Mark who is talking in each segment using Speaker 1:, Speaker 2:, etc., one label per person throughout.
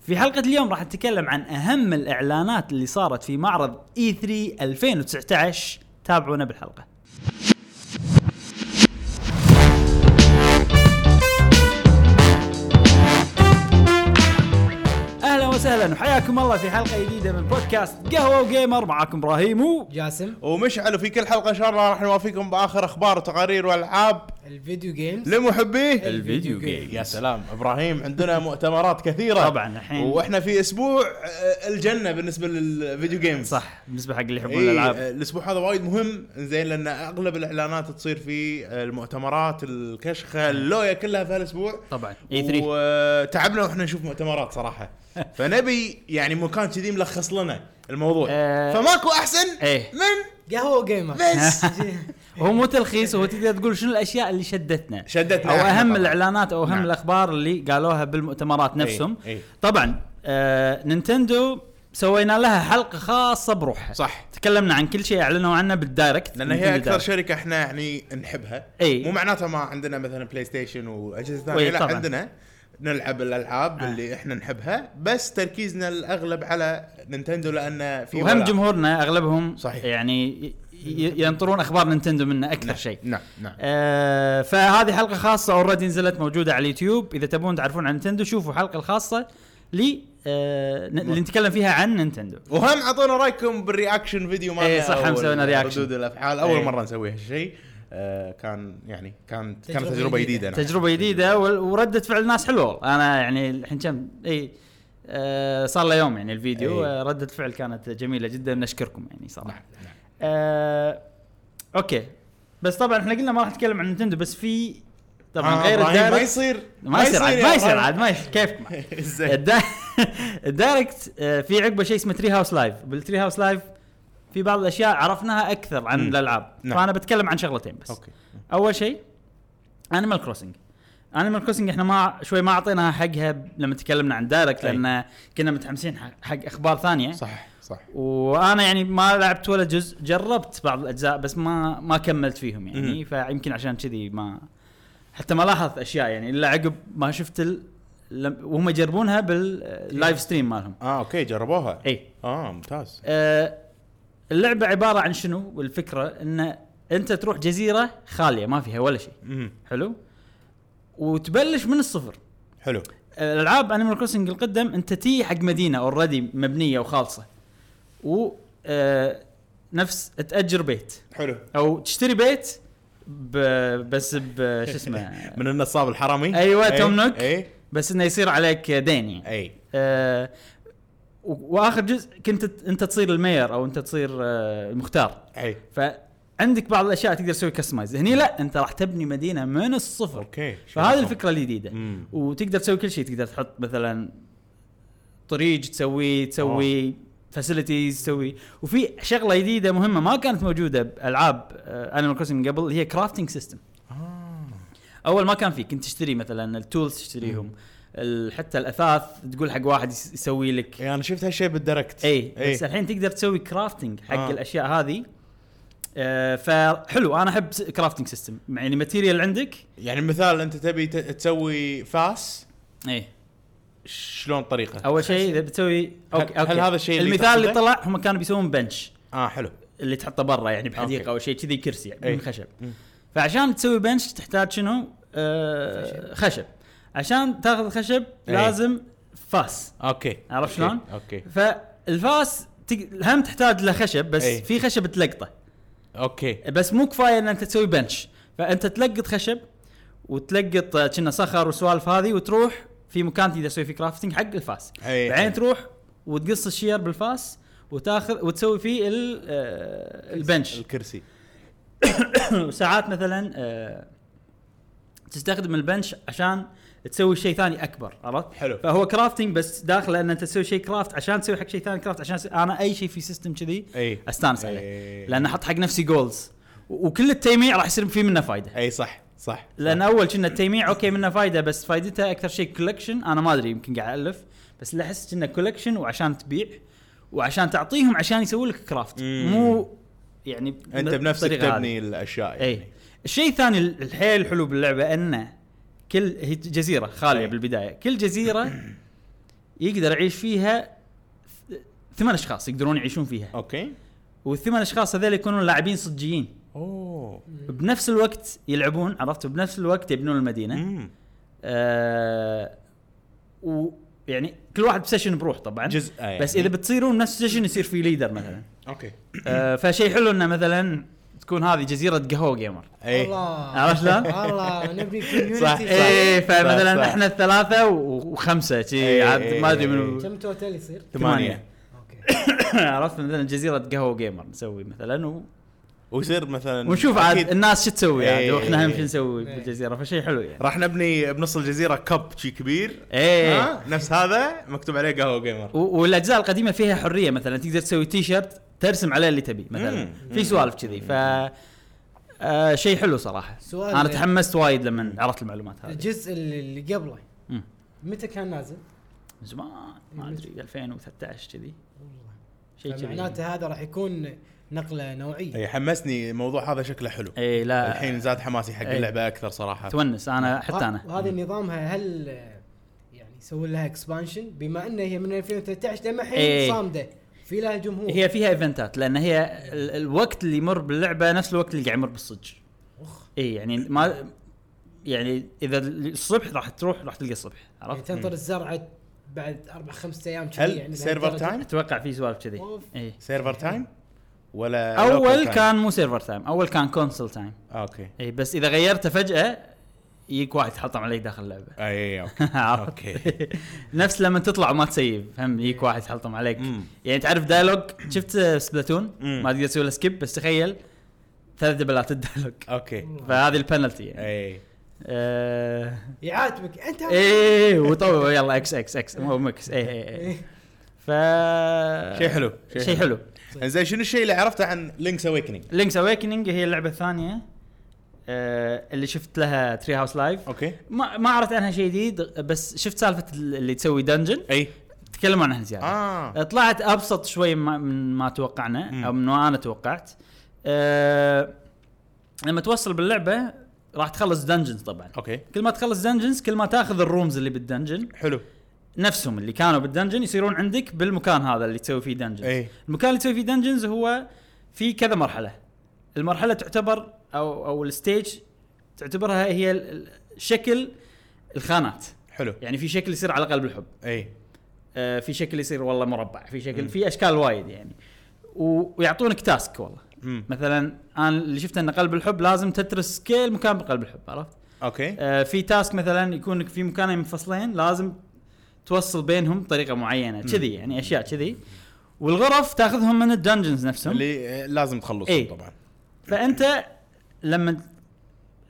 Speaker 1: في حلقة اليوم راح نتكلم عن أهم الإعلانات اللي صارت في معرض اي 3 2019 تابعونا بالحلقة أهلا وسهلا وحياكم الله في حلقة جديدة من بودكاست قهوة وجيمر معاكم إبراهيم و
Speaker 2: جاسم
Speaker 3: ومشعل وفي كل حلقه ان شاء الله راح نوافيكم باخر اخبار وتقارير والعاب
Speaker 2: الفيديو جيمز
Speaker 3: لمحبيه
Speaker 2: الفيديو جيمز.
Speaker 3: يا سلام ابراهيم عندنا مؤتمرات كثيره
Speaker 1: طبعاً، الحين.
Speaker 3: واحنا في اسبوع آه، الجنه بالنسبه للفيديو جيمز
Speaker 1: صح بالنسبة حق اللي يحبون
Speaker 3: إيه
Speaker 1: الألعاب
Speaker 3: آه، الاسبوع هذا وايد مهم زين لان اغلب الاعلانات تصير في آه، المؤتمرات الكشخه اللويا كلها في هالاسبوع
Speaker 1: نعم. طبعاً. E3.
Speaker 3: وتعبنا واحنا نشوف مؤتمرات صراحه فنبي يعني مكان كذي ملخص لنا الموضوع
Speaker 1: آه.
Speaker 3: فماكو احسن
Speaker 1: إيه.
Speaker 3: من
Speaker 2: قهوه وجيمر
Speaker 3: بس
Speaker 1: هو مو تلخيص هو تقدر تقول شنو الاشياء اللي شدتنا
Speaker 3: شدتنا
Speaker 1: او
Speaker 3: إحنا
Speaker 1: اهم
Speaker 3: طبعاً.
Speaker 1: الاعلانات او اهم
Speaker 3: نعم.
Speaker 1: الاخبار اللي قالوها بالمؤتمرات نفسهم
Speaker 3: إيه، إيه.
Speaker 1: طبعا آه نينتندو سوينا لها حلقه خاصه بروحها
Speaker 3: صح.
Speaker 1: تكلمنا عن كل شيء اعلنوا عنه بالدايركت
Speaker 3: لان هي
Speaker 1: نينتندو
Speaker 3: اكثر
Speaker 1: دايركت.
Speaker 3: شركه احنا يعني نحبها
Speaker 1: إي.
Speaker 3: مو معناتها ما عندنا مثلا بلاي ستيشن واجهزه
Speaker 1: إي
Speaker 3: ثانيه لا
Speaker 1: طبعاً.
Speaker 3: عندنا نلعب الالعاب آه. اللي احنا نحبها بس تركيزنا الاغلب على نينتندو لان في
Speaker 1: وهم
Speaker 3: ولا.
Speaker 1: جمهورنا اغلبهم
Speaker 3: صحيح.
Speaker 1: يعني ي- ي- ينطرون اخبار نينتندو منه اكثر شيء
Speaker 3: نعم نعم
Speaker 1: آه فهذه حلقه خاصه اوريدي نزلت موجوده على اليوتيوب اذا تبون تعرفون عن نينتندو شوفوا الحلقه الخاصه لي آه ن- اللي نتكلم فيها عن نينتندو
Speaker 3: وهم اعطونا رايكم بالرياكشن فيديو مالنا
Speaker 1: إي صح، هم
Speaker 3: أول
Speaker 1: سوينا رياكشن.
Speaker 3: ردود الافعال اول
Speaker 1: إي.
Speaker 3: مره نسوي هالشيء آه كان يعني كانت
Speaker 2: تجربة
Speaker 3: تجربة كانت تجربه
Speaker 2: جديدة.
Speaker 3: جديده نعم.
Speaker 1: تجربه جديده وال- ورده فعل الناس حلوه والله. انا يعني الحين كم اي آه صار له يوم يعني الفيديو
Speaker 3: إي.
Speaker 1: آه رده فعل كانت جميله جدا نشكركم يعني
Speaker 3: نعم
Speaker 1: صراحه
Speaker 3: نعم.
Speaker 1: آه اوكي بس طبعا احنا قلنا ما راح نتكلم عن نينتندو بس في طبعا
Speaker 3: آه،
Speaker 1: غير
Speaker 3: إبراهيم ما
Speaker 1: الدايركت
Speaker 3: يصير
Speaker 1: ما يصير عاد
Speaker 3: يا
Speaker 1: ما يصير
Speaker 3: إبراهيم.
Speaker 1: عاد ما يصير كيف
Speaker 3: زين
Speaker 1: الدا- الدايركت آه، في عقبه شيء اسمه تري هاوس لايف بالتري هاوس لايف في بعض الاشياء عرفناها اكثر عن
Speaker 3: مم.
Speaker 1: الالعاب
Speaker 3: نعم.
Speaker 1: فانا بتكلم عن شغلتين بس
Speaker 3: اوكي
Speaker 1: اول شيء انيمال كروسنج انيمال كروسنج احنا ما شوي ما اعطيناها حقها ب- لما تكلمنا عن دايركت
Speaker 3: أي.
Speaker 1: لان كنا متحمسين ح- حق اخبار ثانيه
Speaker 3: صح صح
Speaker 1: وانا يعني ما لعبت ولا جزء جربت بعض الاجزاء بس ما ما كملت فيهم يعني
Speaker 3: مم.
Speaker 1: فيمكن عشان كذي ما حتى ما لاحظت اشياء يعني الا عقب ما شفت ال... لم... وهم يجربونها باللايف ستريم مالهم
Speaker 3: اه اوكي جربوها
Speaker 1: اي
Speaker 3: اه ممتاز
Speaker 1: آه اللعبه عباره عن شنو والفكره ان انت تروح جزيره خاليه ما فيها ولا شيء
Speaker 3: امم
Speaker 1: حلو وتبلش من الصفر
Speaker 3: حلو
Speaker 1: الالعاب انيمال كروسنج القدم انت تي حق مدينه اوريدي مبنيه وخالصه و آه، نفس تاجر بيت
Speaker 3: حلو
Speaker 1: او تشتري بيت ب بس ب شو اسمه
Speaker 3: من النصاب الحرامي
Speaker 1: أيوة، توم نوك.
Speaker 3: اي
Speaker 1: بس انه يصير عليك دين يعني
Speaker 3: اي
Speaker 1: آه، و- واخر جزء كنت ت- انت تصير المير او انت تصير آه، المختار
Speaker 3: اي
Speaker 1: فعندك بعض الاشياء تقدر تسوي كستمايز هني لا انت راح تبني مدينه من الصفر
Speaker 3: اوكي
Speaker 1: فهذه الفكره الجديده
Speaker 3: مم.
Speaker 1: وتقدر تسوي كل شيء تقدر تحط مثلا طريق تسوي تسوي فاسيلتيز تسوي وفي شغله جديده مهمه ما كانت آه، موجوده بالعاب انيمال كروسنج قبل هي كرافتنج سيستم
Speaker 3: آه،
Speaker 1: اول ما كان في كنت تشتري مثلا التولز تشتريهم ال- حتى الاثاث تقول حق واحد يس- يسوي لك
Speaker 3: يعني انا شفت هالشيء بالدركت
Speaker 1: اي بس الحين تقدر تسوي كرافتنج حق آه.
Speaker 3: إيه. آه.
Speaker 1: الاشياء هذه آه فحلو انا احب كرافتنج سيستم يعني ماتيريال عندك
Speaker 3: يعني مثال انت تبي ت- تسوي فاس
Speaker 1: ايه
Speaker 3: شلون طريقه
Speaker 1: اول شيء اذا بتسوي اوكي
Speaker 3: هل
Speaker 1: اوكي
Speaker 3: هذا الشيء اللي
Speaker 1: المثال اللي
Speaker 3: تقصده؟
Speaker 1: طلع هم كانوا بيسوون بنش
Speaker 3: اه حلو
Speaker 1: اللي تحطه برا يعني
Speaker 3: أوكي.
Speaker 1: بحديقه او شيء كذي كرسي يعني
Speaker 3: أي.
Speaker 1: من خشب
Speaker 3: مم.
Speaker 1: فعشان تسوي بنش تحتاج شنو؟ آه خشب عشان تاخذ خشب
Speaker 3: أي.
Speaker 1: لازم فاس
Speaker 3: اوكي
Speaker 1: عرفت شلون؟
Speaker 3: اوكي
Speaker 1: فالفاس تق... هم تحتاج له خشب بس
Speaker 3: أي.
Speaker 1: في خشب تلقطه
Speaker 3: اوكي
Speaker 1: بس مو كفايه ان انت تسوي بنش فانت تلقط خشب وتلقط آه، كنا صخر وسوالف هذه وتروح في مكان تقدر تسوي فيه كرافتنج حق الفاس
Speaker 3: أي.
Speaker 1: بعدين
Speaker 3: أي.
Speaker 1: تروح وتقص الشير بالفاس وتاخذ وتسوي فيه ال- آه، البنش
Speaker 3: الكرسي
Speaker 1: وساعات مثلا آه، تستخدم البنش عشان تسوي شيء ثاني اكبر عرفت؟
Speaker 3: حلو.
Speaker 1: فهو كرافتنج بس داخله ان انت تسوي شيء كرافت عشان تسوي حق شيء ثاني كرافت عشان تسوي- انا اي شيء في سيستم كذي
Speaker 3: اي
Speaker 1: استانس عليه
Speaker 3: إيه.
Speaker 1: لان احط حق نفسي جولز وكل التيميع راح يصير فيه منه فايده
Speaker 3: اي صح صح
Speaker 1: لان اول كنا التيميع اوكي منه فايده بس فايدته اكثر شيء كولكشن انا ما ادري يمكن قاعد الف بس اللي احس انه كولكشن وعشان تبيع وعشان تعطيهم عشان يسووا لك كرافت
Speaker 3: مم.
Speaker 1: مو يعني
Speaker 3: انت بنفسك
Speaker 1: بالطريقة هذه.
Speaker 3: تبني الاشياء
Speaker 1: اي
Speaker 3: يعني.
Speaker 1: الشيء الثاني ال- الحيل الحلو باللعبه انه كل هي جزيره خاليه
Speaker 3: أي.
Speaker 1: بالبدايه كل جزيره يقدر يعيش فيها ث- ثمان اشخاص يقدرون يعيشون فيها
Speaker 3: اوكي
Speaker 1: والثمان اشخاص هذول يكونون لاعبين صجيين
Speaker 3: اوه
Speaker 1: بنفس الوقت يلعبون عرفت بنفس الوقت يبنون المدينه
Speaker 3: امم
Speaker 1: آه ويعني كل واحد بسيشن بروح طبعا
Speaker 3: جزء يعني.
Speaker 1: بس اذا بتصيرون نفس السيشن يصير في ليدر مثلا
Speaker 3: اوكي
Speaker 1: آه فشيء حلو انه مثلا تكون هذه جزيره قهوه جيمر
Speaker 3: اي
Speaker 1: إيه. عرفت
Speaker 2: الله
Speaker 1: شلون؟
Speaker 2: والله نبي
Speaker 3: صح،
Speaker 2: كوميونتي
Speaker 1: ايه فمثلا
Speaker 3: إيه، صح، صح.
Speaker 1: احنا الثلاثه و- وخمسه شي
Speaker 3: إيه،
Speaker 1: عاد
Speaker 3: إيه،
Speaker 1: ما ادري
Speaker 3: إيه،
Speaker 1: منو
Speaker 2: كم توتال يصير؟
Speaker 1: ثمانية.
Speaker 3: ثمانية
Speaker 2: اوكي
Speaker 1: عرفت مثلا جزيره قهوه جيمر نسوي مثلا و...
Speaker 3: ويصير مثلا
Speaker 1: ونشوف عاد
Speaker 3: أكيد
Speaker 1: الناس شو تسوي عاد
Speaker 3: إيه،
Speaker 1: واحنا هم
Speaker 3: إيه.
Speaker 1: شو نسوي
Speaker 2: إيه.
Speaker 1: بالجزيره فشيء حلو يعني
Speaker 3: راح نبني بنص الجزيره كب شي كبير
Speaker 1: ايه
Speaker 3: ها؟ نفس هذا مكتوب عليه قهوه جيمر
Speaker 1: و- والاجزاء القديمه فيها حريه مثلا تقدر تسوي تي شيرت ترسم عليه اللي تبي مثلا
Speaker 3: مم.
Speaker 1: في
Speaker 3: مم.
Speaker 1: سوالف كذي ف آه شيء حلو صراحه
Speaker 2: سؤال-
Speaker 1: انا تحمست وايد لما عرفت المعلومات هذه
Speaker 2: الجزء اللي اللي قبله
Speaker 1: مم.
Speaker 2: متى كان نازل؟
Speaker 1: من زمان ما ادري 2013 كذي
Speaker 2: والله
Speaker 1: شيء كذي إيه.
Speaker 2: معناته هذا راح يكون نقله نوعيه
Speaker 3: اي حمسني الموضوع هذا شكله حلو
Speaker 1: اي لا
Speaker 3: الحين زاد حماسي حق
Speaker 1: إيه.
Speaker 3: اللعبه اكثر صراحه
Speaker 1: تونس انا حتى
Speaker 2: وه-
Speaker 1: انا
Speaker 2: وهذه نظامها هل آه، يعني يسوون لها اكسبانشن بما ان هي من 2013 لما
Speaker 1: إيه.
Speaker 2: الحين صامده في لها جمهور
Speaker 1: هي فيها ايفنتات لان هي ال- الوقت اللي يمر باللعبه نفس الوقت اللي قاعد يمر بالصج
Speaker 2: أخ.
Speaker 1: اي يعني ما يعني اذا الصبح راح تروح راح تلقى الصبح
Speaker 2: يعني
Speaker 1: عرفت؟
Speaker 2: تنطر الزرعه بعد اربع خمس ايام كذي يعني
Speaker 1: يعني
Speaker 3: هل سيرفر
Speaker 2: لهالدرجة.
Speaker 3: تايم؟
Speaker 1: اتوقع في سوالف كذي
Speaker 2: أوف.
Speaker 1: اي
Speaker 3: سيرفر تايم ولا
Speaker 1: اول
Speaker 3: local time؟
Speaker 1: كان مو سيرفر تايم اول كان كونسول تايم
Speaker 3: اوكي
Speaker 1: اي بس اذا غيرته فجاه يجيك واحد يتحطم عليك داخل اللعبه
Speaker 3: اي اي اوكي
Speaker 1: عرفت؟
Speaker 3: أوكي.
Speaker 1: نفس لما تطلع وما تسيف هم يجيك واحد يحطم عليك
Speaker 3: مم.
Speaker 1: يعني تعرف دايلوج شفت سبلاتون
Speaker 3: مم.
Speaker 1: ما تقدر تسوي له سكيب بس تخيل ثلاث دبلات الدايلوج
Speaker 3: اوكي
Speaker 1: فهذه البنالتي يعني
Speaker 3: اي
Speaker 1: آه،
Speaker 2: يعاتبك انت
Speaker 1: ايه وطو يلا اكس اكس اكس مو مكس اي اي
Speaker 2: إيه.
Speaker 1: اي إيه. ف
Speaker 3: إيه. شيء حلو شيء
Speaker 1: شيء حلو
Speaker 3: زين شنو الشيء اللي عرفته عن لينكس اويكننج؟
Speaker 1: لينكس اويكننج هي اللعبه الثانيه آه، اللي شفت لها تري هاوس لايف
Speaker 3: اوكي
Speaker 1: ما ما عرفت عنها شيء جديد بس شفت سالفه اللي تسوي دنجن
Speaker 3: اي
Speaker 1: تكلموا عنها زياده
Speaker 3: اه
Speaker 1: طلعت ابسط شوي ما- من ما توقعنا
Speaker 3: مم.
Speaker 1: او من ما انا توقعت أه لما توصل باللعبه راح تخلص دنجنز طبعا
Speaker 3: اوكي
Speaker 1: كل ما تخلص دنجنز كل ما تاخذ الرومز اللي بالدنجن
Speaker 3: حلو
Speaker 1: نفسهم اللي كانوا بالدنجن يصيرون عندك بالمكان هذا اللي تسوي فيه دنجنز
Speaker 3: اي
Speaker 1: المكان اللي تسوي فيه دنجنز هو في كذا مرحله المرحله تعتبر او او الستيج تعتبرها هي ال- ال- شكل الخانات
Speaker 3: حلو
Speaker 1: يعني في شكل يصير على قلب الحب
Speaker 3: اي
Speaker 1: آه، في شكل يصير والله مربع في شكل
Speaker 3: مم.
Speaker 1: في اشكال وايد يعني و- ويعطونك تاسك والله
Speaker 3: امم
Speaker 1: مثلا انا اللي شفته ان قلب الحب لازم تترس كل مكان بقلب الحب عرفت؟
Speaker 3: اوكي
Speaker 1: آه في تاسك مثلا يكون في مكانين منفصلين لازم توصل بينهم بطريقه معينه كذي يعني اشياء كذي والغرف تاخذهم من الدنجنز نفسهم
Speaker 3: اللي آه، لازم تخلصهم
Speaker 1: إيه.
Speaker 3: طبعا
Speaker 1: فانت لما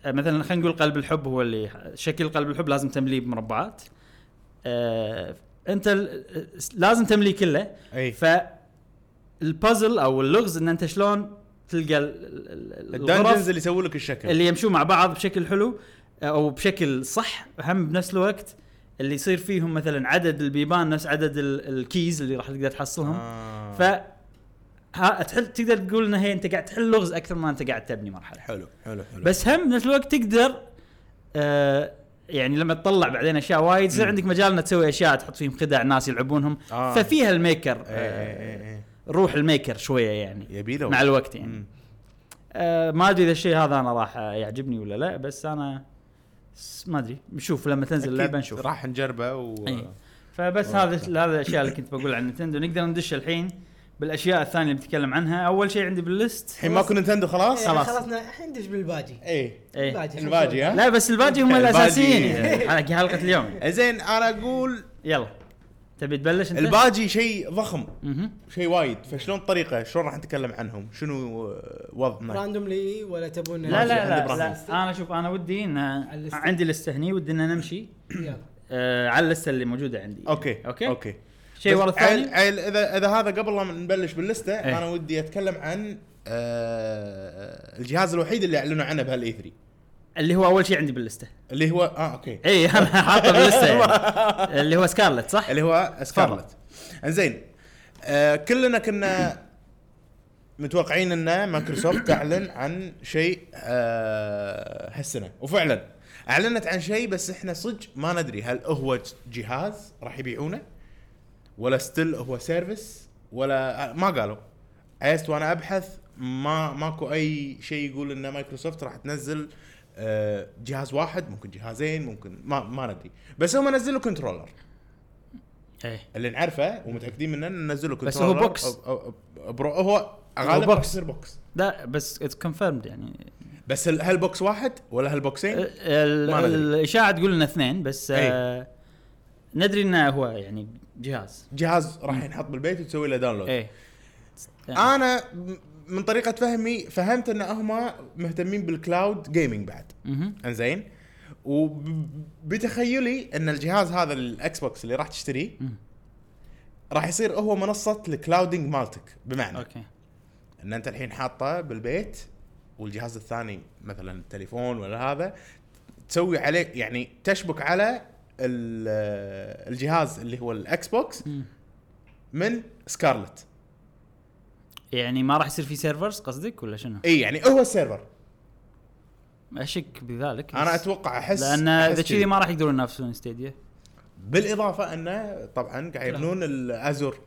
Speaker 1: آه، مثلا خلينا نقول قلب الحب هو اللي شكل قلب الحب لازم تمليه بمربعات آه، انت ال- آه، لازم تمليه كله
Speaker 3: اي
Speaker 1: ف البازل او اللغز ان انت شلون تلقى ال- ال- ال-
Speaker 3: الدنجنز
Speaker 1: الغرف
Speaker 3: اللي يسوي لك الشكل
Speaker 1: اللي يمشون مع بعض بشكل حلو او بشكل صح هم بنفس الوقت اللي يصير فيهم مثلا عدد البيبان نفس عدد ال- الكيز اللي راح تقدر تحصلهم آه.
Speaker 3: آه.
Speaker 1: ف ها تحل تقدر تقول ان هي انت قاعد تحل لغز اكثر ما انت قاعد تبني مرحله
Speaker 3: حلو حلو حلو
Speaker 1: بس هم بنفس الوقت تقدر آه يعني لما تطلع بعدين اشياء وايد يصير
Speaker 3: مم.
Speaker 1: عندك مجال انك تسوي اشياء تحط فيهم خدع ناس يلعبونهم آه.
Speaker 3: آه. إيه،
Speaker 1: ففيها الميكر
Speaker 3: إي، إي، إي،
Speaker 1: آه
Speaker 3: إي.
Speaker 1: روح الميكر شويه يعني
Speaker 3: يبي له
Speaker 1: مع الوقت يعني
Speaker 3: مم.
Speaker 1: آه ما ادري اذا الشيء هذا انا راح آه، يعجبني ولا لا بس انا س- ما ادري نشوف لما تنزل
Speaker 3: أكيد
Speaker 1: اللعبه نشوف إيه.
Speaker 3: راح نجربه و
Speaker 1: إي. فبس
Speaker 3: آه.
Speaker 1: هذا هذا الاشياء اللي كنت بقول عن نتندو نقدر ندش الحين بالاشياء الثانيه اللي بنتكلم عنها اول شيء عندي بالليست
Speaker 3: الحين ماكو نينتندو خلاص
Speaker 2: خلاص
Speaker 1: خلاص.
Speaker 2: خلصنا الحين ندش بالباجي
Speaker 3: اي
Speaker 1: ايه
Speaker 2: شوف
Speaker 3: الباجي ها
Speaker 1: لا بس الباجي هم
Speaker 3: الباجي.
Speaker 1: الاساسيين يعني حلقه حلقه اليوم
Speaker 3: زين انا اقول
Speaker 1: يلا تبي تبلش انت؟
Speaker 3: الباجي شيء ضخم
Speaker 1: مهم.
Speaker 3: شيء وايد فشلون الطريقه شلون راح نتكلم عنهم شنو آه، وضعنا
Speaker 2: راندوملي ولا تبون
Speaker 1: لا
Speaker 3: عندي
Speaker 1: لا لا,
Speaker 3: إبراهيم.
Speaker 1: لا انا شوف انا ودي ان
Speaker 2: اللستة.
Speaker 1: عندي لسته هني ودي ان نمشي
Speaker 2: يلا
Speaker 1: آه على اللسته اللي موجوده عندي
Speaker 3: اوكي
Speaker 1: اوكي اوكي
Speaker 3: اوكي
Speaker 1: شيء
Speaker 3: بس
Speaker 1: ورا
Speaker 3: عيل
Speaker 1: الثاني
Speaker 3: عيل اذا اذا هذا قبل لا نبلش باللسته
Speaker 1: إيه.
Speaker 3: انا ودي اتكلم عن آه الجهاز الوحيد اللي اعلنوا عنه بهالاي 3
Speaker 1: اللي هو اول شيء عندي باللسته
Speaker 3: اللي هو اه اوكي
Speaker 1: اي انا إيه، حاطه باللسته يعني. اللي هو سكارلت صح؟
Speaker 3: اللي هو سكارلت انزين آه كلنا كنا متوقعين ان مايكروسوفت تعلن عن شيء آه هالسنه وفعلا اعلنت عن شيء بس احنا صدق ما ندري هل هو جهاز راح يبيعونه ولا ستيل هو سيرفيس ولا آه، ما قالوا عيست وانا ابحث ما ماكو اي شيء يقول ان مايكروسوفت راح تنزل آه، جهاز واحد ممكن جهازين ممكن ما ما ندري بس هم نزلوا كنترولر
Speaker 1: ايه
Speaker 3: اللي نعرفه ومتاكدين منه انه نزلوا
Speaker 1: بس
Speaker 3: كنترولر
Speaker 1: هو بوكس.
Speaker 3: أو- أو- أو- برو هو غالبا راح
Speaker 1: بوكس.
Speaker 3: يصير بوكس
Speaker 1: لا بس اتس كونفيرمد يعني
Speaker 3: بس هل هل بوكس واحد ولا هل بوكسين؟
Speaker 1: إيه. ال-
Speaker 3: إيه. ما ندري.
Speaker 1: الاشاعه تقول انه اثنين بس
Speaker 3: إيه.
Speaker 1: آه ندري انه هو يعني جهاز
Speaker 3: جهاز راح ينحط بالبيت وتسوي له داونلود
Speaker 1: ايه يعني.
Speaker 3: انا م- من طريقه فهمي فهمت ان هم مهتمين بالكلاود جيمنج بعد
Speaker 1: مهم.
Speaker 3: انزين وبتخيلي ان الجهاز هذا الاكس بوكس اللي راح تشتريه
Speaker 1: مم.
Speaker 3: راح يصير هو منصه الكلاودنج مالتك بمعنى
Speaker 1: اوكي
Speaker 3: ان انت الحين حاطه بالبيت والجهاز الثاني مثلا التليفون ولا هذا تسوي عليه يعني تشبك على ال- آه، الجهاز اللي هو الاكس بوكس
Speaker 1: مم.
Speaker 3: من سكارلت
Speaker 1: يعني ما راح يصير في سيرفرز قصدك ولا شنو؟
Speaker 3: اي يعني هو السيرفر
Speaker 1: اشك بذلك
Speaker 3: انا
Speaker 1: بس-
Speaker 3: اتوقع احس
Speaker 1: لان
Speaker 3: أحس
Speaker 1: اذا
Speaker 3: كذي.
Speaker 1: كذي ما راح يقدرون ينافسون ستيديا
Speaker 3: بالاضافه انه طبعا قاعد يبنون الازور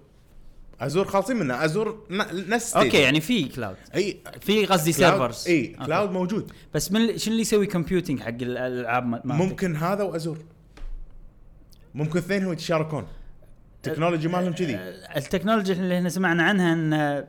Speaker 3: ازور خالصين منه ازور ن- نفس
Speaker 1: اوكي يعني في كلاود
Speaker 3: اي
Speaker 1: في قصدي سيرفرز
Speaker 3: اي
Speaker 1: أوكي.
Speaker 3: كلاود موجود
Speaker 1: بس من شنو اللي يسوي كومبيوتنج حق ال- الالعاب ما- ما أدري.
Speaker 3: ممكن هذا وازور ممكن اثنينهم يتشاركون
Speaker 1: أه،
Speaker 3: تكنولوجي مالهم كذي
Speaker 1: التكنولوجيا آه، اللي احنا سمعنا عنها ان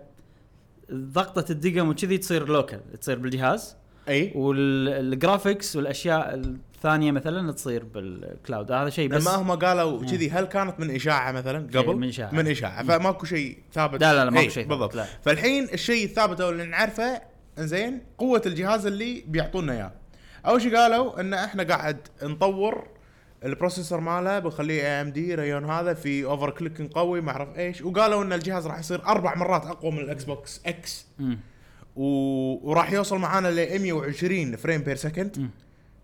Speaker 1: ضغطة الدقم وكذي تصير لوكال تصير بالجهاز
Speaker 3: اي
Speaker 1: والجرافكس والاشياء الثانيه مثلا تصير بالكلاود هذا شيء بس
Speaker 3: لما هم قالوا
Speaker 1: مم. إيه،
Speaker 3: كذي هل كانت من اشاعه مثلا قبل؟
Speaker 1: من إشاعة.
Speaker 3: من اشاعه فماكو شيء ثابت
Speaker 1: لا، لا، لا، ماكو
Speaker 3: إي،
Speaker 1: شيء ثابت،
Speaker 3: بالضبط
Speaker 1: لا.
Speaker 3: فالحين الشيء الثابت او اللي نعرفه انزين قوه الجهاز اللي بيعطونا اياه اول شيء قالوا ان احنا قاعد نطور البروسيسور ماله بنخليه اي ام دي ريون هذا في اوفر كليك قوي ما اعرف ايش وقالوا ان الجهاز راح يصير اربع مرات اقوى من الاكس بوكس اكس
Speaker 1: مم.
Speaker 3: و... وراح يوصل معانا ل 120 فريم بير سكند
Speaker 1: مم.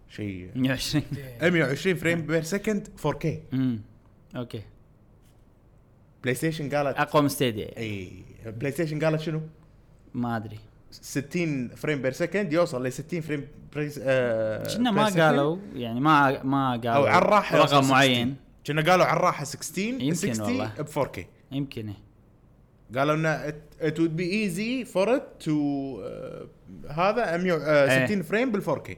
Speaker 3: شيء
Speaker 1: 120
Speaker 2: إيه.
Speaker 3: 120 فريم بير سكند 4K
Speaker 1: مم. اوكي
Speaker 3: بلاي ستيشن قالت
Speaker 1: اقوى من ستيديا يعني.
Speaker 3: اي بلاي ستيشن قالت شنو؟
Speaker 1: ما ادري
Speaker 3: 60 فريم بير سكند يوصل ل 60 فريم بريس آه
Speaker 1: كنا
Speaker 3: بير
Speaker 1: ما
Speaker 3: سكند.
Speaker 1: قالوا يعني ما ما قالوا
Speaker 3: او على الراحه يوصل
Speaker 1: رقم
Speaker 3: 60.
Speaker 1: معين
Speaker 3: كنا قالوا على الراحه 16
Speaker 1: يمكن
Speaker 3: 60
Speaker 1: والله.
Speaker 3: ب 4K
Speaker 1: يمكن إيه.
Speaker 3: قالوا لنا it would be easy for it to آه هذا 100 آه
Speaker 1: إيه.
Speaker 3: 60 فريم بال 4K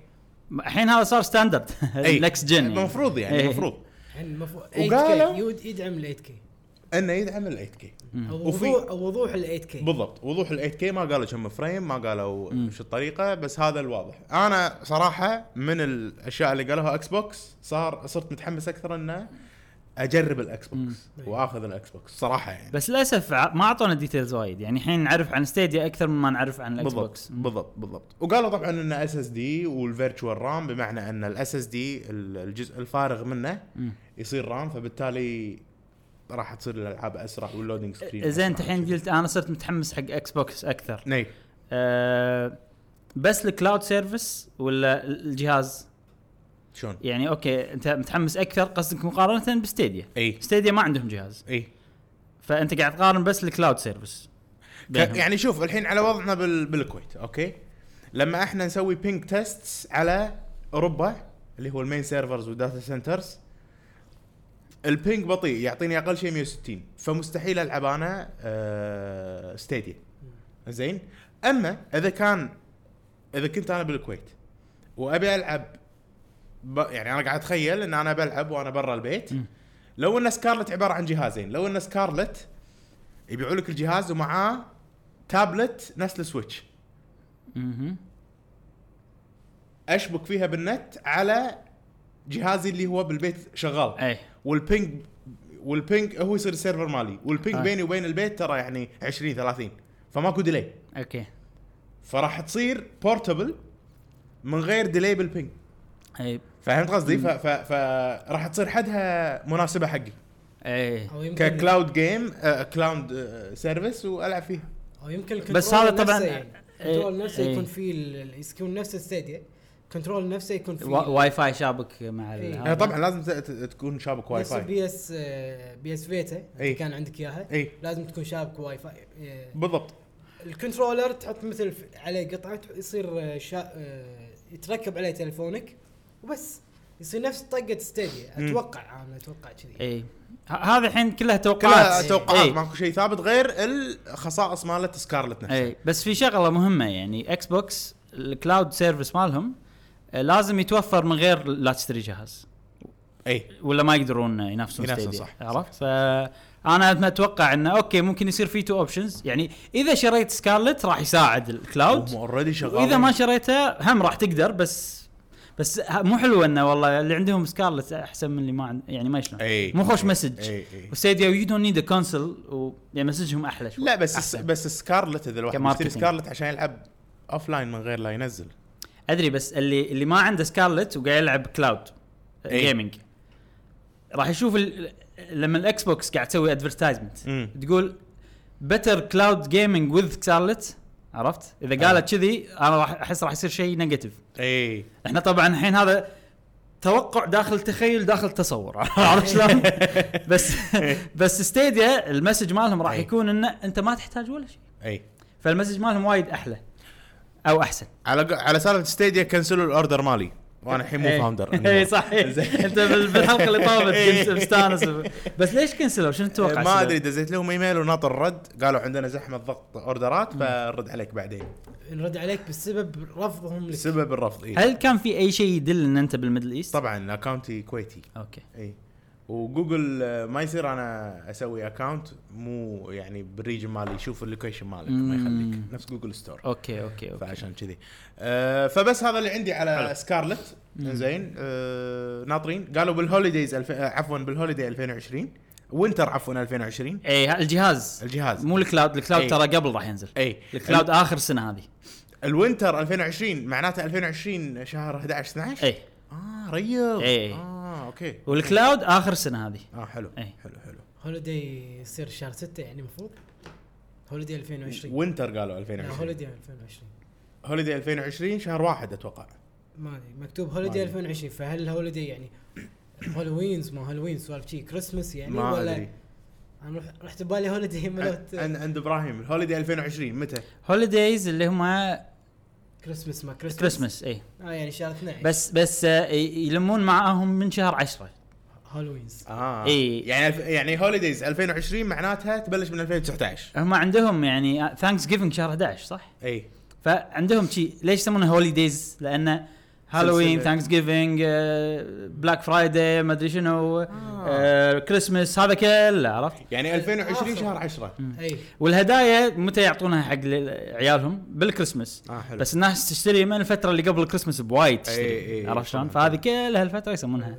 Speaker 1: الحين هذا صار ستاندرد
Speaker 3: إي.
Speaker 1: النكست جن يعني.
Speaker 3: المفروض يعني
Speaker 1: إي.
Speaker 3: المفروض
Speaker 2: الحين المفروض 8K
Speaker 3: وقالوا-
Speaker 2: يود يدعم ال 8K
Speaker 3: انه يدعم ال 8K
Speaker 2: او
Speaker 3: وفي-
Speaker 2: وضوح أو وضوح ال 8K
Speaker 3: بالضبط وضوح ال 8K ما قالوا كم فريم ما قالوا شو الطريقه بس هذا الواضح انا صراحه من الاشياء اللي قالوها اكس بوكس صار صرت متحمس اكثر انه اجرب الاكس بوكس واخذ الاكس بوكس صراحه يعني
Speaker 1: بس للاسف ع- ما اعطونا ديتيلز وايد يعني الحين نعرف عن ستيديا اكثر مما نعرف عن الاكس
Speaker 3: بالضبط
Speaker 1: بوكس
Speaker 3: بالضبط بالضبط وقالوا طبعا ان اس اس دي والفيرتشوال رام بمعنى ان الاس اس دي الجزء الفارغ منه
Speaker 1: مم.
Speaker 3: يصير رام فبالتالي راح تصير الالعاب اسرع واللودنج سكرين
Speaker 1: إيه، زين انت الحين قلت انا صرت متحمس حق اكس بوكس اكثر
Speaker 3: ني
Speaker 1: أه بس الكلاود سيرفيس ولا الجهاز
Speaker 3: شلون
Speaker 1: يعني اوكي انت متحمس اكثر قصدك مقارنه بستيديا
Speaker 3: اي
Speaker 1: ستيديا ما عندهم جهاز
Speaker 3: اي
Speaker 1: فانت قاعد تقارن بس الكلاود سيرفيس
Speaker 3: ك- يعني شوف الحين على وضعنا بال... بالكويت اوكي لما احنا نسوي بينك تيست على اوروبا اللي هو المين سيرفرز والداتا سنترز البينج بطيء يعطيني اقل شيء 160 فمستحيل العب انا آه ستيديا زين اما اذا كان اذا كنت انا بالكويت وابي العب ب... يعني انا قاعد اتخيل ان انا بلعب وانا برا البيت
Speaker 1: مم.
Speaker 3: لو ان سكارلت عباره عن جهازين لو ان سكارلت يبيعوا لك الجهاز ومعاه تابلت نفس السويتش
Speaker 1: مهم.
Speaker 3: اشبك فيها بالنت على جهازي اللي هو بالبيت شغال
Speaker 1: اي
Speaker 3: والبينج والبينج هو يصير السيرفر مالي والبينج
Speaker 1: آه.
Speaker 3: بيني وبين البيت ترى يعني 20 30 فماكو ديلي
Speaker 1: اوكي
Speaker 3: فراح تصير بورتبل من غير ديلي بالبينج
Speaker 1: اي
Speaker 3: فهمت قصدي ف- ف- فراح تصير حدها مناسبه حقي
Speaker 1: اي
Speaker 2: او يمكن
Speaker 3: ككلاود جيم آه، كلاود آه، سيرفيس والعب فيها
Speaker 2: او يمكن الكنترول
Speaker 1: بس هذا طبعاً-
Speaker 2: نفسه يعني.
Speaker 1: إيه،
Speaker 2: الكنترول نفسه
Speaker 1: إيه.
Speaker 2: يكون فيه ال- ال- يكون نفس الستيديا الكنترول نفسه يكون فيه
Speaker 1: وا- واي فاي شابك مع ال-
Speaker 2: إي.
Speaker 1: هذا.
Speaker 3: آه، طبعا لازم ت- ت- تكون شابك واي
Speaker 2: نفس
Speaker 3: فاي
Speaker 2: بي اس بي اس فيتا
Speaker 3: إيه.
Speaker 2: اللي كان عندك اياها
Speaker 3: اي
Speaker 2: لازم تكون شابك واي فاي إيه،
Speaker 3: إيه، بالضبط
Speaker 2: الكنترولر تحط مثل ف- عليه قطعه تح- يصير آه، شا... آه، يتركب عليه تليفونك وبس يصير نفس طقه ستيديا
Speaker 3: مم.
Speaker 2: اتوقع انا اتوقع كذي
Speaker 1: اي إيه. ه- هذا الحين كلها
Speaker 3: كلها
Speaker 1: توقعات إيه.
Speaker 3: توقعات
Speaker 1: إي.
Speaker 3: ماكو شيء ثابت غير الخصائص مالت سكارلت نفسها
Speaker 1: اي إيه، بس في شغله مهمه يعني اكس بوكس الكلاود سيرفيس مالهم آه، لازم يتوفر من غير لا تشتري جهاز
Speaker 3: اي
Speaker 1: ولا ما يقدرون ينافسون
Speaker 3: ينافسون،
Speaker 1: ستيديا
Speaker 3: صح،
Speaker 1: عرفت فانا اتوقع انه اوكي ممكن يصير في تو اوبشنز يعني اذا شريت سكارلت راح يساعد الكلاود
Speaker 3: هم اوريدي شغالين
Speaker 1: واذا ما شريته هم راح تقدر بس بس ه- مو حلو انه والله اللي عندهم سكارلت احسن من اللي ما عند يعني ما يشلون
Speaker 3: اي
Speaker 1: مو خوش
Speaker 3: اي
Speaker 1: مسج
Speaker 3: اي اي
Speaker 1: وستيديا يو دونت نيد كونسل يعني مسجهم احلى شوي
Speaker 3: لا بس الس-
Speaker 1: أحسن.
Speaker 3: بس سكارلت اذا الواحد
Speaker 1: كماركتينج.
Speaker 3: يشتري سكارلت عشان يلعب اوف لاين من غير لا ينزل
Speaker 1: ادري بس اللي اللي ما عنده سكارلت وقاعد يلعب كلاود
Speaker 3: إي.
Speaker 1: جيمنج راح يشوف ال- لما الاكس بوكس قاعد تسوي ادفرتايزمنت
Speaker 3: مم.
Speaker 1: تقول بتر كلاود جيمنج وذ سكارلت عرفت؟ اذا قالت كذي انا راح احس راح يصير شيء نيجاتيف
Speaker 3: اي
Speaker 1: احنا طبعا الحين هذا توقع داخل تخيل داخل تصور عرفت شلون؟ بس بس ستيديا المسج مالهم راح
Speaker 3: إي.
Speaker 1: يكون انه انت ما تحتاج ولا شيء
Speaker 3: اي
Speaker 1: فالمسج مالهم وايد احلى او احسن
Speaker 3: على ق- على سالفه ستيديا كنسلوا الاوردر مالي وانا الحين مو
Speaker 1: إيه.
Speaker 3: فاوندر
Speaker 1: اي صحيح انت بال- بالحلقه اللي طافت كنت مستانس بس ليش كنسلوا شنو تتوقع
Speaker 3: إيه. ما
Speaker 1: السبب؟
Speaker 3: ادري دزيت لهم ايميل وناطر رد قالوا عندنا زحمه ضغط اوردرات فنرد عليك بعدين
Speaker 2: نرد عليك بسبب رفضهم لك
Speaker 3: سبب الرفض إيه. اي
Speaker 1: هل كان في اي شيء يدل ان انت بالميدل ايست؟
Speaker 3: طبعا اكونتي كويتي
Speaker 1: اوكي
Speaker 3: اي إيه. وجوجل آه، ما يصير انا اسوي اكونت مو يعني بالريجن مالي يشوف اللوكيشن مالك ما
Speaker 1: مم.
Speaker 3: يخليك نفس جوجل ستور
Speaker 1: اوكي اوكي اوكي
Speaker 3: فعشان كذي آه فبس هذا اللي عندي على
Speaker 1: حلو.
Speaker 3: سكارلت
Speaker 1: مم.
Speaker 3: زين آه ناطرين قالوا بالهوليديز الف... آه، عفوا بالهوليدي 2020 وينتر عفوا 2020
Speaker 1: اي إيه، الجهاز
Speaker 3: الجهاز إيه.
Speaker 1: مو الكلاود الكلاود
Speaker 3: إي.
Speaker 1: ترى قبل راح ينزل
Speaker 3: اي
Speaker 1: الكلاود اخر سنه هذه
Speaker 3: ال- الوينتر 2020 معناته 2020 شهر 11 12
Speaker 1: اي
Speaker 3: اه ريض
Speaker 1: إي.
Speaker 3: اه اوكي
Speaker 1: إيه. والكلاود اخر سنه هذه
Speaker 3: اه حلو
Speaker 1: إي.
Speaker 3: حلو حلو
Speaker 2: هوليداي يصير شهر 6 يعني المفروض هوليداي 2020
Speaker 3: وينتر قالوا
Speaker 2: لا
Speaker 3: 2020
Speaker 2: هوليداي 2020
Speaker 3: هوليدي 2020 شهر واحد اتوقع
Speaker 2: ما ادري مكتوب
Speaker 3: أدري.
Speaker 2: هوليداي 2020 فهل هوليداي يعني هالوينز ما هالوين سوالف شي كريسمس يعني
Speaker 3: ما
Speaker 2: ولا
Speaker 3: ادري
Speaker 2: انا رح- رحت ببالي هوليداي ملوت
Speaker 3: عند عند ابراهيم الهوليدي 2020 متى؟
Speaker 1: هوليديز اللي هم
Speaker 2: كريسمس ما كريسمس
Speaker 1: كريسمس اي
Speaker 2: اه يعني شهر 12
Speaker 1: بس بس آه، ي- يلمون معاهم من شهر 10
Speaker 2: هالوينز
Speaker 3: اه
Speaker 1: إي.
Speaker 3: يعني الف... يعني هوليديز 2020 معناتها تبلش من 2019
Speaker 1: هم عندهم يعني ثانكس جيفنج شهر 11 صح؟
Speaker 3: اي
Speaker 1: فعندهم شيء ليش يسمونها هوليديز؟ لان هالوين
Speaker 3: سلسلة.
Speaker 1: ثانكس جيفنج بلاك فرايداي آه، ما ادري شنو آه، كريسمس هذا كله عرفت؟
Speaker 3: يعني 2020 شهر 10
Speaker 2: اي
Speaker 1: والهدايا متى يعطونها حق ل- عيالهم؟ بالكريسمس
Speaker 3: اه حلو
Speaker 1: بس الناس تشتري من الفتره اللي قبل الكريسمس بوايد
Speaker 3: إي،
Speaker 1: تشتري
Speaker 3: إي،
Speaker 1: عرفت شلون؟
Speaker 3: طبعاً.
Speaker 1: فهذه كل هالفتره يسمونها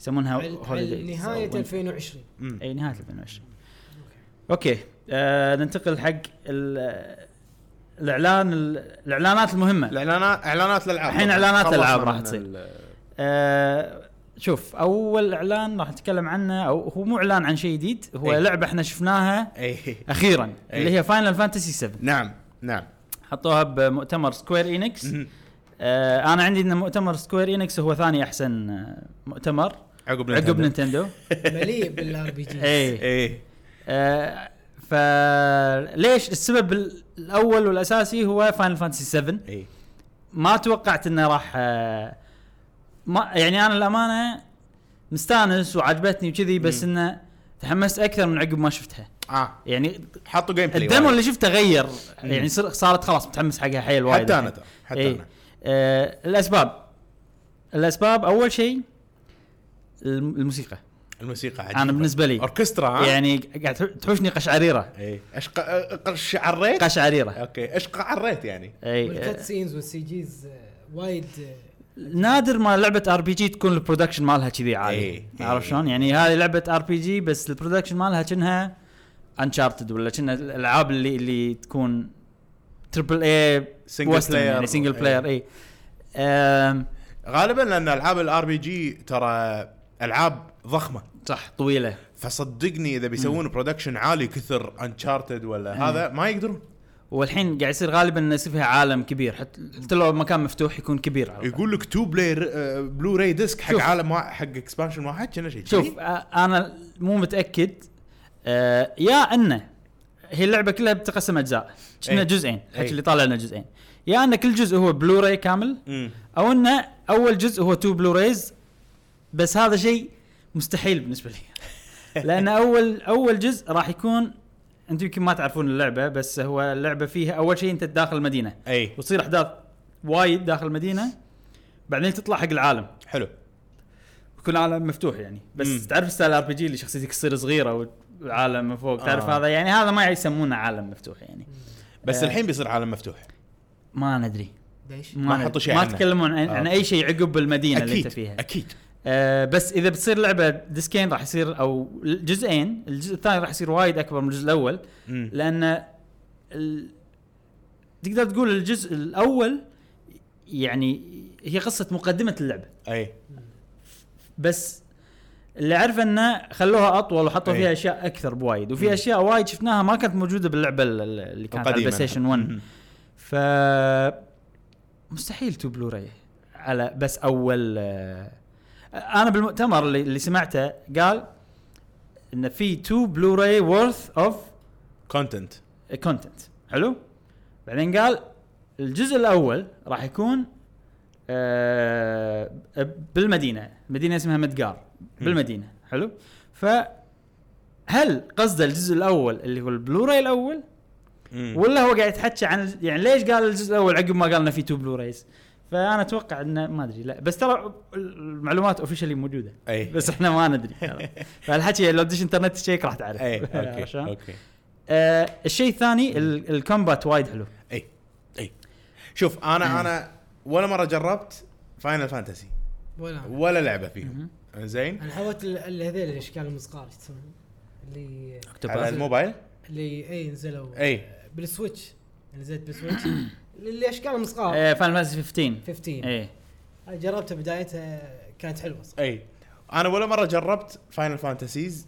Speaker 1: يسمونها
Speaker 2: على- على
Speaker 1: هوليديز
Speaker 2: نهايه 2020
Speaker 3: مم.
Speaker 1: اي نهايه 2020 اوكي آه ننتقل حق ال- الاعلان ال- الاعلانات المهمه
Speaker 3: الاعلانات اعلانات الالعاب
Speaker 1: الحين إعلانات
Speaker 3: خلصنا
Speaker 1: الألعاب
Speaker 3: من
Speaker 1: راح
Speaker 3: ال-
Speaker 1: تصير. آه، شوف اول اعلان راح نتكلم عنه او هو مو اعلان عن شيء جديد هو
Speaker 3: إيه.
Speaker 1: أي. لعبه احنا شفناها
Speaker 3: اي
Speaker 1: اخيرا
Speaker 3: إيه.
Speaker 1: اللي هي فاينل فانتسي 7
Speaker 3: نعم نعم
Speaker 1: حطوها بمؤتمر سكوير اينكس
Speaker 3: مهم.
Speaker 1: آه انا عندي ان مؤتمر سكوير اينكس هو ثاني احسن آه، مؤتمر
Speaker 3: عقب
Speaker 1: عقب نينتندو
Speaker 2: مليء بالار بي جي
Speaker 1: اي
Speaker 3: اي
Speaker 1: آه فليش السبب ال- الاول والاساسي هو فاينل فانتسي 7
Speaker 3: اي
Speaker 1: ما توقعت انه راح آه، ما يعني انا الامانه مستانس وعجبتني وكذي بس انه تحمست اكثر من عقب ما شفتها
Speaker 3: اه
Speaker 1: يعني
Speaker 3: حطوا جيم بلاي
Speaker 1: الدمو
Speaker 3: وايد.
Speaker 1: اللي شفته غير
Speaker 3: مم.
Speaker 1: يعني صر- صارت خلاص متحمس حقها حيل وايد
Speaker 3: حتى انا
Speaker 1: الحين.
Speaker 3: ترى حتى
Speaker 1: إي.
Speaker 3: انا
Speaker 1: آه الاسباب الاسباب اول شيء الم- الموسيقى
Speaker 3: الموسيقى عجيبه
Speaker 1: انا بالنسبه لي
Speaker 3: اوركسترا ها؟
Speaker 1: يعني قاعد تحوشني قشعريره
Speaker 3: اي ايش ق- أ- قش عريت
Speaker 1: قشعريره
Speaker 3: اوكي ايش قعريت يعني
Speaker 1: اي آه،
Speaker 2: والكات سينز والسي جيز آه، وايد آه،
Speaker 1: نادر ما لعبه ار بي جي تكون البرودكشن مالها كذي عالي
Speaker 3: إيه،
Speaker 1: عارف
Speaker 3: إيه.
Speaker 1: شلون يعني هذه لعبه ار بي جي بس البرودكشن مالها كأنها انشارتد ولا كأنها الالعاب اللي اللي تكون تربل اي
Speaker 3: Single player. إيه.
Speaker 1: يعني سنجل بلاير اي أم،
Speaker 3: غالبا لان العاب الار بي جي ترى العاب ضخمه
Speaker 1: صح طويله
Speaker 3: فصدقني اذا بيسوون برودكشن عالي كثر انشارتد ولا
Speaker 1: إيه.
Speaker 3: هذا ما يقدرون
Speaker 1: والحين قاعد يصير غالبا انه يصير فيها عالم كبير حتى حتى لو مكان مفتوح يكون كبير عرفت؟
Speaker 3: يقول لك تو بلاي آه، بلو راي ديسك حق
Speaker 1: شوف.
Speaker 3: عالم واحد حق اكسبانشن واحد كنا شيء
Speaker 1: شوف آه، انا مو متاكد آه، يا انه هي اللعبه كلها بتقسم اجزاء كنا
Speaker 3: إيه.
Speaker 1: جزئين حق
Speaker 3: إيه.
Speaker 1: اللي طالع لنا جزئين يا ان كل جزء هو بلوراي كامل
Speaker 3: امم
Speaker 1: او انه اول جزء هو تو بلورايز بس هذا شيء مستحيل بالنسبه لي لان اول اول جزء راح يكون انتم يمكن ما تعرفون اللعبه بس هو اللعبه فيها اول شيء انت داخل المدينه
Speaker 3: اي
Speaker 1: وتصير احداث وايد داخل المدينه بعدين تطلع حق العالم
Speaker 3: حلو
Speaker 1: كل عالم مفتوح يعني بس
Speaker 3: مم.
Speaker 1: مم. تعرف ستايل ار بي جي اللي شخصيتك تصير صغيره والعالم من فوق تعرف
Speaker 3: آه.
Speaker 1: هذا يعني هذا ما يسمونه عالم مفتوح يعني
Speaker 3: بس
Speaker 1: آه.
Speaker 3: الحين بيصير عالم مفتوح
Speaker 1: ما ندري
Speaker 2: ليش؟
Speaker 1: ما,
Speaker 3: ما
Speaker 1: ندري.
Speaker 3: حطوا شيء
Speaker 1: ما
Speaker 3: عنه.
Speaker 1: تكلمون عن,
Speaker 3: آه،
Speaker 1: عن
Speaker 3: أوكي.
Speaker 1: اي شيء عقب المدينه اللي
Speaker 3: اكيد
Speaker 1: انت فيها
Speaker 3: اكيد
Speaker 1: آه بس اذا بتصير لعبه ديسكين راح يصير او جزئين الجزء الثاني راح يصير وايد اكبر من الجزء الاول
Speaker 3: مم.
Speaker 1: لان ال... تقدر تقول الجزء الاول يعني هي قصه مقدمه اللعبه
Speaker 3: اي
Speaker 1: بس اللي اعرفه انه خلوها اطول وحطوا
Speaker 3: إيه.
Speaker 1: فيها اشياء اكثر بوايد
Speaker 3: مم.
Speaker 1: وفي اشياء وايد شفناها ما كانت موجوده باللعبه ال- ال- اللي كانت على
Speaker 3: القديمة.
Speaker 1: البلاي ستيشن 1
Speaker 3: مم.
Speaker 1: ف مستحيل تو بلوراي على بس اول آه، انا بالمؤتمر اللي, اللي سمعته قال ان في تو بلوراي وورث اوف
Speaker 3: كونتنت
Speaker 1: كونتنت حلو بعدين قال الجزء الاول راح يكون آه بالمدينه مدينه اسمها مدقار بالمدينه حلو فهل قصده الجزء الاول اللي هو البلوراي الاول ولا هو قاعد يتحكى عن يعني ليش قال الجزء الاول عقب ما قالنا في تو بلورايز فانا اتوقع انه ما ادري لا بس ترى المعلومات اوفشلي موجوده
Speaker 3: اي
Speaker 1: بس احنا ما ندري فالحكي لو تدش انترنت تشيك راح تعرف
Speaker 3: اي اوكي
Speaker 1: عشان-
Speaker 3: اوكي
Speaker 1: آه الشيء الثاني ال- الكومبات وايد حلو
Speaker 3: اي اي شوف انا انا ولا مره جربت فاينل فانتسي
Speaker 2: ولا أنا.
Speaker 3: ولا لعبه فيهم زين
Speaker 2: انا حاولت ال- ال- هذيل الاشكال المصقار ايش يسمونهم؟ اللي
Speaker 3: على
Speaker 2: بس-
Speaker 3: الموبايل إيه،
Speaker 2: اللي اي نزلوا آه،
Speaker 1: إيه.
Speaker 3: اي
Speaker 2: بالسويتش نزلت بالسويتش اللي اشكال المصقار
Speaker 1: آه فاينل فانتسي 15
Speaker 2: 15
Speaker 1: ايه
Speaker 2: جربتها بدايتها كانت حلوه صراحه
Speaker 3: اي انا إيه. ولا مره جربت فاينل فانتسيز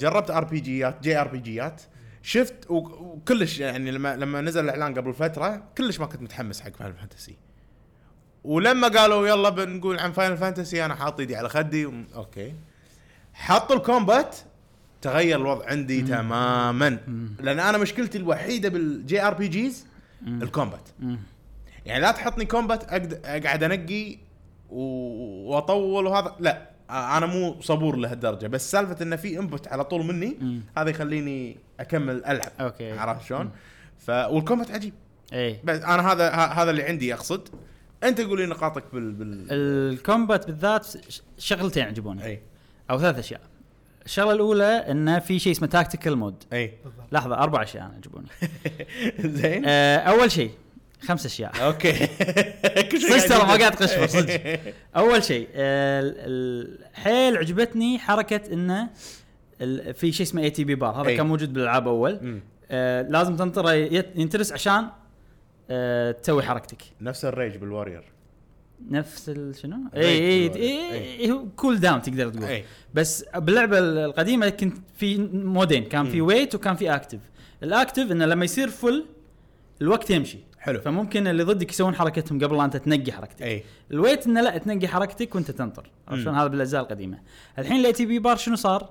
Speaker 3: جربت ار بي جيات جي ار بي جيات شفت و- وكلش يعني لما لما نزل الاعلان قبل فتره كلش ما كنت متحمس حق فاينل فانتسي ولما قالوا يلا بنقول عن فاينل فانتسي انا حاط ايدي على خدي وم- اوكي حطوا الكومبات تغير الوضع عندي تماما لان انا مشكلتي الوحيده بالجي ار بي جيز الكومبات
Speaker 1: مم.
Speaker 3: يعني لا تحطني كومبات أقد- اقعد انقي و- واطول وهذا لا آه، انا مو صبور لهالدرجه بس سالفه انه في انبوت على طول مني
Speaker 1: مم.
Speaker 3: هذا يخليني اكمل العب
Speaker 1: أوكي.
Speaker 3: عرفت شلون؟ ف والكومبات عجيب
Speaker 1: ايه
Speaker 3: بس انا هذا ه- هذا اللي عندي اقصد انت قول لي نقاطك بال, بال...
Speaker 1: الكومبات بالذات ش- شغلتين عجبوني
Speaker 3: اي
Speaker 1: او ثلاث اشياء الشغله الاولى انه في شيء اسمه تاكتيكال مود
Speaker 3: اي
Speaker 2: بالضبط
Speaker 1: لحظه اربع اشياء انا عجبوني
Speaker 3: زين
Speaker 1: آه اول شيء خمس اشياء
Speaker 3: اوكي كل شيء
Speaker 1: صدق ترى ما
Speaker 3: يدق.
Speaker 1: قاعد قشفر، صدق. اول شيء آه ال- ال- حيل عجبتني حركه انه ال- في شيء اسمه اي تي بي بار هذا
Speaker 3: إيه.
Speaker 1: كان موجود بالالعاب اول
Speaker 3: أمم،
Speaker 1: آه لازم تنطره يت- ينترس عشان آه تسوي حركتك
Speaker 3: نفس الريج بالوارير
Speaker 1: نفس ال- شنو؟ إيه،
Speaker 3: الريت
Speaker 1: اي اي
Speaker 3: بالوضع.
Speaker 1: اي-
Speaker 3: أي.
Speaker 1: اي إيه، هو كول داون تقدر تقول
Speaker 3: اي
Speaker 1: بس باللعبه ال- القديمه كنت في مودين كان في
Speaker 3: مم.
Speaker 1: ويت وكان في اكتف الاكتف انه لما يصير فل الوقت يمشي
Speaker 3: حلو
Speaker 1: فممكن اللي ضدك يسوون حركتهم قبل لا انت تنقي حركتك
Speaker 3: اي
Speaker 1: الويت انه لا تنقي حركتك وانت تنطر عشان
Speaker 3: مم.
Speaker 1: هذا بالاجزاء القديمه الحين الاي تي بي بار شنو صار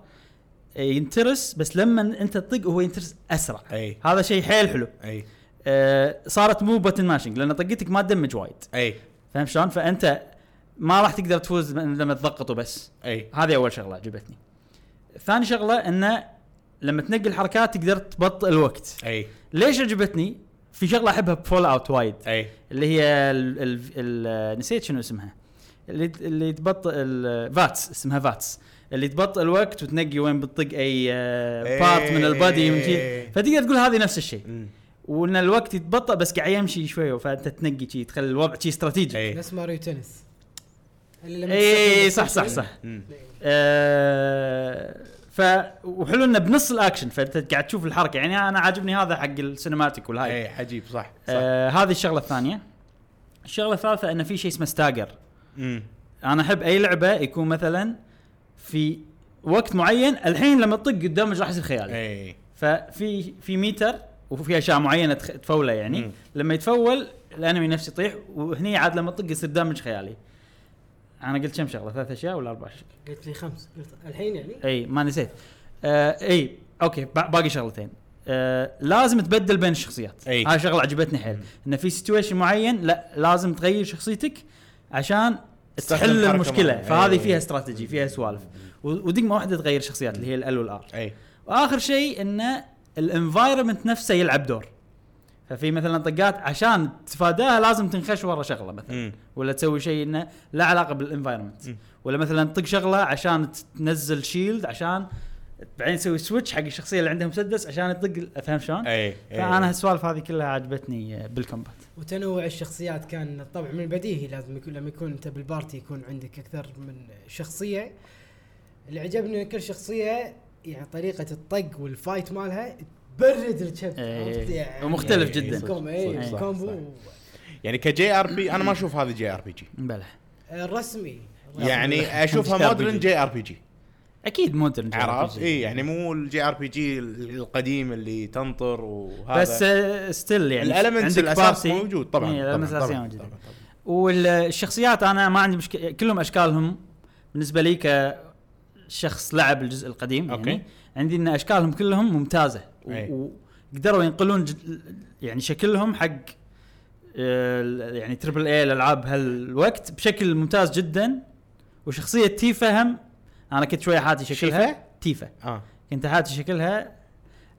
Speaker 1: إيه، ينترس بس لما انت تطق هو ينترس اسرع
Speaker 3: اي
Speaker 1: هذا شيء حيل حلو
Speaker 3: اي
Speaker 1: آه صارت مو بتن ماشنج لان طقتك ما تدمج وايد
Speaker 3: اي
Speaker 1: فاهم شلون؟ فانت ما راح تقدر تفوز من- لما تضغطه بس،
Speaker 3: اي
Speaker 1: هذه اول شغله عجبتني. ثاني شغله انه لما تنقل الحركات تقدر تبطئ الوقت.
Speaker 3: اي
Speaker 1: ليش عجبتني؟ في شغله احبها بفول اوت وايد
Speaker 3: اي
Speaker 1: اللي هي ال ال ال نسيت شنو اسمها. اللي اللي تبطئ الفاتس اسمها فاتس اللي تبطئ الوقت وتنقي وين بتطق اي بارت من البادي من شي. فتقدر تقول هذه نفس الشيء
Speaker 3: أمم.
Speaker 1: وان الوقت يتبطئ بس قاعد يمشي شوي فانت تنقي شي تخلي الوضع شي استراتيجي
Speaker 3: اي
Speaker 2: نفس ماريو تنس اللي لما
Speaker 1: اي
Speaker 2: تستخدم
Speaker 1: إيه،
Speaker 2: إيه،
Speaker 1: صح صح صح
Speaker 3: أمم.
Speaker 1: آه، ف وحلو انه بنص الاكشن فانت قاعد تشوف الحركه يعني انا عاجبني هذا حق السينماتيك والهاي
Speaker 3: اي عجيب إيه، صح صح
Speaker 1: آه هذه الشغله الثانية الشغله الثالثه انه في شيء اسمه ستاجر
Speaker 3: أمم.
Speaker 1: انا احب اي لعبه يكون مثلا في وقت معين الحين لما تطق قدامك راح يصير خيالي
Speaker 3: اي
Speaker 1: ففي في ميتر وفي اشياء معينه تخ- تفوله يعني
Speaker 3: مم.
Speaker 1: لما يتفول الانمي نفسه يطيح وهني عاد لما تطق يصير دامج خيالي انا قلت كم شغله ثلاث اشياء ولا اربع اشياء
Speaker 2: قلت لي خمس قلت الحين يعني
Speaker 1: اي ما نسيت آه اي اوكي با- باقي شغلتين آه لازم تبدل بين الشخصيات
Speaker 3: أي.
Speaker 1: هاي شغله عجبتني حيل انه في سيتويشن معين لا لازم تغير شخصيتك عشان
Speaker 3: استخدم
Speaker 1: تحل
Speaker 3: حركة
Speaker 1: المشكله
Speaker 3: معينة.
Speaker 1: فهذه
Speaker 3: أي.
Speaker 1: فيها استراتيجي فيها سوالف و- ودقمه واحده تغير شخصيات اللي هي ال والار
Speaker 3: اي
Speaker 1: واخر شيء انه الانفايرمنت نفسه يلعب دور ففي مثلا طقات عشان تتفاداها لازم تنخش ورا شغله مثلا
Speaker 3: مم.
Speaker 1: ولا تسوي شيء انه لا علاقه بالانفايرمنت
Speaker 3: مم.
Speaker 1: ولا مثلا تطق شغله عشان تنزل شيلد عشان بعدين تسوي سويتش حق الشخصيه اللي عندها مسدس عشان يطق فاهم شلون؟
Speaker 3: اي
Speaker 1: فانا هالسوالف هذه كلها عجبتني آه، بالكومبات
Speaker 2: وتنوع الشخصيات كان طبعا من البديهي لازم يكون لما يكون انت بالبارتي يكون عندك اكثر من شخصيه اللي عجبني ان كل شخصيه يعني طريقه الطق والفايت مالها تبرد الكبد
Speaker 1: إيه.
Speaker 2: عرفت يعني
Speaker 1: ومختلف
Speaker 3: إيه،
Speaker 1: جدا.
Speaker 3: صدق،
Speaker 2: كومبو
Speaker 3: صدق،
Speaker 2: اي
Speaker 3: صح، صح.
Speaker 2: كومبو
Speaker 3: يعني كجي ار بي انا ما اشوف هذه جي ار بي جي
Speaker 1: بلى
Speaker 2: الرسمي
Speaker 3: يعني
Speaker 1: جي
Speaker 3: اشوفها
Speaker 1: آر بي
Speaker 3: مودرن
Speaker 1: جي.
Speaker 3: جي ار بي جي
Speaker 1: اكيد مودرن جي آر بي
Speaker 3: عرفت؟
Speaker 1: جي.
Speaker 3: اي يعني مو الجي ار بي جي القديم اللي تنطر وهذا
Speaker 1: بس آه، ستيل يعني
Speaker 3: الالمنتس
Speaker 1: عندك
Speaker 3: الاساس
Speaker 1: بارتي.
Speaker 3: موجود طبعا
Speaker 1: إيه،
Speaker 3: طبعاً،
Speaker 1: الالمنتس الاساسيه
Speaker 3: طبعاً،
Speaker 1: موجوده
Speaker 3: طبعاً، طبعاً.
Speaker 1: والشخصيات انا ما عندي مشكله كلهم اشكالهم بالنسبه لي كشخص لعب الجزء القديم يعني
Speaker 3: أوكي.
Speaker 1: أوكي. عندي ان اشكالهم كلهم ممتازه و-
Speaker 3: أي.
Speaker 1: وقدروا ينقلون جد يعني شكلهم حق آه، ال- يعني تربل اي الالعاب هالوقت بشكل ممتاز جدا وشخصيه تيفا هم انا كنت شويه حاتي شكلها
Speaker 3: شيفا؟
Speaker 1: تيفا
Speaker 3: اه
Speaker 1: كنت حاتي شكلها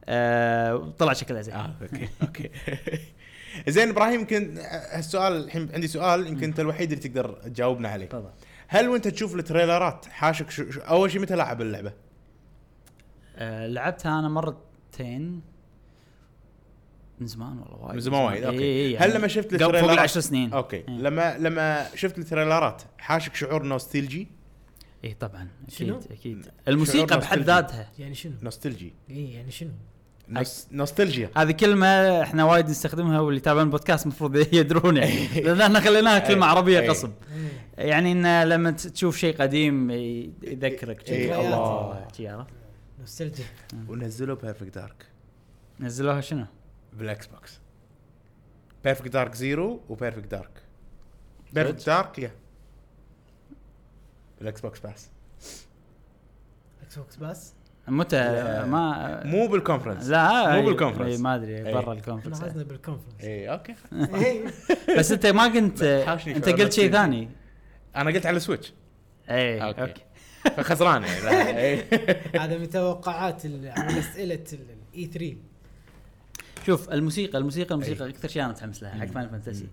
Speaker 1: آه وطلع شكلها زين
Speaker 3: اه اوكي اوكي زين ابراهيم يمكن هالسؤال الحين عندي سؤال يمكن انت الوحيد اللي تقدر تجاوبنا عليه
Speaker 1: تفضل
Speaker 3: هل وانت تشوف التريلرات حاشك شو شو- اول شيء متى لاعب اللعبه؟
Speaker 1: آه، لعبتها انا مرتين من زمان والله وايد
Speaker 3: من زمان وايد
Speaker 1: إي، إي،
Speaker 3: اوكي
Speaker 1: يعني
Speaker 3: هل لما شفت
Speaker 1: قبل فوق
Speaker 3: التريلرات
Speaker 1: العشر سنين إيه،
Speaker 3: اوكي
Speaker 1: إي.
Speaker 3: لما لما شفت التريلرات حاشك شعور نوستيلجي
Speaker 1: اي طبعا اكيد
Speaker 2: شنو؟
Speaker 1: اكيد الموسيقى بحد
Speaker 3: نوستالجي.
Speaker 1: ذاتها
Speaker 2: يعني شنو؟
Speaker 3: نوستيلجي
Speaker 2: اي يعني شنو؟
Speaker 3: نوس- نوستالجيا
Speaker 1: هذه كلمة احنا وايد نستخدمها واللي يتابعون البودكاست المفروض يدرون يعني
Speaker 3: إيه.
Speaker 1: لان احنا خليناها كلمة
Speaker 3: إي،
Speaker 1: عربية
Speaker 3: إي.
Speaker 1: قصب
Speaker 2: إيه.
Speaker 1: يعني انه لما ت- تشوف شيء قديم ي- يذكرك
Speaker 3: إي،
Speaker 1: شي.
Speaker 3: إيه، الله.
Speaker 1: شي عرفت؟
Speaker 2: نوستالجيا
Speaker 1: إيه.
Speaker 3: ونزلوا بيرفكت دارك
Speaker 1: نزلوها شنو؟
Speaker 3: بالاكس بوكس بيرفكت دارك زيرو وبيرفكت دارك بيرفكت دارك يا بالاكس بوكس باس
Speaker 2: اكس بوكس باس
Speaker 1: متى
Speaker 3: لا.
Speaker 1: آه، ما
Speaker 3: مو بالكونفرنس
Speaker 1: لا
Speaker 3: مو إيه. بالكونفرنس.
Speaker 1: إي، ما ادري
Speaker 3: إي.
Speaker 1: برا
Speaker 2: احنا
Speaker 1: الكونفرنس
Speaker 2: غزنا بالكونفرنس
Speaker 3: اي اوكي
Speaker 2: إيه.
Speaker 1: بس انت ما كنت
Speaker 3: حاشني
Speaker 1: انت
Speaker 3: شعور
Speaker 1: قلت شيء
Speaker 3: نفسي.
Speaker 1: ثاني
Speaker 3: انا قلت على سويتش
Speaker 1: اي
Speaker 3: إيه، أوكي.
Speaker 1: اوكي, أوكي.
Speaker 3: فخسران يعني لا، إيه.
Speaker 2: هذا من توقعات ال- أو من اسئله الاي 3
Speaker 1: شوف الموسيقى الموسيقى الموسيقى
Speaker 3: أي.
Speaker 1: اكثر شيء انا متحمس لها حق
Speaker 3: إيه. مم.
Speaker 1: فاينل فانتسي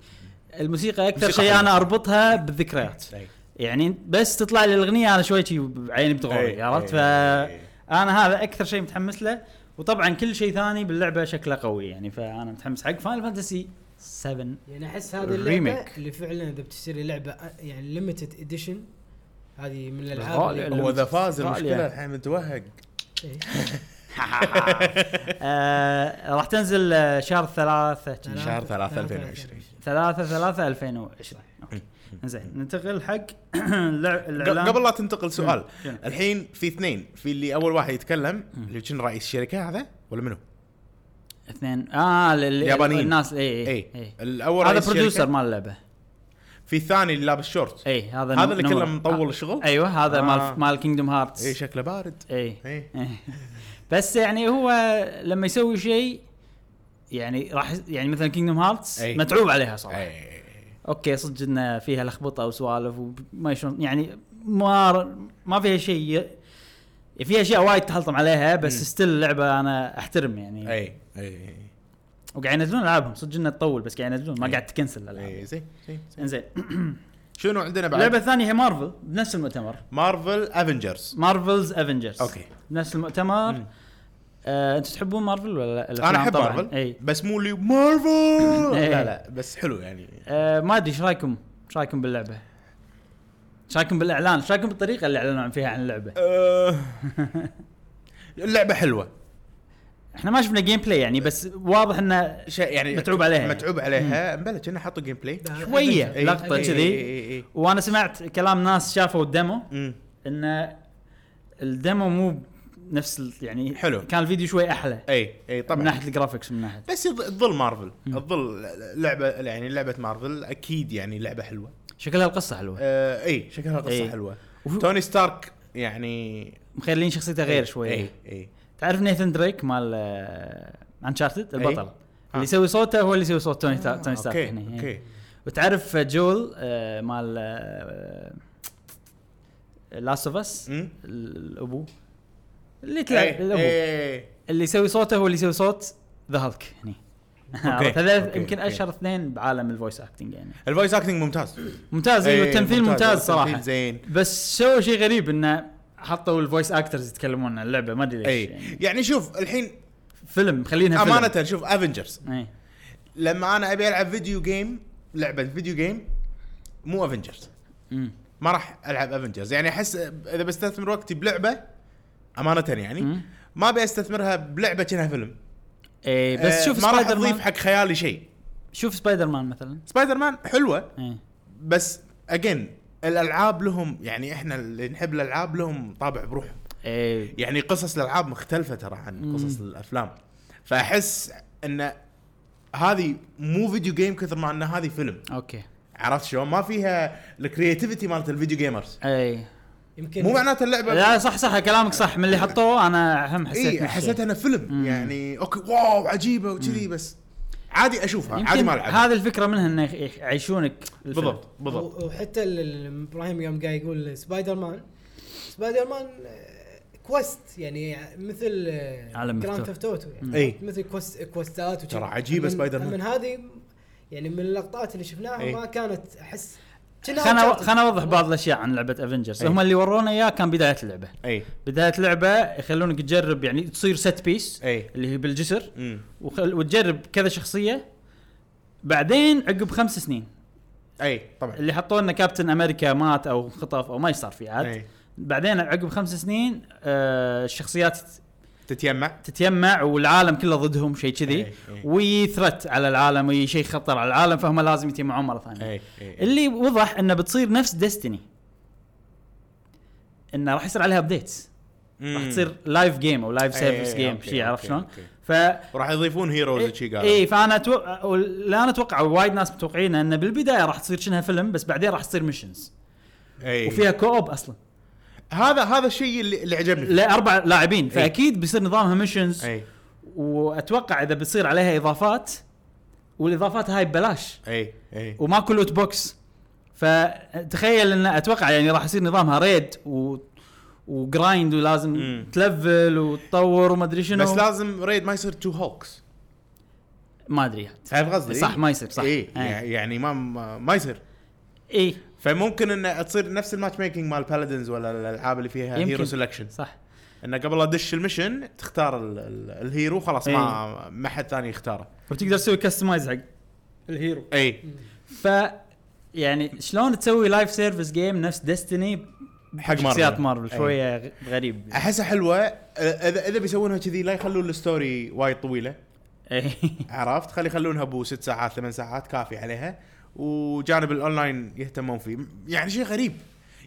Speaker 1: الموسيقى اكثر
Speaker 3: موسيقى
Speaker 1: شيء
Speaker 3: حلوة.
Speaker 1: انا اربطها بالذكريات
Speaker 3: إيه.
Speaker 1: يعني بس تطلع لي الاغنيه انا شوي شي عيني بتغوري
Speaker 3: إيه.
Speaker 1: طيب، عرفت
Speaker 3: إيه.
Speaker 1: فانا هذا اكثر شيء متحمس له وطبعا كل شيء ثاني باللعبه شكله قوي يعني فانا متحمس حق فاينل فانتسي 7
Speaker 2: يعني احس هذه اللعبه
Speaker 1: الريميك.
Speaker 2: اللي فعلا اذا بتشتري لعبه أ- يعني ليمتد اديشن هذه من
Speaker 1: غالي-
Speaker 2: الالعاب اللي-
Speaker 1: اللي-
Speaker 3: هو اذا فاز
Speaker 1: غالية.
Speaker 3: المشكله الحين متوهق
Speaker 2: إيه.
Speaker 1: آه راح تنزل آه، شهر ثلاثة
Speaker 2: ثلاثة-
Speaker 3: شهر ثلاثة
Speaker 2: ثلاثة
Speaker 3: 2020.
Speaker 1: ثلاثة ثلاثة 2020 اوكي زين ننتقل حق اللع- الاعلان
Speaker 3: قبل لا تنتقل سؤال
Speaker 1: شنو؟
Speaker 3: الحين في اثنين في اللي اول واحد يتكلم اللي شنو رئيس الشركه هذا ولا منو؟
Speaker 1: اثنين اه ال- ال-
Speaker 3: اليابانيين.
Speaker 1: الناس اي
Speaker 3: اي
Speaker 1: اي اي
Speaker 3: الاول
Speaker 1: إيه، هذا
Speaker 3: إيه. رئيس الشركة،
Speaker 1: بروديوسر مال اللعبه
Speaker 3: في الثاني اللي لابس شورت
Speaker 1: اي هذا
Speaker 3: هذا
Speaker 1: نو-
Speaker 3: اللي
Speaker 1: نو-
Speaker 3: كله مطول
Speaker 1: آه،
Speaker 3: الشغل؟
Speaker 1: ايوه هذا
Speaker 3: آه. إيه.
Speaker 1: مال مال كينجدوم هارتس
Speaker 3: اي شكله بارد
Speaker 1: اي
Speaker 3: اي
Speaker 1: إيه. بس يعني هو لما يسوي شيء يعني راح يعني مثلا كينجدوم هارتس
Speaker 3: إي.
Speaker 1: متعوب عليها صراحه
Speaker 3: اي
Speaker 1: اوكي صدق ان فيها لخبطه وسوالف وما يشون يعني ما ما فيها شيء ي- فيها اشياء وايد تحلطم عليها بس
Speaker 3: مم.
Speaker 1: ستيل اللعبه انا احترم يعني
Speaker 3: اي اي
Speaker 1: وقاعد ينزلون العابهم صدق انها تطول بس قاعد ينزلون ما
Speaker 3: إي.
Speaker 1: قاعد تكنسل الالعاب
Speaker 3: اي إيه، زين زين زين.
Speaker 1: انزين
Speaker 3: شنو عندنا
Speaker 1: اللعبه
Speaker 3: بعد؟
Speaker 1: الثانيه هي مارفل بنفس المؤتمر
Speaker 3: مارفل افنجرز
Speaker 1: مارفلز افنجرز
Speaker 3: اوكي
Speaker 1: بنفس
Speaker 3: مم.
Speaker 1: المؤتمر آه، انتم تحبون مارفل ولا لا؟
Speaker 3: انا احب
Speaker 1: طبعاً. إيه.
Speaker 3: مارفل
Speaker 1: اي
Speaker 3: بس مو اللي مارفل
Speaker 1: إي.
Speaker 3: لا لا بس حلو يعني
Speaker 1: آه، ما ادري ايش رايكم؟ ايش رايكم باللعبه؟ ايش رايكم بالاعلان؟ ايش رايكم بالطريقه اللي اعلنوا عن فيها عن اللعبه؟
Speaker 3: آه، اللعبه حلوه
Speaker 1: احنا ما شفنا جيم بلاي يعني بس واضح انه
Speaker 3: شيء يعني
Speaker 1: متعوب عليها يعني.
Speaker 3: متعوب عليها بلا كنا حطوا جيم بلاي
Speaker 2: ده
Speaker 1: شوية. إيه،
Speaker 2: Avenger.
Speaker 3: إي،
Speaker 1: لقطة
Speaker 3: إي،
Speaker 1: كذي.
Speaker 3: إي، إي، إي.
Speaker 1: وانا سمعت كلام ناس شافوا الديمو
Speaker 3: أمم.
Speaker 1: انه الديمو مو نفس ال- يعني
Speaker 3: حلو.
Speaker 1: كان الفيديو شوي احلى
Speaker 3: اي اي
Speaker 1: من
Speaker 3: طبعا
Speaker 1: ناحيه الجرافكس من ناحيه
Speaker 3: إيه، بس يظ- تظل مارفل
Speaker 1: مم.
Speaker 3: تظل لعبه يعني لعبه مارفل اكيد يعني لعبه حلوه
Speaker 1: شكلها القصه حلوه
Speaker 3: آه اي شكلها قصه
Speaker 1: إي.
Speaker 3: حلوه
Speaker 1: وفي-
Speaker 3: توني ستارك يعني إيه،
Speaker 1: مخلين شخصيته غير
Speaker 3: اي
Speaker 1: شوي
Speaker 3: اي
Speaker 1: تعرف نيثن دريك مال انشارتد
Speaker 3: إي.
Speaker 1: البطل
Speaker 3: آه.
Speaker 1: اللي يسوي صوته هو اللي يسوي صوت توني تا-
Speaker 3: آه،
Speaker 1: توني ستارك يعني، إيه.
Speaker 3: اوكي
Speaker 1: هنا. إي.
Speaker 3: اوكي
Speaker 1: وتعرف جول آه، مال آه، لاست اوف اس
Speaker 3: مم؟
Speaker 1: الابو اللي تلعب
Speaker 3: ايه
Speaker 1: الابو
Speaker 3: ايه
Speaker 1: اللي يسوي صوته هو اللي يسوي صوت ذا هالك هني عرفت؟ هذا
Speaker 3: أوكي،
Speaker 1: يمكن
Speaker 3: أوكي.
Speaker 1: اشهر اثنين بعالم الفويس اكتنج يعني
Speaker 3: الفويس اكتنج ممتاز
Speaker 1: ممتاز
Speaker 3: إيه،
Speaker 1: ايوه التمثيل ممتاز صراحه
Speaker 3: التمثيل زين
Speaker 1: بس سووا شيء غريب انه حطوا الفويس اكترز يتكلمون عن اللعبه ما ادري ليش
Speaker 3: اي
Speaker 1: يعني.
Speaker 3: يعني شوف الحين
Speaker 1: فيلم خلينها فيلم. إيه.
Speaker 3: امانه شوف افنجرز
Speaker 1: اي
Speaker 3: لما انا ابي العب فيديو جيم لعبه فيديو جيم مو افنجرز
Speaker 1: أمم.
Speaker 3: ما راح العب افنجرز يعني احس اذا بستثمر وقتي بلعبه امانه يعني
Speaker 1: مم.
Speaker 3: ما ابي استثمرها بلعبه كأنها فيلم
Speaker 1: اي إيه، بس
Speaker 3: آه،
Speaker 1: شوف
Speaker 3: ما راح
Speaker 1: سبايدر
Speaker 3: تضيف
Speaker 1: مان
Speaker 3: حق خيالي شيء
Speaker 1: شوف إيه. سبايدر مان مثلا
Speaker 3: سبايدر مان حلوه
Speaker 1: اي
Speaker 3: بس اجين الالعاب لهم يعني احنا اللي نحب الالعاب لهم طابع بروحهم
Speaker 1: اي
Speaker 3: يعني قصص الالعاب مختلفه ترى عن قصص الافلام فاحس ان هذه مو فيديو جيم كثر ما ان هذه فيلم
Speaker 1: اوكي
Speaker 3: عرفت شلون ما فيها الكرياتيفيتي مالت الفيديو جيمرز
Speaker 1: اي
Speaker 2: يمكن
Speaker 3: مو معناته اللعبه
Speaker 1: إيه. لا صح صح كلامك صح من اللي حطوه انا هم حسيت
Speaker 3: اي
Speaker 1: نفس الشيء.
Speaker 3: حسيتها انها إيه، فيلم
Speaker 1: مم.
Speaker 3: يعني اوكي واو عجيبه وكذي بس عادي اشوفها عادي
Speaker 1: يمكن
Speaker 3: ما العبها
Speaker 1: هذه الفكره منها انه يخ- يعيشونك الفيلم.
Speaker 3: بالضبط بالضبط
Speaker 2: و- وحتى ال- ال- ابراهيم يوم قاعد يقول سبايدر مان سباير مان آه، كويست يعني مثل آه،
Speaker 1: عالم
Speaker 2: جراند
Speaker 1: مفتوح.
Speaker 2: ثيفت اوتو يعني
Speaker 3: إي.
Speaker 2: مثل كوست كوستات وشي.
Speaker 3: إيه. ترى عجيبة
Speaker 2: من-
Speaker 3: سبايدر مان.
Speaker 2: من هذه يعني من اللقطات اللي شفناها
Speaker 3: إي.
Speaker 2: ما كانت احس كأنها
Speaker 1: خلنا
Speaker 2: Uncharted.
Speaker 1: خلنا اوضح بعض الاشياء عن لعبه افنجرز
Speaker 3: أي.
Speaker 1: هم اللي ورونا اياه كان بدايه اللعبه
Speaker 3: اي
Speaker 1: بدايه اللعبه يخلونك تجرب يعني تصير ست بيس
Speaker 3: اي
Speaker 1: اللي هي بالجسر
Speaker 3: امم
Speaker 1: وخل... وتجرب كذا شخصيه بعدين عقب خمس سنين
Speaker 3: اي طبعا
Speaker 1: اللي حطوا لنا كابتن امريكا مات او خطف او ما يصير فيه عاد
Speaker 3: اي
Speaker 1: بعدين عقب خمس سنين آه الشخصيات
Speaker 3: تتيمع
Speaker 1: تتيمع والعالم كله ضدهم شيء كذي
Speaker 3: إيه، إيه.
Speaker 1: وي ثرت على العالم وي شيء خطر على العالم فهم لازم يتيمعون مره ثانيه
Speaker 3: اي اي
Speaker 1: اللي وضح انه بتصير نفس ديستني انه راح يصير عليها ابديتس راح
Speaker 3: مم.
Speaker 1: تصير لايف جيم او لايف
Speaker 3: إيه،
Speaker 1: سيرفيس
Speaker 3: إيه،
Speaker 1: جيم
Speaker 3: أوكي،
Speaker 1: شيء عرفت
Speaker 3: أوكي،
Speaker 1: شلون؟
Speaker 3: أوكي.
Speaker 1: ف
Speaker 3: وراح يضيفون هيروز
Speaker 1: إيه،
Speaker 3: وشي قالوا
Speaker 1: اي فانا اتوقع أو لا انا اتوقع وايد ناس متوقعين انه بالبدايه راح تصير شنها فيلم بس بعدين راح تصير ميشنز
Speaker 3: اي
Speaker 1: وفيها كوب اصلا
Speaker 3: هذا هذا الشيء اللي, اللي عجبني فيه.
Speaker 1: لاربع لاعبين
Speaker 3: إيه.
Speaker 1: فاكيد بيصير نظامها ميشنز
Speaker 3: اي
Speaker 1: واتوقع اذا بيصير عليها اضافات والاضافات هاي ببلاش
Speaker 3: اي اي
Speaker 1: وماكو لوت بوكس فتخيل ان اتوقع يعني راح يصير نظامها ريد و وجرايند ولازم
Speaker 3: مم.
Speaker 1: تلفل وتطور وما ادري شنو
Speaker 3: بس لازم ريد ما يصير تو هوكس
Speaker 1: ما ادري عاد.
Speaker 3: فاهم قصدي؟
Speaker 1: صح، ما يصير، صح.
Speaker 3: اي
Speaker 1: إيه.
Speaker 3: يعني ما ما- ما يصير
Speaker 1: اي
Speaker 3: فممكن انه تصير نفس الماتش ميكنج مال بالادنز ولا الالعاب اللي فيها
Speaker 1: يمكن.
Speaker 3: هيرو سelection
Speaker 1: صح
Speaker 3: انه قبل لا تدش المشن تختار ال ال الهيرو خلاص
Speaker 1: إيه.
Speaker 3: ما ما حد ثاني يختاره
Speaker 1: وتقدر تسوي كستمايز حق الهيرو
Speaker 3: اي
Speaker 1: ف يعني شلون تسوي لايف سيرفيس جيم نفس ديستني
Speaker 3: حق إيه.
Speaker 1: شخصيات
Speaker 3: مارفل.
Speaker 1: مارفل
Speaker 3: أي.
Speaker 1: شويه غ- غريب
Speaker 3: احسها حلوه أ- اذا اذا بيسوونها كذي لا يخلون الستوري وايد طويله
Speaker 1: أي.
Speaker 3: عرفت خلي يخلونها بو ست ساعات ثمان ساعات كافي عليها وجانب الاونلاين يهتمون فيه م- يعني شيء غريب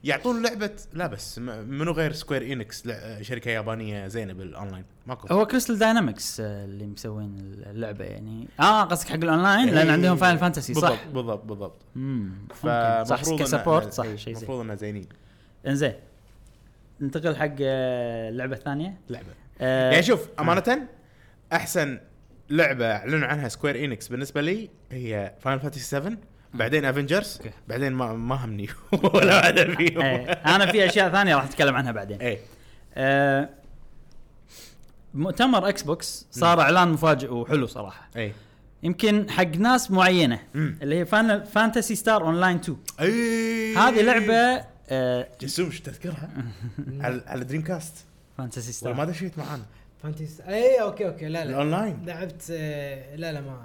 Speaker 3: يعطون لعبه لا بس م- منو غير سكوير انكس لع- شركه يابانيه زينه بالاونلاين ماكو
Speaker 1: هو كريستال داينامكس آه، اللي مسوين اللعبه يعني اه قصدك حق الاونلاين لان
Speaker 3: إي.
Speaker 1: عندهم فاينل فانتسي صح
Speaker 3: إيه. بالضبط بالضبط بالضبط
Speaker 1: امم ممكن. صح
Speaker 3: فمفروض إن-
Speaker 1: كسبورت صح
Speaker 3: إيه،
Speaker 1: شيء زي
Speaker 3: المفروض انه زينين
Speaker 1: انزين ننتقل حق آه، اللعبه الثانيه
Speaker 3: لعبه
Speaker 1: آه،
Speaker 3: يعني شوف امانه احسن لعبه اعلنوا عنها سكوير انكس بالنسبه لي هي فاينل فانتسي 7 بعدين افنجرز
Speaker 1: آه. أوكي.
Speaker 3: بعدين ما ما همني ولا واحده فيهم إيه،
Speaker 1: إيه، انا في اشياء ثانيه راح اتكلم عنها بعدين
Speaker 3: اي
Speaker 1: آه، مؤتمر اكس بوكس صار اعلان مفاجئ وحلو صراحه
Speaker 3: اي
Speaker 1: يمكن حق ناس معينه
Speaker 3: مم.
Speaker 1: اللي هي فان فانتسي ستار اون لاين 2
Speaker 3: اي
Speaker 1: آه. هذه لعبه آه
Speaker 3: إيه. جسوم شو تذكرها؟ على على دريم كاست
Speaker 1: فانتسي
Speaker 3: ولا ما
Speaker 1: ستار
Speaker 3: دشيت معانا
Speaker 2: فانتس اي اوكي اوكي إيه، لا لا
Speaker 3: الاونلاين
Speaker 2: لعبت آه، لا لا ما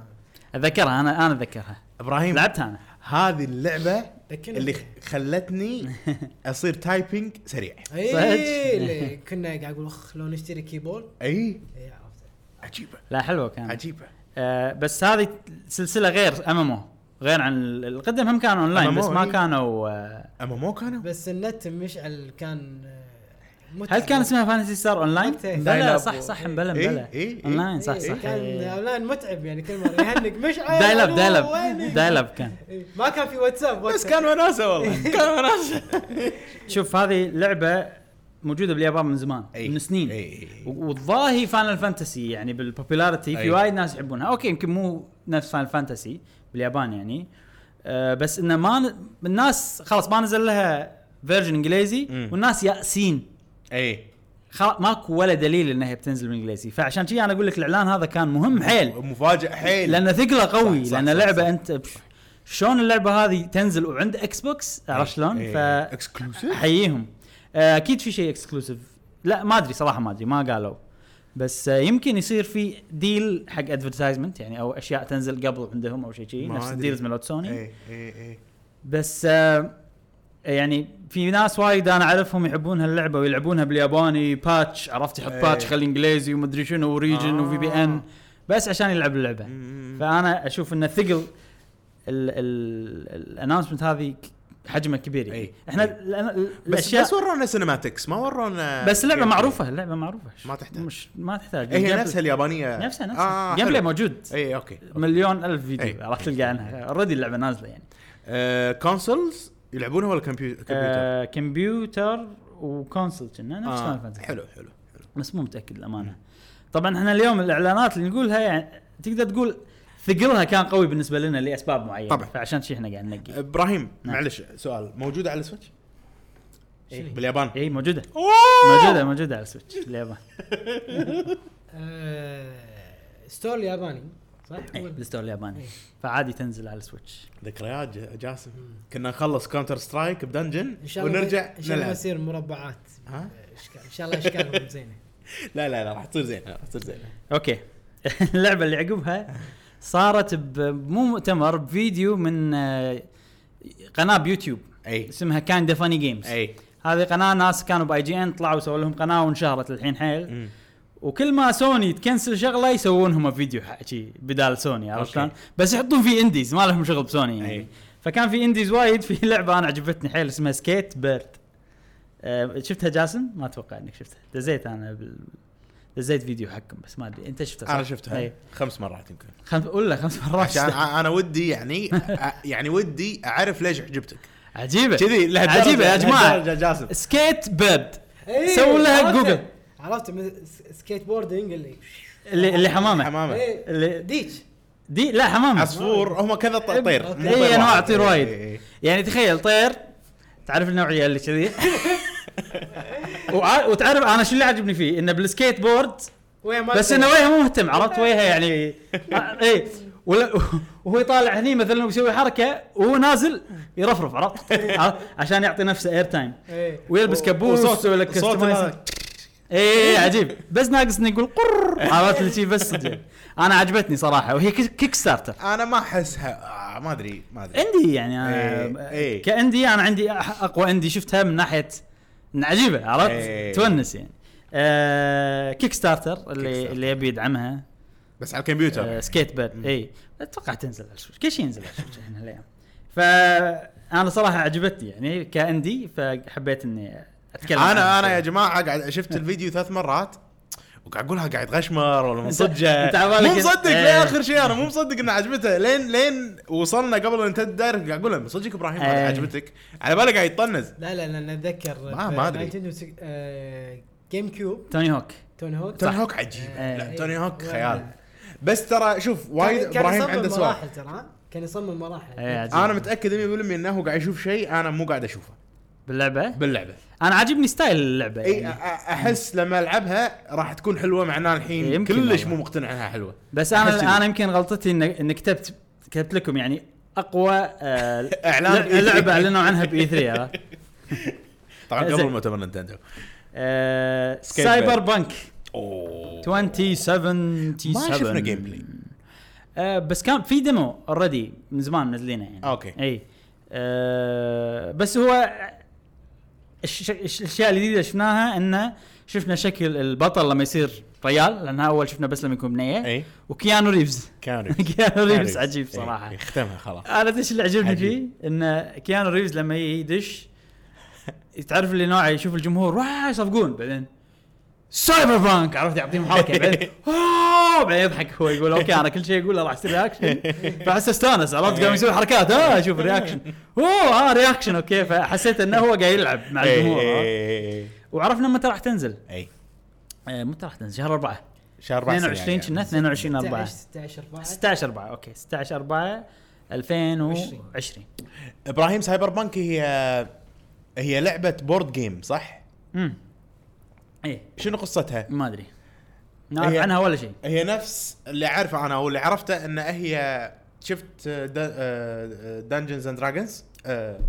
Speaker 1: اتذكرها انا انا اتذكرها
Speaker 3: ابراهيم
Speaker 1: لعبتها انا
Speaker 3: هذه اللعبه
Speaker 2: ذكرني
Speaker 3: اللي خ- خلتني اصير تايبنج سريع
Speaker 1: صحيح؟
Speaker 2: اي إيه، اللي كنا قاعد اقول اخ لو نشتري كيبورد
Speaker 3: اي
Speaker 2: اي عرفت
Speaker 3: عجيبه
Speaker 1: لا حلوه كانت
Speaker 3: عجيبه
Speaker 1: آه بس هذه سلسله غير ام ام غير عن ال- القدم هم كانوا اونلاين بس
Speaker 3: MMO
Speaker 1: ما
Speaker 3: إيه.
Speaker 1: كانوا آه
Speaker 3: اما مو كانوا
Speaker 2: بس النت مشعل كان آه، متعب.
Speaker 1: هل كان اسمها فانتسي ستار اونلاين؟
Speaker 2: وقتها.
Speaker 1: بلا
Speaker 3: Dial-up
Speaker 1: صح
Speaker 3: و-
Speaker 1: صح بلا
Speaker 3: إيه،
Speaker 1: بلا
Speaker 3: إيه، إيه.
Speaker 1: اونلاين صح
Speaker 2: إيه،
Speaker 1: صح
Speaker 2: كان
Speaker 1: إيه.
Speaker 2: اعلان متعب يعني كل مره يهنق مشعل
Speaker 1: دايل اب
Speaker 2: ألو،
Speaker 1: دايل اب
Speaker 2: وينك؟
Speaker 1: دايل اب كان
Speaker 2: إيه، ما كان في واتساب
Speaker 3: بس
Speaker 2: واتساب.
Speaker 3: كان وناسه والله كان وناسه
Speaker 1: شوف هذه لعبه موجوده باليابان من زمان من سنين
Speaker 3: اي
Speaker 1: و- والظاهي فاينل فانتسي يعني بالبوبيلاريتي في
Speaker 3: أي.
Speaker 1: وايد ناس يحبونها اوكي يمكن مو نفس فاينل فانتسي باليابان يعني آه، بس انه ما ن... الناس خلاص ما نزل لها فيرجن انجليزي
Speaker 3: مم.
Speaker 1: والناس يائسين
Speaker 3: اي
Speaker 1: خلاص ماكو ولا دليل انها بتنزل بالانجليزي فعشان كذي انا اقول لك الاعلان هذا كان مهم حيل
Speaker 3: مفاجئ حيل
Speaker 1: لان ثقله قوي
Speaker 3: صح، صح،
Speaker 1: لان
Speaker 3: صح،
Speaker 1: لعبه
Speaker 3: صح.
Speaker 1: انت بش- شلون اللعبه هذه تنزل وعند اكس بوكس
Speaker 3: إيه،
Speaker 1: عرفت شلون؟ ف
Speaker 3: اكسكلوسيف
Speaker 1: احييهم آه، اكيد في شيء اكسكلوسيف لا ما ادري صراحه ما ادري ما قالوا بس آه، يمكن يصير في ديل حق ادفرتايزمنت يعني او اشياء تنزل قبل عندهم او شيء شيء
Speaker 3: ما
Speaker 1: إيه، نفس
Speaker 3: أدري. إيه.
Speaker 1: الديلز مالت سوني
Speaker 3: اي اي اي
Speaker 1: بس آه، يعني في ناس وايد انا اعرفهم يحبون هاللعبه ويلعبونها بالياباني باتش عرفت يحط
Speaker 3: إيه.
Speaker 1: باتش يخلي انجليزي ومدري شنو وريجن
Speaker 3: آه.
Speaker 1: وفي بي ان بس عشان يلعب اللعبه فانا اشوف ان الثقل الاناونسمنت هذه ك- حجمه كبير يعني
Speaker 3: إيه.
Speaker 1: احنا
Speaker 3: إيه.
Speaker 1: الأنا- ال-
Speaker 3: بس
Speaker 1: الاشياء
Speaker 3: بس ورونا سينماتكس ما ورونا
Speaker 1: بس لعبه
Speaker 3: gameplay.
Speaker 1: معروفه اللعبه معروفه
Speaker 3: ما تحتاج.
Speaker 1: مش ما تحتاج
Speaker 3: إيه، هي
Speaker 1: الجيم
Speaker 3: نفسها
Speaker 1: بلاي-
Speaker 3: اليابانيه
Speaker 1: نفسها
Speaker 3: آه،
Speaker 1: نفسها جيم بلاي
Speaker 3: حلو. إيه،
Speaker 1: موجود
Speaker 3: اي اوكي
Speaker 1: مليون الف فيديو
Speaker 3: إيه.
Speaker 1: عرفت تلقى عنها اوريدي اللعبه نازله يعني
Speaker 3: آه، كونسولز يلعبونها ولا كمبيوتر؟ كمبيوتر
Speaker 1: آه، كمبيوتر وكونسول كنا نفس
Speaker 3: آه،
Speaker 1: فاينل فانتسي
Speaker 3: حلو حلو حلو.
Speaker 1: بس مو متاكد الامانه طبعا احنا اليوم الاعلانات اللي نقولها يعني تقدر تقول ثقلها كان قوي بالنسبه لنا لاسباب معينه
Speaker 3: طبعاً.
Speaker 1: فعشان شي احنا قاعد ننقي
Speaker 3: ابراهيم
Speaker 1: نعم.
Speaker 3: معلش سؤال موجوده على السويتش؟
Speaker 2: شنو؟
Speaker 3: باليابان
Speaker 1: اي موجوده
Speaker 3: أوه!
Speaker 1: موجوده موجوده على السويتش اليابان
Speaker 2: آه، ستور ياباني صح؟
Speaker 1: إيه، بالستور الياباني
Speaker 2: إيه.
Speaker 1: فعادي تنزل على السويتش
Speaker 3: ذكريات ج- جاسم كنا نخلص كاونتر سترايك بدنجن
Speaker 2: ان شاء الله
Speaker 3: ونرجع
Speaker 2: ان شاء الله ما
Speaker 3: نلعب
Speaker 2: يصير مربعات
Speaker 3: ها؟
Speaker 2: آه، اشكال ان شاء الله اشكالهم زينه
Speaker 3: لا لا لا راح تصير زينه راح تصير زينه
Speaker 1: اوكي اللعبه اللي عقبها صارت ب- مو مؤتمر بفيديو من آه، قناه بيوتيوب
Speaker 3: اي
Speaker 1: اسمها كايند فاني جيمز
Speaker 3: اي
Speaker 1: هذه قناه ناس كانوا باي جي ان طلعوا سووا لهم قناه وانشهرت الحين حيل
Speaker 3: مم.
Speaker 1: وكل ما سوني تكنسل شغله يسوون هم فيديو ح- شي بدال سوني عرفت
Speaker 3: أوكي.
Speaker 1: شلون؟ بس يحطون فيه انديز ما لهم شغل بسوني يعني
Speaker 3: أي.
Speaker 1: فكان في انديز وايد في لعبه انا عجبتني حيل اسمها سكيت بيرد أه شفتها جاسم؟ ما اتوقع انك شفتها دزيت انا بال... دزيت فيديو حقهم بس إيه. ما ادري انت شفتها صح؟
Speaker 3: انا شفتها
Speaker 1: أي.
Speaker 3: خمس مرات يمكن
Speaker 1: خمس ولا خمس مرات
Speaker 3: عشان
Speaker 1: شفتها.
Speaker 3: انا ودي يعني أ- يعني ودي اعرف ليش عجبتك
Speaker 1: عجيبه
Speaker 3: كذي لهالدرجة-
Speaker 1: عجيبة يا جماعة.
Speaker 3: لهالدرجة جاسم
Speaker 1: سكيت بيرد
Speaker 2: إيه،
Speaker 1: سووا لها
Speaker 2: عرفته.
Speaker 1: جوجل.
Speaker 2: عرفت من س- سكيت بوردنج اللي
Speaker 1: اللي اللي حمامه
Speaker 3: حمامه
Speaker 2: إيه،
Speaker 1: اللي-
Speaker 2: ديتش
Speaker 1: دي لا حمامه
Speaker 3: عصفور هم كذا ط- طير مو
Speaker 2: أوكي.
Speaker 3: طير
Speaker 1: إيه،
Speaker 3: واحد.
Speaker 1: أنواع طير
Speaker 3: إيه،
Speaker 1: وايد.
Speaker 3: إيه، إيه.
Speaker 1: يعني تخيل طير تعرف النوعيه اللي كذي وع- وتعرف انا شو اللي عجبني فيه انه بالسكيت بورد
Speaker 2: وين ما
Speaker 1: بس
Speaker 2: تروح.
Speaker 1: انه وجهه مو مهتم عرفت وجهه يعني اي وهو يطالع هني مثلا ويسوي حركه وهو نازل يرفرف عرفت
Speaker 3: إيه.
Speaker 1: عرفت؟ عشان يعطي نفسه اير تايم
Speaker 2: إيه.
Speaker 1: ويلبس كابوس
Speaker 3: وصوت-
Speaker 1: ويسوي لك
Speaker 3: صوت
Speaker 1: customize.
Speaker 3: هذا.
Speaker 1: اي إيه، عجيب بس ناقص انه يقول قر عرفت اللي شي بس صدق. انا عجبتني صراحه وهي كيك كيك ستارتر
Speaker 3: انا ما احسها آه، ما ادري ما ادري
Speaker 1: عندي يعني انا
Speaker 3: إيه، إيه.
Speaker 1: كاندي انا عندي أح- اقوى اندي شفتها من ناحيه إن عجيبه
Speaker 3: إيه.
Speaker 1: عرفت؟ تونس يعني. آه كيك ستارتر اللي
Speaker 3: ستارتر.
Speaker 1: اللي يبي يدعمها
Speaker 3: بس على الكمبيوتر
Speaker 1: آه سكيت بيرد اي اتوقع تنزل على السويتش كل شيء ينزل على السويتش هنا الايام فانا صراحه عجبتني يعني كاندي فحبيت اني اتكلم
Speaker 3: انا
Speaker 1: عنها
Speaker 3: انا
Speaker 1: شوي.
Speaker 3: يا جماعه قاعد شفت الفيديو ثلاث مرات وقاعد اقولها قاعد غشمر ولا
Speaker 1: أنت-
Speaker 3: منصجه
Speaker 1: أنت عبالك-
Speaker 3: مو مصدق
Speaker 1: إيه.
Speaker 3: لاخر شيء انا مو مصدق انها عجبته لين لين وصلنا قبل ان تد دايركت قاعد اقول له صدقك ابراهيم
Speaker 1: إيه.
Speaker 3: هذا عجبتك على بالي قاعد يطنز
Speaker 2: لا لا لا اتذكر
Speaker 3: ما- ما أدري.
Speaker 2: نينتندو سك- آه، جيم كيوب
Speaker 1: توني هوك
Speaker 2: تون هوك
Speaker 3: توني هوك عجيب
Speaker 1: إيه.
Speaker 3: لا توني هوك
Speaker 2: إيه.
Speaker 3: خيال بس ترى شوف وايد
Speaker 2: كان- كان
Speaker 3: ابراهيم
Speaker 2: يصمم
Speaker 3: عنده سؤال
Speaker 2: مراحل ترى ها؟ كان يصمم مراحل يعني
Speaker 1: إيه، عجيب.
Speaker 3: انا متاكد 100% انه هو قاعد يشوف شيء انا مو قاعد اشوفه
Speaker 1: باللعبه
Speaker 3: باللعبه
Speaker 1: انا عاجبني ستايل اللعبه
Speaker 3: اي إيه، أ-
Speaker 1: يعني.
Speaker 3: احس لما العبها راح تكون حلوه معناه الحين
Speaker 1: يمكن
Speaker 3: كلش
Speaker 1: والله.
Speaker 3: مو مقتنع انها حلوه
Speaker 1: بس
Speaker 3: أحس كذي.
Speaker 1: انا انا يمكن غلطتي ان ان كتبت كتبت لكم يعني اقوى آه
Speaker 3: إعلان
Speaker 1: لع-
Speaker 3: بإي
Speaker 1: لعبه
Speaker 3: 3.
Speaker 1: اعلنوا عنها آه. باي 3
Speaker 3: طبعا قبل
Speaker 1: زين.
Speaker 3: مؤتمر نينتندو
Speaker 1: آه
Speaker 3: Escape
Speaker 1: سايبر
Speaker 3: Bed.
Speaker 1: بانك
Speaker 3: اوه
Speaker 1: 2077
Speaker 3: ما شفنا جيم بلاي
Speaker 1: آه بس كان في ديمو اوريدي من زمان منزلينه يعني
Speaker 3: أوكي.
Speaker 1: اي آه بس هو الش- الش- الاشياء الجديده اللي شفناها انه شفنا شكل البطل لما يصير ريال لانها اول شفنا بس لما يكون بنيه
Speaker 3: اي
Speaker 1: وكيانو ريفز
Speaker 3: إيه، كان
Speaker 1: كيانو ريفز عجيب صراحه
Speaker 3: إيه، ختمها خلاص
Speaker 1: انا ليش اللي عجبني فيه
Speaker 3: عجيب.
Speaker 1: ان كيانو ريفز لما يدش تعرف اللي نوعه يشوف الجمهور واه يصفقون بعدين سايبر بانك عرفت يعطيهم حركه بعدين اوه بعدين يضحك هو يقول اوكي انا كل شيء اقوله راح يصير رياكشن فاحس استانس عرفت قام يسوي حركات اه اشوف الرياكشن اوه اه رياكشن اوكي فحسيت انه هو قاعد يلعب مع
Speaker 3: إيه،
Speaker 1: الجمهور آه. عرفت؟
Speaker 3: اي
Speaker 1: وعرفنا متى راح تنزل
Speaker 3: اي
Speaker 1: آه، متى راح تنزل شهر 4
Speaker 3: إيه. شهر يعني. 4
Speaker 1: 22 كنا 22 4
Speaker 2: 16 4
Speaker 1: 16 4 اوكي 16 4 2020
Speaker 3: ابراهيم سايبر بانك هي هي لعبه بورد جيم صح؟
Speaker 1: امم ايه
Speaker 3: شنو قصتها؟
Speaker 1: ما ادري ما اعرف
Speaker 3: هي-
Speaker 1: عنها ولا شيء
Speaker 3: هي نفس اللي اعرفه انا واللي عرفته ان هي شفت آه، دنجنز اند دراجونز آه،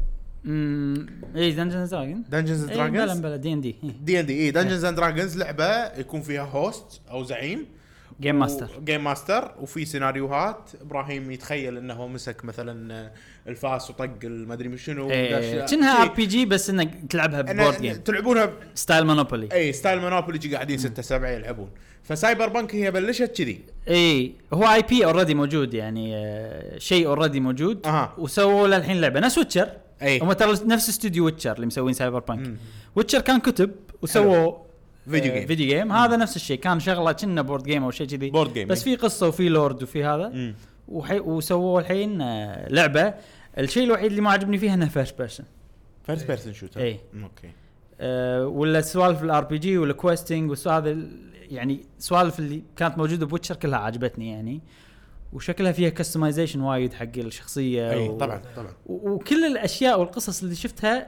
Speaker 1: امم اي دنجنز دراجون
Speaker 3: دنجنز اند
Speaker 1: إيه، بلا إيه.
Speaker 3: دراجونز
Speaker 1: بلا دي ان دي
Speaker 3: دي ان دي اي دنجنز اند دراجونز لعبه يكون فيها هوست او زعيم
Speaker 1: جيم ماستر
Speaker 3: جيم ماستر وفي سيناريوهات ابراهيم يتخيل انه هو مسك مثلا الفاس وطق المدري شنو
Speaker 1: إيه،
Speaker 3: وداش-
Speaker 1: كأنها
Speaker 3: شي.
Speaker 1: ار بي جي بس انك تلعبها
Speaker 3: إنه-
Speaker 1: ببورد جيم
Speaker 3: تلعبونها ب-
Speaker 1: ستايل مونوبولي
Speaker 3: اي ستايل مونوبولي جي قاعدين ستة سبعة يلعبون فسايبر بنك هي بلشت كذي
Speaker 1: اي هو اي بي اوريدي موجود يعني آه، شيء اوريدي موجود
Speaker 3: أها.
Speaker 1: وسووا له الحين لعبه نفس ويتشر
Speaker 3: إي.
Speaker 1: هم ترى نفس استوديو ويتشر اللي مسوين سايبر بانك
Speaker 3: مم.
Speaker 1: ويتشر كان كتب وسووا
Speaker 3: فيديو
Speaker 1: آه،
Speaker 3: جيم.
Speaker 1: فيديو جيم هذا نفس الشيء كان شغله كنا بورد جيم او شيء كذي
Speaker 3: بورد جيم،
Speaker 1: بس
Speaker 3: إي.
Speaker 1: في قصه وفي لورد وفي هذا
Speaker 3: مم.
Speaker 1: وحي وسووا الحين آه، لعبه الشيء الوحيد اللي ما عجبني فيها انها فيرست بيرسون
Speaker 3: فيرست بيرسون شوتر
Speaker 1: إي.
Speaker 3: اوكي
Speaker 1: أه، ولا سوالف الار بي جي والكويستنج هذا ال- يعني سوالف اللي كانت موجوده بوتشر كلها عجبتني يعني وشكلها فيها كستمايزيشن وايد حق الشخصيه
Speaker 3: اي
Speaker 1: و...
Speaker 3: طبعا طبعا
Speaker 1: و... وكل الاشياء والقصص اللي شفتها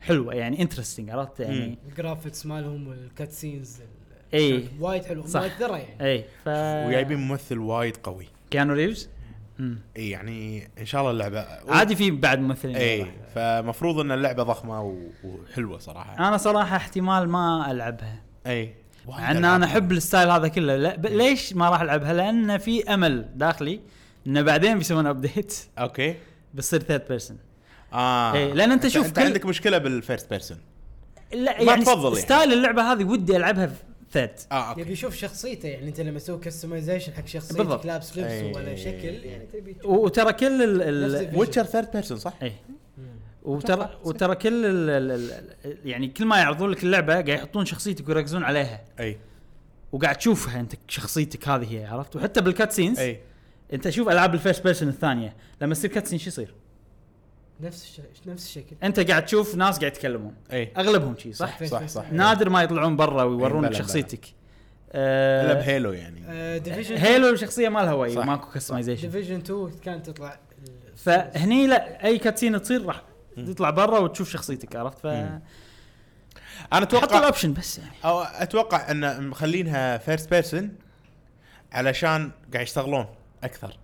Speaker 1: حلوه يعني انترستنج عرفت يعني
Speaker 2: الجرافيكس مالهم والكات سينز ال-
Speaker 1: إي.
Speaker 3: إيه.
Speaker 2: كانت وايد حلو
Speaker 1: صح.
Speaker 2: مؤثره يعني
Speaker 1: اي ف
Speaker 3: وجايبين ممثل وايد قوي
Speaker 1: كيانو ريفز مم.
Speaker 3: اي يعني ان شاء الله اللعبه
Speaker 1: عادي في بعد ممثلين
Speaker 3: اي
Speaker 1: والله.
Speaker 3: فمفروض ان اللعبه ضخمه و- وحلوه صراحه
Speaker 1: انا صراحه احتمال ما العبها
Speaker 3: اي
Speaker 1: مع ان انا احب الستايل هذا كله لا ب... ليش ما راح العبها لان في امل داخلي انه بعدين بيسوون ابديت
Speaker 3: اوكي
Speaker 1: بتصير ثيرد بيرسون
Speaker 3: اه
Speaker 1: إي، إيه، لأن أنت شوف
Speaker 3: انت
Speaker 1: كل-
Speaker 3: عندك مشكله بالفيرست بيرسون
Speaker 1: لا
Speaker 3: ما
Speaker 1: يعني
Speaker 3: تفضل يعني.
Speaker 1: ستايل اللعبه هذه ودي العبها ثيرد
Speaker 3: اه
Speaker 2: يبي
Speaker 3: اوكي
Speaker 2: يشوف شخصيته يعني انت لما تسوي كستمايزيشن حق
Speaker 1: بالضبط.
Speaker 2: شخصيتك لابس لبس
Speaker 3: إي.
Speaker 2: ولا شكل يعني تبي تشوف.
Speaker 1: وترى كل ال, ال...
Speaker 2: نفس
Speaker 3: ويتشر ثيرد بيرسون صح؟
Speaker 1: ايه
Speaker 2: مم.
Speaker 1: وترى وترى كل ال... ال... ال... يعني كل ما يعرضون لك اللعبه قاعد يحطون شخصيتك ويركزون عليها
Speaker 3: اي
Speaker 1: وقاعد تشوفها انت شخصيتك هذه هي عرفت وحتى بالكات سينز
Speaker 3: اي
Speaker 1: انت شوف العاب الفيرست بيرسون الثانيه لما تصير كات سين شو يصير؟
Speaker 2: نفس الش- نفس الشكل
Speaker 1: انت قاعد تشوف ناس قاعد يتكلمون
Speaker 3: اي
Speaker 1: اغلبهم شي صح؟
Speaker 2: فيس
Speaker 3: صح،
Speaker 2: فيس.
Speaker 3: صح.
Speaker 1: نادر ما يطلعون برا
Speaker 3: بلا-
Speaker 1: ويورونك
Speaker 3: بلا.
Speaker 1: شخصيتك
Speaker 3: الا
Speaker 1: آه
Speaker 3: بهيلو يعني
Speaker 2: آه، ديفيجن
Speaker 1: هيلو الشخصيه ما لها وي
Speaker 3: صح.
Speaker 1: ماكو كستمايزيشن
Speaker 2: ديفيجن 2 كانت تطلع ال-
Speaker 1: فهني لا اي كاتسين تصير راح تطلع برا وتشوف شخصيتك عرفت ف
Speaker 3: مم. انا
Speaker 1: حطوا
Speaker 3: اتوقع
Speaker 1: الاوبشن بس يعني
Speaker 3: أو اتوقع ان مخلينها فيرست بيرسون علشان قاعد يشتغلون اكثر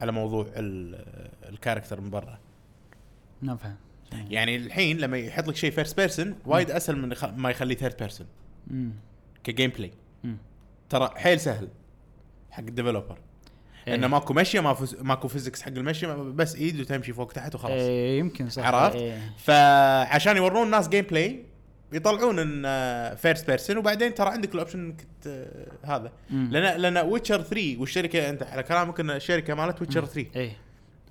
Speaker 3: على موضوع ال- الكاركتر من برا
Speaker 1: ما نعم، فاهم
Speaker 3: يعني الحين لما يحط لك شيء فيرست بيرسون وايد اسهل من يخ- ما يخليه ثيرد بيرسون
Speaker 1: مم.
Speaker 3: كجيم بلاي
Speaker 1: مم.
Speaker 3: ترى حيل سهل حق الديفلوبر
Speaker 1: إيه.
Speaker 3: انه ماكو مشيه ما فز... ماكو فيزكس حق المشي ما- بس ايد وتمشي فوق تحت وخلاص
Speaker 1: ايه يمكن صح
Speaker 3: عرفت؟
Speaker 1: إيه.
Speaker 3: فعشان يورون الناس جيم بلاي يطلعون ان فيرست بيرسون وبعدين ترى عندك الاوبشن انك ت- هذا
Speaker 1: مم.
Speaker 3: لان لان ويتشر 3 والشركه انت على كلامك ان الشركه مالت ويتشر 3
Speaker 1: ايه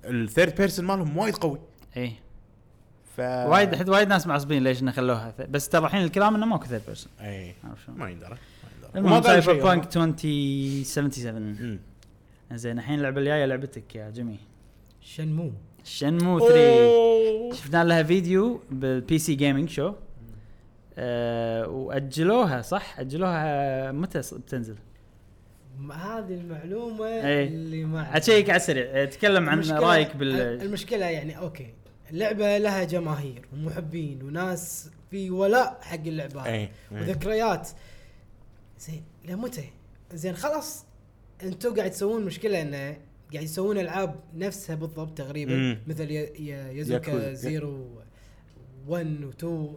Speaker 3: الثيرد بيرسون مالهم وايد قوي
Speaker 1: ايه
Speaker 3: ف
Speaker 1: وايد حد وايد ناس معصبين ليش انه خلوها ف- بس ترى الحين الكلام انه ماكو ثيرد بيرسون
Speaker 3: اي
Speaker 1: عرفت شلون؟
Speaker 3: إيه. ما يندرى ما يندرى وما
Speaker 1: المهم
Speaker 3: قالوا
Speaker 1: سايبر
Speaker 3: شيء
Speaker 1: بانك
Speaker 3: هم.
Speaker 1: 2077
Speaker 3: مم.
Speaker 1: زين الحين اللعبه الجايه لعبتك يا جيمي
Speaker 2: شنمو
Speaker 1: شنمو 3
Speaker 3: أوه.
Speaker 1: شفنا لها فيديو بالبي سي جيمنج شو أه واجلوها صح اجلوها متى ص- بتنزل
Speaker 2: م- هذه المعلومه
Speaker 1: إيه.
Speaker 2: اللي ما
Speaker 1: اتشيك على السريع أه، تكلم عن
Speaker 2: المشكلة-
Speaker 1: رايك بال
Speaker 2: المشكله يعني اوكي اللعبه لها جماهير ومحبين وناس في ولاء حق اللعبه هذه.
Speaker 3: إيه، إيه.
Speaker 2: وذكريات زين لمتى؟ زين خلاص انتم قاعد تسوون مشكله انه قاعد يسوون العاب نفسها بالضبط تقريبا
Speaker 3: مم.
Speaker 2: مثل ي- ي- يزوكا
Speaker 3: ياكوزا.
Speaker 2: زيرو 1 و 2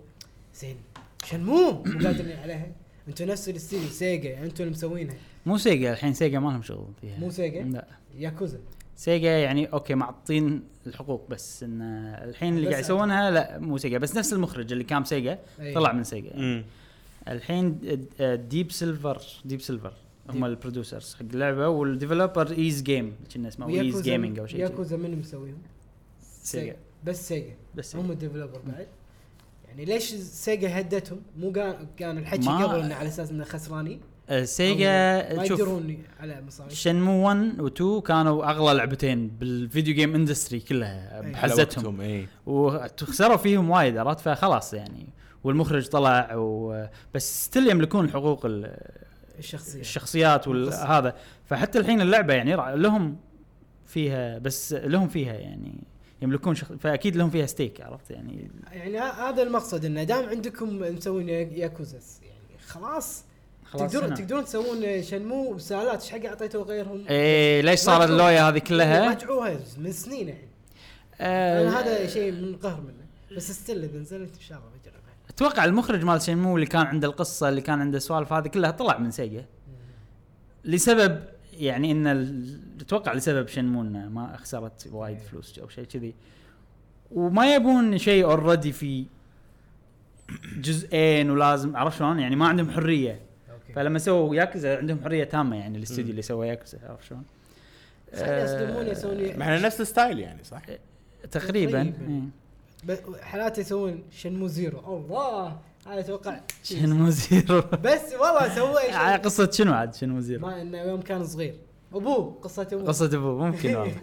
Speaker 2: زين شنمو مو قادرين عليها انتم نفس الاستديو سيجا انتم اللي مسوينها
Speaker 1: مو سيجا الحين سيجا ما لهم شغل فيها
Speaker 2: مو سيجا؟
Speaker 1: لا
Speaker 2: ياكوزا
Speaker 1: سيجا يعني اوكي معطين الحقوق بس ان آه، الحين اللي
Speaker 2: بس
Speaker 1: قاعد
Speaker 2: أنت. إيه.
Speaker 1: يسوونها لا مو سيجا بس نفس المخرج اللي كان سيجا
Speaker 2: أي.
Speaker 1: طلع من سيجا يعني.
Speaker 3: مم.
Speaker 1: الحين د- آه، ديب سيلفر ديب سيلفر هم
Speaker 2: ديب.
Speaker 1: البرودوسرز حق اللعبه والديفلوبر ايز جيم كنا اسمه ايز جيمنج او شيء
Speaker 2: ياكوزا من مسويهم؟
Speaker 1: سيجا
Speaker 2: بس سيجا
Speaker 1: بس
Speaker 2: هم الديفلوبر بعد يعني ليش سيجا هدتهم؟ مو كان كان الحكي
Speaker 1: ما-
Speaker 2: قبل انه على اساس انه خسرانين
Speaker 1: آه،
Speaker 2: هم ما
Speaker 1: سيجا شوف
Speaker 2: يقدرون على مصاريف
Speaker 1: شنمو 1 و 2 كانوا اغلى لعبتين بالفيديو جيم اندستري كلها
Speaker 2: أي.
Speaker 3: على
Speaker 1: بحزتهم
Speaker 3: وقتهم، اي
Speaker 1: وخسروا فيهم وايد عرفت فخلاص يعني والمخرج طلع و... بس ستيل يملكون الحقوق ال-
Speaker 2: الشخصيه
Speaker 1: الشخصيات
Speaker 2: القصة.
Speaker 1: وهذا فحتى الحين اللعبه يعني رع- لهم فيها بس لهم فيها يعني يملكون شخ... فاكيد لهم فيها ستيك عرفت يعني
Speaker 2: يعني ه- هذا المقصد انه دام عندكم مسوين يا- ياكوزا يعني خلاص
Speaker 1: خلاص
Speaker 2: تقدرون
Speaker 1: هنا.
Speaker 2: تقدرون تسوون شنمو بسالات ايش حق اعطيتوا غيرهم؟
Speaker 1: ايه ليش صار اللويا هذه كلها؟
Speaker 2: رجعوها من سنين الحين
Speaker 1: آه،
Speaker 2: انا هذا شيء من قهر منه بس ستيل اذا نزلت ان شاء الله بجربها
Speaker 1: اتوقع المخرج مال شنمو اللي كان عنده القصه اللي كان عنده السوالف هذه كلها طلع من سيجا لسبب يعني ان ال- اتوقع لسبب شنمو إنه ما خسرت وايد
Speaker 2: إيه.
Speaker 1: فلوس او شيء كذي وما يبون شيء اوريدي في جزئين ولازم عرفت شلون؟ يعني ما عندهم حريه
Speaker 2: اوكي
Speaker 1: فلما سووا ياكوزا عندهم حريه تامه يعني الاستوديو اللي سوى ياكوزا عرفت شلون؟
Speaker 2: خلي يصدمون يسوون لي-
Speaker 1: آه،
Speaker 3: ما احنا نفس الستايل يعني صح؟
Speaker 1: تقريبا
Speaker 2: تقريباً.
Speaker 1: إيه.
Speaker 2: ب- حالات يسوون شنمو زيرو الله هذا اتوقع
Speaker 1: شنمو زيرو
Speaker 2: بس والله سووا
Speaker 1: آه،
Speaker 2: شيء
Speaker 1: قصه شنو عاد شنمو زيرو؟
Speaker 2: ما انه يوم كان صغير ابوه قصه ابوه
Speaker 1: قصة ابوه ممكن والله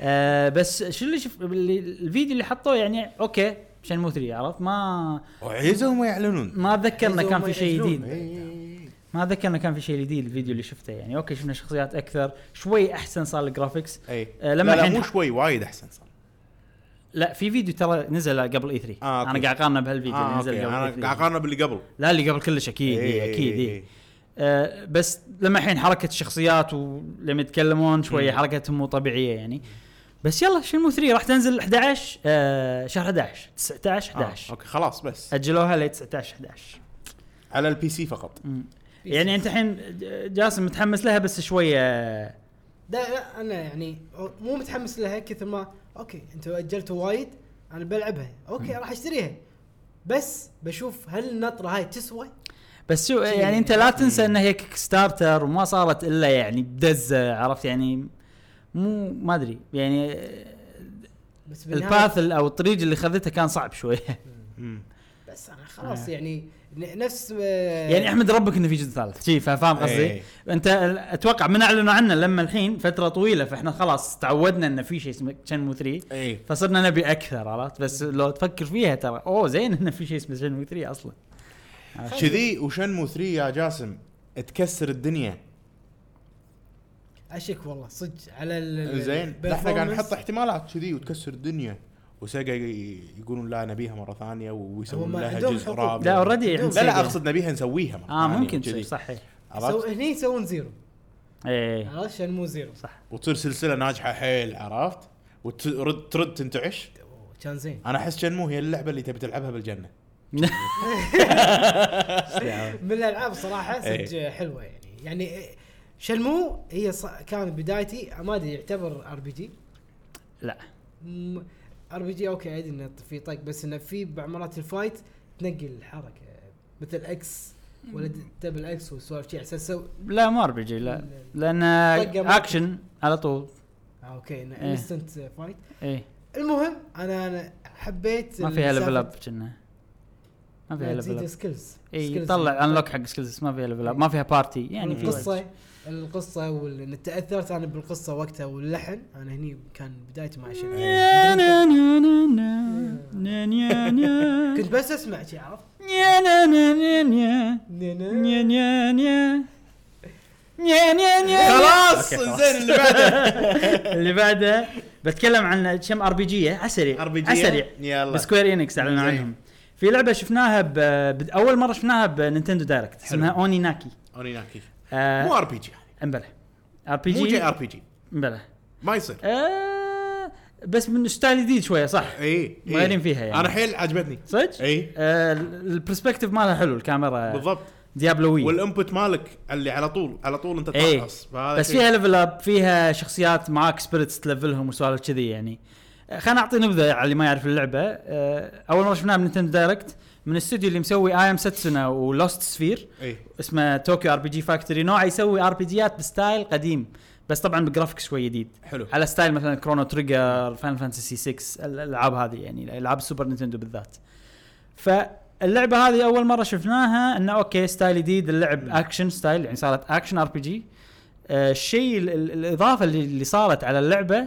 Speaker 1: آه بس شو اللي شف اللي الفيديو اللي حطوه يعني اوكي شنمو 3 عرفت ما
Speaker 3: وعيزوا ما يعلنون
Speaker 1: ما اتذكرنا كان في شيء
Speaker 2: يجلون.
Speaker 1: جديد
Speaker 3: إيه.
Speaker 1: ما اتذكرنا كان في شيء جديد الفيديو اللي شفته يعني اوكي شفنا شخصيات اكثر شوي احسن صار الجرافيكس
Speaker 3: اي
Speaker 1: آه، لما
Speaker 3: لما لا, لا
Speaker 1: الحين-
Speaker 3: مو شوي وايد احسن صار
Speaker 1: لا في فيديو ترى نزل قبل اي 3
Speaker 3: آه، أوكي.
Speaker 1: انا قاعد اقارنه بهالفيديو
Speaker 3: آه
Speaker 1: اللي نزل
Speaker 3: اوكي
Speaker 1: قبل E
Speaker 3: انا
Speaker 1: E3.
Speaker 3: قاعد اقارنه باللي قبل
Speaker 1: لا اللي قبل كلش اكيد إيه اكيد إيه. آه بس لما الحين حركه الشخصيات ولما يتكلمون شويه
Speaker 3: مم.
Speaker 1: حركتهم مو طبيعيه يعني بس يلا شنمو 3 راح تنزل 11 آه شهر 11 19 11
Speaker 3: آه اوكي خلاص بس
Speaker 1: اجلوها ل 19 11
Speaker 3: على البي سي فقط
Speaker 1: يعني انت الحين جاسم متحمس لها بس شويه
Speaker 2: لا لا انا يعني مو متحمس لها كثر ما اوكي انتوا اجلتوا وايد انا بلعبها اوكي راح اشتريها بس بشوف هل النطره هاي تسوى؟
Speaker 1: بس شو
Speaker 2: شي-
Speaker 1: يعني انت لا تنسى انها هي كيك ستارتر وما صارت الا يعني بدزه عرفت يعني مو ما ادري يعني
Speaker 2: بس بالنهاية-
Speaker 1: الباث او الطريق اللي خذته كان صعب شويه
Speaker 3: مم.
Speaker 2: بس انا خلاص
Speaker 1: آه.
Speaker 2: يعني ن- نفس آه،
Speaker 1: يعني احمد ربك انه في جزء ثالث شي فا- فاهم قصدي؟
Speaker 3: إيه.
Speaker 1: انت ال- اتوقع من اعلنوا عنه لما الحين فتره طويله فاحنا خلاص تعودنا انه في شيء اسمه شنمو 3
Speaker 3: اي
Speaker 1: فصرنا نبي اكثر عرفت بس لو تفكر فيها ترى اوه زين انه في شيء اسمه شنمو 3 اصلا
Speaker 3: كذي وشنمو 3 يا جاسم تكسر الدنيا
Speaker 2: اشك والله صدق على ال
Speaker 3: زين لا، احنا قاعد نحط
Speaker 2: performance.
Speaker 3: احتمالات كذي وتكسر الدنيا وسيجا ي- يقولون لا نبيها مره ثانيه ويسوون
Speaker 2: هم
Speaker 3: لها
Speaker 2: عندهم
Speaker 3: جزء
Speaker 2: حقوق.
Speaker 3: رابع
Speaker 1: لا اوريدي
Speaker 3: لا لا اقصد نبيها نسويها مره
Speaker 1: اه
Speaker 3: ثانية
Speaker 1: ممكن
Speaker 3: وكذي.
Speaker 1: تصير صح إيه.
Speaker 3: عرفت؟
Speaker 2: سو هني يسوون زيرو
Speaker 1: ايه
Speaker 2: عرفت عشان مو زيرو
Speaker 1: صح
Speaker 3: وتصير سلسله ناجحه حيل عرفت؟ وترد ترد تنتعش
Speaker 2: أوه، كان زين
Speaker 3: انا احس شنمو هي اللعبه اللي تبي تلعبها بالجنه
Speaker 1: إيه.
Speaker 2: من الالعاب صراحه صدق
Speaker 3: إيه.
Speaker 2: حلوه يعني يعني شنمو هي ص- كان بدايتي ما ادري يعتبر ار بي جي
Speaker 1: لا
Speaker 2: ار بي جي اوكي ادري انه في طق بس انه في بعمرات الفايت تنقل الحركه مثل اكس ولا د- دبل اكس والسوالف شي على اساس سو-
Speaker 1: لا ما ار بي جي لا لان
Speaker 2: طقة ما-
Speaker 1: اكشن على طول
Speaker 2: آه، اوكي
Speaker 1: إيه.
Speaker 2: انستنت فايت
Speaker 1: ايه
Speaker 2: المهم انا انا حبيت
Speaker 1: ما فيها ليفل
Speaker 2: المسافة.
Speaker 1: اب كنا ما فيها إيه،
Speaker 2: لا،
Speaker 1: ليفل
Speaker 2: تزيد
Speaker 1: اب
Speaker 2: سكيلز
Speaker 1: اي
Speaker 2: سكيلز.
Speaker 1: طلع انلوك حق سكيلز ما فيها ليفل اب ما فيها بارتي يعني في وقت.
Speaker 2: القصه القصه وال... إن تاثرت انا بالقصه وقتها واللحن انا هني كان بدايتي مع شنو كنت بس اسمع شي عرفت
Speaker 3: خلاص
Speaker 1: أوكي، خلاص.
Speaker 3: زين اللي بعده
Speaker 1: اللي بعده بتكلم عن كم ار بي جي على السريع
Speaker 3: ار بي جي
Speaker 1: على السريع
Speaker 3: يلا
Speaker 1: سكوير انكس اعلنوا
Speaker 3: زين.
Speaker 1: عنهم في لعبه شفناها ب... ب- اول مره شفناها بنينتندو دايركت اسمها اوني ناكي
Speaker 3: اوريناكي مو
Speaker 1: آه
Speaker 3: ار بي جي
Speaker 1: امبلا ار بي
Speaker 3: مو
Speaker 1: جي
Speaker 3: جي ار بي جي
Speaker 1: امبلا
Speaker 3: ما يصير
Speaker 1: آه بس من ستايل جديد شويه صح
Speaker 3: اي
Speaker 1: مغيرين فيها يعني.
Speaker 3: انا إيه، حيل عجبتني
Speaker 1: صدق؟
Speaker 3: اي
Speaker 1: آه ال- البرسبكتيف مالها حلو الكاميرا
Speaker 3: بالضبط
Speaker 1: ديابلوي
Speaker 3: والانبوت مالك اللي على طول على طول انت
Speaker 1: إيه.
Speaker 3: ترقص فهذا
Speaker 1: بس
Speaker 3: شيء-
Speaker 1: فيها ليفل اب فيها شخصيات معاك سبيرتس تلفلهم وسوالف كذي يعني آه، خلنا اعطي نبذه على اللي ما يعرف اللعبه آه، اول مره شفناها بنتندو دايركت من الاستوديو اللي مسوي اي ام ساتسونا ولوست سفير
Speaker 3: اي
Speaker 1: اسمه طوكيو ار بي جي فاكتوري نوعه يسوي ار بي جيات بستايل قديم بس طبعا بجرافيك شوي جديد
Speaker 3: حلو
Speaker 1: على ستايل مثلا كرونو تريجر فان فانتسي 6 ال- الالعاب هذه يعني العاب السوبر نينتندو بالذات فاللعبه هذه اول مره شفناها انه اوكي ستايل جديد اللعب اكشن ستايل يعني صارت اكشن ار بي جي الشيء ال- ال- الاضافه اللي اللي صارت على اللعبه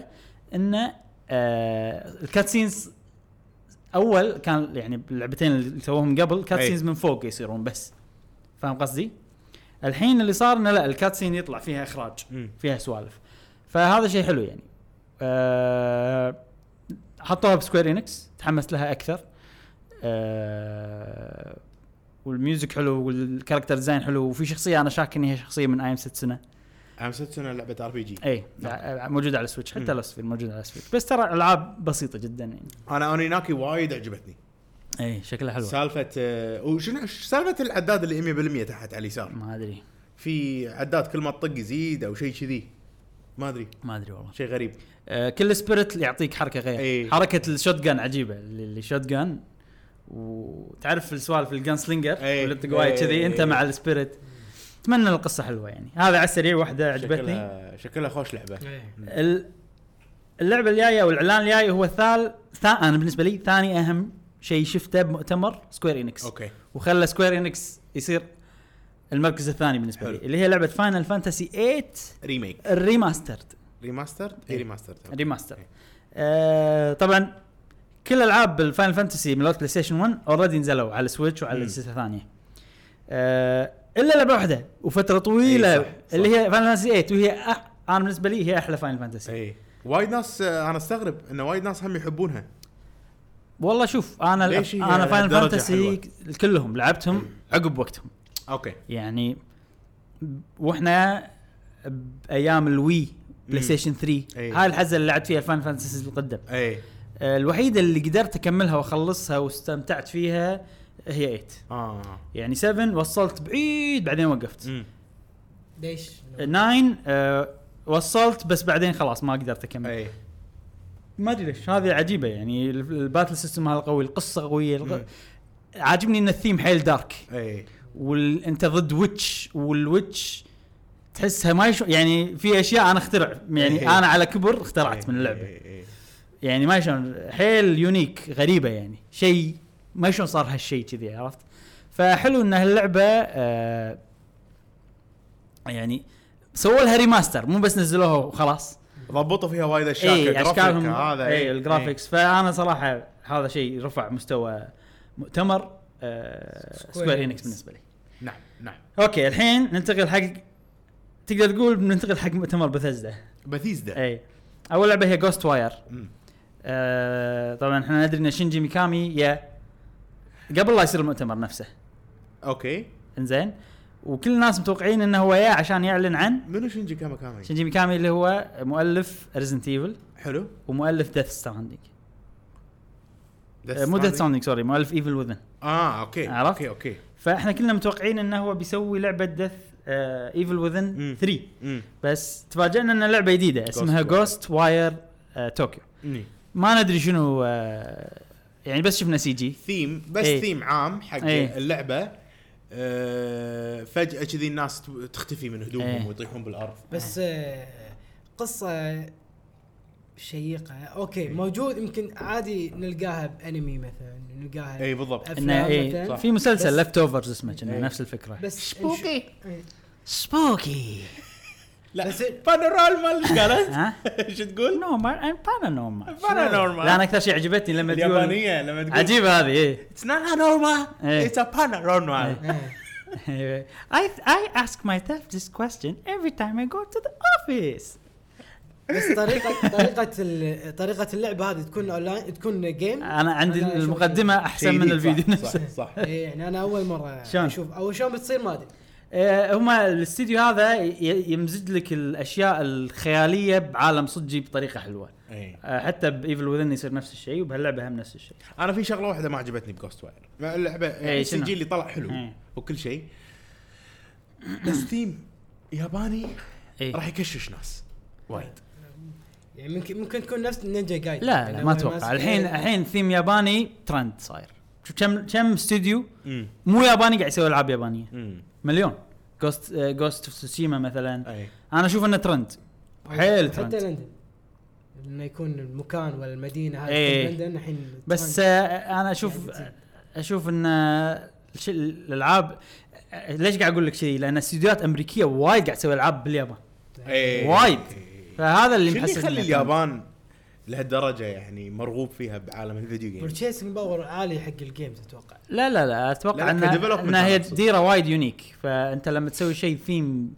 Speaker 1: انه آه الكاتسينز اول كان يعني باللعبتين اللي سووهم قبل كاتسينز من فوق يصيرون بس فاهم قصدي؟ الحين اللي صار انه لا الكاتسين يطلع فيها اخراج
Speaker 3: مم.
Speaker 1: فيها سوالف فهذا شيء حلو يعني آه، حطوها بسكوير انكس تحمست لها اكثر آه، والميوزك حلو والكاركتر ديزاين حلو وفي شخصيه انا شاك ان هي شخصيه من اي ام 6 سنه
Speaker 3: عام ست سنه لعبه ار بي جي
Speaker 1: اي ع- موجوده آه، على السويتش حتى
Speaker 3: مم.
Speaker 1: الاسفل موجوده على السويتش بس ترى العاب بسيطه جدا يعني
Speaker 3: انا اونيناكي وايد عجبتني
Speaker 1: اي شكلها حلو
Speaker 3: سالفه آه، وشنو ش- سالفه العداد اللي 100% تحت على اليسار
Speaker 1: ما ادري
Speaker 3: في عداد كل ما تطق يزيد او شيء كذي ما ادري
Speaker 1: ما ادري والله
Speaker 3: شيء غريب
Speaker 1: آه، كل سبيريت يعطيك حركه غير
Speaker 3: إيه.
Speaker 1: حركه الشوت جان عجيبه الشوت جان وتعرف السوالف الجان سلينجر
Speaker 3: إيه.
Speaker 1: اللي تطق وايد كذي
Speaker 3: إيه.
Speaker 1: انت مع السبيريت اتمنى القصه حلوه يعني هذا على السريع واحده عجبتني
Speaker 3: شكلها شكلها خوش لعبه
Speaker 2: إيه.
Speaker 1: ال- اللعبه الجايه والاعلان الجاي هو ثال ثا انا بالنسبه لي ثاني اهم شيء شفته بمؤتمر سكوير انكس
Speaker 3: اوكي
Speaker 1: وخلى سكوير انكس يصير المركز الثاني بالنسبه لي
Speaker 3: حلو.
Speaker 1: اللي هي لعبه فاينل فانتسي 8
Speaker 3: ريميك
Speaker 1: الريماسترد
Speaker 3: ريماسترد اي
Speaker 1: إيه.
Speaker 3: ريماسترد
Speaker 1: ريماستر
Speaker 3: إيه.
Speaker 1: آه طبعا كل العاب الفاينل فانتسي من لوت بلاي ستيشن 1 اوريدي نزلوا على سويتش وعلى
Speaker 3: مم.
Speaker 1: اجهزه ثانيه آه الا لعبه واحده وفتره طويله
Speaker 3: إيه، صح، صح.
Speaker 1: اللي هي فاينل فانتسي 8 وهي أح... انا بالنسبه لي هي احلى فاينل فانتسي
Speaker 3: اي إيه. وايد ناس آه، انا استغرب انه وايد ناس هم يحبونها
Speaker 1: والله شوف انا الأف-
Speaker 3: ليش هي
Speaker 1: انا فاينل
Speaker 3: درجة
Speaker 1: فانتسي كلهم لعبتهم عقب وقتهم
Speaker 3: اوكي
Speaker 1: يعني ب- واحنا بايام الوي بلاي
Speaker 3: مم.
Speaker 1: ستيشن 3
Speaker 3: إيه.
Speaker 1: هاي الحزه اللي لعبت فيها فاينل فانتسي القدم
Speaker 3: اي
Speaker 1: الوحيده آه، اللي قدرت اكملها واخلصها واستمتعت فيها هي 8
Speaker 3: اه
Speaker 1: يعني 7 وصلت بعيد بعدين وقفت
Speaker 3: امم
Speaker 2: ليش؟
Speaker 1: إيه، 9 آه وصلت بس بعدين خلاص ما قدرت اكمل
Speaker 3: اي
Speaker 1: ما ادري ليش هذه عجيبه يعني ال- الباتل سيستم مالها قوي القصه قويه الغ-
Speaker 3: مم.
Speaker 1: عاجبني ان الثيم حيل دارك
Speaker 3: اي
Speaker 1: وانت ضد ويتش والويتش تحسها ما يشو يعني في اشياء انا اخترع يعني
Speaker 3: إيه.
Speaker 1: انا على كبر اخترعت
Speaker 3: إي.
Speaker 1: من اللعبه
Speaker 3: إي. إي.
Speaker 1: يعني ما شلون حيل يونيك غريبه يعني شيء ما شلون صار هالشيء كذي عرفت فحلو ان هاللعبه آه يعني سووا لها ريماستر مو بس نزلوها وخلاص إيه،
Speaker 3: ضبطوا فيها وايد اشياء
Speaker 1: اي
Speaker 3: كجرافيك
Speaker 1: اشكالهم
Speaker 3: هذا إيه.
Speaker 1: اي الجرافيكس فانا صراحه هذا شيء رفع مستوى مؤتمر آه
Speaker 2: Square
Speaker 1: سكوير
Speaker 2: Enix.
Speaker 1: انكس بالنسبه لي
Speaker 3: إي. نعم نعم
Speaker 1: اوكي الحين ننتقل حق تقدر تقول بننتقل حق مؤتمر بثزدا
Speaker 3: بثيزدا
Speaker 1: اي اول لعبه هي جوست واير
Speaker 3: مم.
Speaker 1: آه طبعا احنا ندري ان شينجي ميكامي يا قبل لا يصير المؤتمر نفسه
Speaker 3: اوكي
Speaker 1: انزين وكل الناس متوقعين انه هو يا عشان يعلن عن
Speaker 3: منو شينجي كاما كاما
Speaker 1: شينجي ميكامي اللي هو مؤلف ريزنت ايفل
Speaker 3: حلو
Speaker 1: ومؤلف ديث ستراندنج
Speaker 3: Death
Speaker 1: مو ديث
Speaker 3: Stranding.
Speaker 1: ستراندنج سوري مؤلف ايفل وذن
Speaker 3: اه اوكي
Speaker 1: عرفت؟
Speaker 3: اوكي اوكي
Speaker 1: فاحنا كلنا متوقعين انه هو بيسوي آه، لعبه ديث ايفل وذن
Speaker 3: مم.
Speaker 1: 3
Speaker 3: امم
Speaker 1: بس تفاجئنا ان لعبه جديده اسمها
Speaker 3: Wire.
Speaker 1: جوست واير طوكيو
Speaker 3: أمم.
Speaker 1: ما ندري شنو آه يعني بس شفنا سي جي
Speaker 3: ثيم بس
Speaker 1: إيه.
Speaker 3: ثيم عام حق
Speaker 1: إيه.
Speaker 3: اللعبه آه، فجأة كذي الناس ت- تختفي من هدومهم
Speaker 1: إيه.
Speaker 3: ويطيحون بالارض
Speaker 2: بس آه، قصه شيقه
Speaker 1: إيه.
Speaker 2: اوكي موجود يمكن عادي نلقاها بانمي مثلا نلقاها
Speaker 3: اي بالضبط
Speaker 2: أف-
Speaker 1: انه
Speaker 2: أفلام
Speaker 1: ايه
Speaker 2: مثلاً.
Speaker 1: في مسلسل
Speaker 2: بس-
Speaker 1: ليفت اوفرز اسمه كنا
Speaker 3: إيه.
Speaker 1: نفس الفكره
Speaker 2: بس
Speaker 3: Spooky.
Speaker 2: إيه.
Speaker 1: سبوكي
Speaker 3: لا
Speaker 2: بس-
Speaker 3: بانورالما ايش قالت؟
Speaker 1: ها
Speaker 3: ايش تقول؟
Speaker 1: نورمال اند بانانورمال
Speaker 3: Paranormal.
Speaker 1: لا انا اكثر شيء عجبتني لما تقول
Speaker 3: اليابانيه لما تقول
Speaker 1: عجيبه هذه ايه
Speaker 3: اتس نوت نورمال
Speaker 1: إيه.
Speaker 3: اتس ا بانورالما
Speaker 2: إيه.
Speaker 1: I I ask myself this question every time I go to the office.
Speaker 2: بس طريقه طريقه ال- طريقه اللعبه هذه تكون اونلاين تكون جيم
Speaker 1: انا عندي
Speaker 2: ولا شو-
Speaker 1: المقدمه احسن من الفيديو نفسه.
Speaker 3: صح صح
Speaker 2: إيه، يعني انا اول مره
Speaker 1: شلون؟
Speaker 2: اشوف او شلون بتصير ما ادري
Speaker 1: آه، هما الاستديو هذا ي- يمزج لك الاشياء الخياليه بعالم صجي بطريقه حلوه.
Speaker 3: إيه.
Speaker 1: آه، حتى بايفل وذن يصير نفس الشيء وبهاللعبه هم نفس الشيء.
Speaker 3: انا في شغله واحده ما عجبتني بجوست واير ما اللعبه
Speaker 1: إيه،
Speaker 3: يعني
Speaker 1: شنو؟
Speaker 3: السجل اللي طلع حلو
Speaker 1: إيه.
Speaker 3: وكل شيء بس ثيم ياباني
Speaker 1: إيه.
Speaker 3: راح يكشش ناس وايد
Speaker 2: يعني ممكن ممكن تكون نفس نينجا يعني جايد
Speaker 1: لا
Speaker 3: يعني
Speaker 1: لا ما اتوقع الحين
Speaker 3: إيه.
Speaker 1: الحين ثيم ياباني ترند صاير شوف كم كم استوديو
Speaker 3: امم
Speaker 1: مو ياباني قاعد يسوي العاب يابانيه
Speaker 3: امم
Speaker 1: مليون آه، جوست جوست اوف تسوشيما مثلا
Speaker 3: اي
Speaker 1: انا اشوف انه ترند حيل
Speaker 2: حتى
Speaker 1: ترند
Speaker 2: لندن انه يكون المكان ولا المدينه هذه
Speaker 1: إيه.
Speaker 2: إيه. لندن الحين
Speaker 1: بس
Speaker 2: ترند.
Speaker 1: آه، انا
Speaker 3: يعني
Speaker 1: اشوف اشوف ان آه، الش- الالعاب آه، ليش قاعد اقول لك شيء؟ لان استديوهات امريكيه وايد قاعد تسوي العاب باليابان
Speaker 3: إيه.
Speaker 1: وايد.
Speaker 3: إيه.
Speaker 1: فهذا اللي
Speaker 3: شو اللي
Speaker 1: محسسني
Speaker 3: يخلي
Speaker 1: ترند.
Speaker 3: اليابان لهالدرجه يعني مرغوب فيها بعالم الفيديو جيم
Speaker 2: برشيسنج باور عالي حق الجيمز اتوقع
Speaker 1: لا لا لا اتوقع
Speaker 3: لا، لا،
Speaker 1: انها
Speaker 3: كdevelopment
Speaker 1: انها هي
Speaker 3: أنا أقصد.
Speaker 1: ديره وايد يونيك فانت لما تسوي شيء ثيم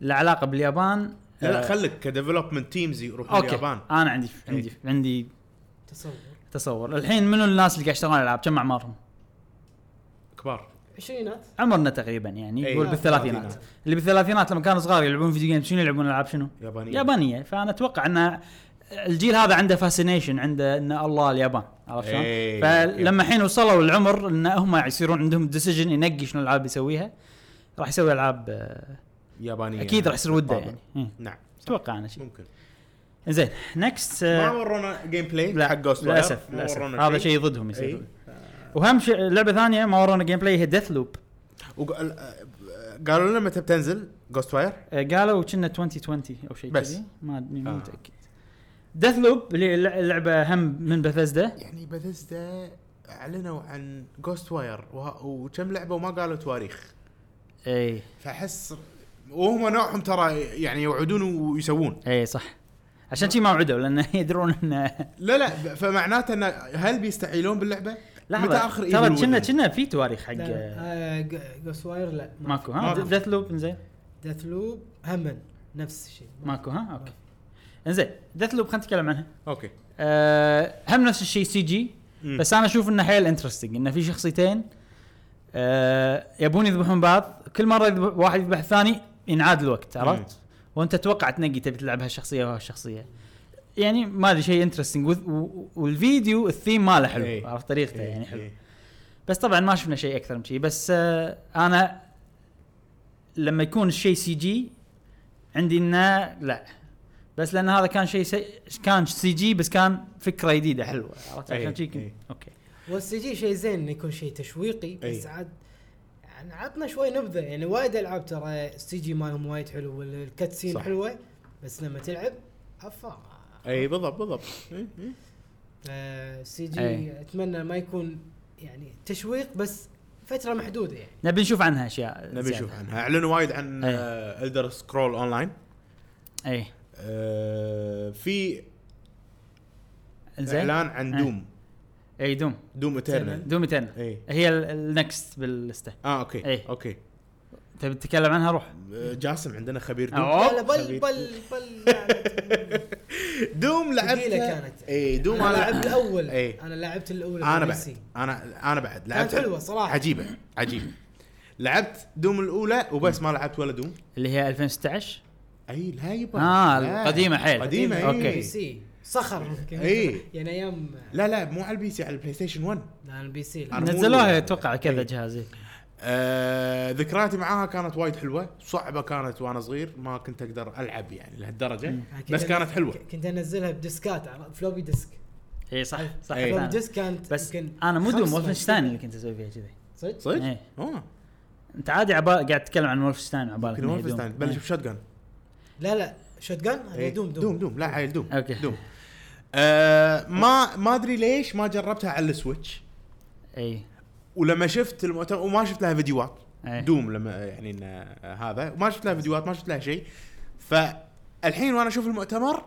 Speaker 1: له علاقه باليابان
Speaker 3: لا لا
Speaker 1: آه.
Speaker 3: خليك كديفلوبمنت تيمز يروحون
Speaker 1: اوكي
Speaker 3: اليابان إيه.
Speaker 1: انا عندي عندي عندي
Speaker 2: تصور
Speaker 1: تصور الحين منو الناس اللي قاعد يشتغلون العاب كم اعمارهم؟
Speaker 3: كبار
Speaker 2: عشرينات
Speaker 1: عمرنا تقريبا يعني
Speaker 3: إي.
Speaker 1: يقول بالثلاثينات
Speaker 3: بالثلاثينات.
Speaker 1: اللي بالثلاثينات لما كانوا صغار يلعبون فيديو جيمز شنو يلعبون العاب شنو؟
Speaker 3: يابانيين
Speaker 1: يابانيه فانا اتوقع ان الجيل هذا عنده فاسينيشن عنده ان الله اليابان عرفت شلون؟
Speaker 3: إيه.
Speaker 1: فلما الحين وصلوا العمر ان هم يصيرون عندهم ديسيجن ينقي شنو الالعاب يسويها راح يسوي العاب آه،
Speaker 3: يابانيين
Speaker 1: اكيد راح يصير وده
Speaker 3: بالطبع.
Speaker 1: يعني إيه.
Speaker 3: نعم
Speaker 1: اتوقع انا شيء
Speaker 3: ممكن
Speaker 1: زين نكست
Speaker 3: ما ورونا جيم بلاي حق جوست
Speaker 1: للاسف للاسف هذا شيء ضدهم
Speaker 3: إيه.
Speaker 1: يصير وهم شيء لعبه ثانيه ما ورونا جيم بلاي هي ديث لوب
Speaker 3: آه، قالوا لنا متى بتنزل جوست واير
Speaker 1: آه، قالوا كنا 2020 او شيء
Speaker 3: بس.
Speaker 1: كذي ما أدري، مو
Speaker 3: آه.
Speaker 1: متاكد ديث لوب اللي اللعبه هم من بثزدا
Speaker 3: يعني بثزدا اعلنوا عن جوست واير وكم لعبه وما قالوا تواريخ
Speaker 1: اي
Speaker 3: فاحس وهم نوعهم ترى يعني يوعدون ويسوون
Speaker 1: اي صح عشان شي ما وعدوا لان يدرون ان
Speaker 3: لا لا فمعناته ان هل بيستعيلون باللعبه؟ متى
Speaker 1: ترى
Speaker 3: اخر Evil
Speaker 1: كنا
Speaker 3: Within؟
Speaker 1: كنا في تواريخ حق آه،
Speaker 2: جوست واير آه، لا
Speaker 1: ماكو ها
Speaker 3: ماكو.
Speaker 1: ديث لوب انزين
Speaker 2: ديث لوب همن نفس الشيء
Speaker 1: ماكو ها
Speaker 3: آه.
Speaker 1: اوكي انزين ديث لوب خلينا نتكلم عنها
Speaker 3: اوكي
Speaker 1: أه هم نفس الشيء سي جي
Speaker 3: مم.
Speaker 1: بس انا اشوف انه حيل انترستنج انه في شخصيتين أه يبون يذبحون بعض كل مره يذبح واحد يذبح الثاني ينعاد الوقت عرفت؟ وانت تتوقع تنقي تبي تلعب هالشخصيه وهالشخصيه يعني ما ادري شيء انترستنج والفيديو الثيم ماله
Speaker 3: إيه.
Speaker 1: حلو عرفت طريقته
Speaker 3: إيه،
Speaker 1: يعني حلو
Speaker 3: إيه.
Speaker 1: بس طبعا ما شفنا شيء اكثر من شيء بس آه انا لما يكون الشيء سي جي عندي انه لا بس لان هذا كان شيء سي... كان سي جي بس كان فكره جديده حلوه عرفت
Speaker 3: أي،
Speaker 1: عشان شي كنت
Speaker 3: أي.
Speaker 1: اوكي
Speaker 2: والسي جي شيء زين انه يكون شيء تشويقي
Speaker 3: أي.
Speaker 2: بس عاد يعني عطنا شوي نبذه يعني وايد العاب ترى السي جي مالهم وايد حلو والكاتسين
Speaker 3: صح.
Speaker 2: حلوه بس لما تلعب افا
Speaker 3: اي بالضبط بالضبط إيه، إيه.
Speaker 2: السي آه، جي
Speaker 1: أي.
Speaker 2: اتمنى ما يكون يعني تشويق بس فتره محدوده يعني
Speaker 1: نبي نشوف عنها اشياء
Speaker 3: نبي
Speaker 1: زيادة.
Speaker 3: نشوف عنها اعلنوا وايد عن آه،
Speaker 1: إيه.
Speaker 3: الدر سكرول اونلاين
Speaker 1: اي
Speaker 3: آه، في
Speaker 1: زين
Speaker 3: اعلان عن
Speaker 1: إيه.
Speaker 3: دوم
Speaker 1: اي إيه، دوم
Speaker 3: دوم اترنال
Speaker 1: دوم ايترنال
Speaker 3: اي
Speaker 1: هي ال- النكست باللسته
Speaker 3: اه اوكي
Speaker 1: إيه.
Speaker 3: اوكي
Speaker 1: تبي تتكلم عنها روح
Speaker 3: آه، جاسم عندنا خبير دوم
Speaker 1: أوه.
Speaker 2: لا لا بل
Speaker 3: خبيث.
Speaker 2: بل بل يعني
Speaker 3: دوم لعبت
Speaker 2: ثقيلة كانت.
Speaker 3: اي دوم
Speaker 2: انا لعبت الاول
Speaker 3: إيه.
Speaker 2: انا لعبت الاولى
Speaker 3: انا
Speaker 2: بال PC.
Speaker 3: بعد انا انا بعد
Speaker 2: كانت
Speaker 3: لعبت
Speaker 2: حلوه صراحه
Speaker 3: عجيبه عجيبه لعبت دوم الاولى وبس ما لعبت ولا دوم
Speaker 1: اللي هي 2016
Speaker 3: اي لا يبا
Speaker 1: آه،
Speaker 3: لا.
Speaker 1: القديمة حيل.
Speaker 3: قديمه
Speaker 2: إيه،
Speaker 1: قديمة،
Speaker 3: أوكي.
Speaker 1: أوكي.
Speaker 2: بي سي صخر
Speaker 3: إيه.
Speaker 2: يعني ايام
Speaker 3: لا لا مو على البي سي على البلاي ستيشن 1
Speaker 2: لا البي سي لا.
Speaker 3: أنا مو
Speaker 1: نزلوها
Speaker 3: الأولى.
Speaker 1: اتوقع كذا
Speaker 3: إي.
Speaker 1: جهاز إي.
Speaker 3: آه ذكرياتي معاها كانت وايد حلوه صعبه كانت وانا صغير ما كنت اقدر العب يعني لهالدرجه
Speaker 2: كنت
Speaker 3: بس
Speaker 2: أنزل-
Speaker 3: كانت إيه. حلوه
Speaker 2: كنت انزلها بديسكات عرفت؟ فلوبي ديسك
Speaker 1: اي إيه، صح صح
Speaker 3: إي.
Speaker 2: فلوبي
Speaker 1: فعلاً.
Speaker 2: ديسك كانت
Speaker 1: بس
Speaker 2: يمكن
Speaker 1: انا مو دوم
Speaker 2: خمس
Speaker 1: وولفنشتاين اللي كنت اسوي فيها كذي
Speaker 2: صدق؟
Speaker 3: صدق؟
Speaker 1: إيه.
Speaker 3: اه
Speaker 1: انت عادي عبال قاعد تتكلم عن وولفنشتاين عبالك
Speaker 3: يمكن
Speaker 1: إنه هي دوم.
Speaker 3: ولفنشتاين تبلش
Speaker 1: إيه.
Speaker 3: بشوت جن
Speaker 2: لا لا شوت جان دوم
Speaker 3: إيه. دوم
Speaker 2: دوم
Speaker 3: دوم لا عيل دوم
Speaker 1: أوكي.
Speaker 3: دوم آه ما ما ادري ليش ما جربتها على السويتش
Speaker 1: اي
Speaker 3: ولما شفت المؤتمر وما شفت لها فيديوهات
Speaker 1: إيه.
Speaker 3: دوم لما يعني إن آه، هذا وما شفت لها فيديوهات ما شفت لها شيء فالحين وانا اشوف المؤتمر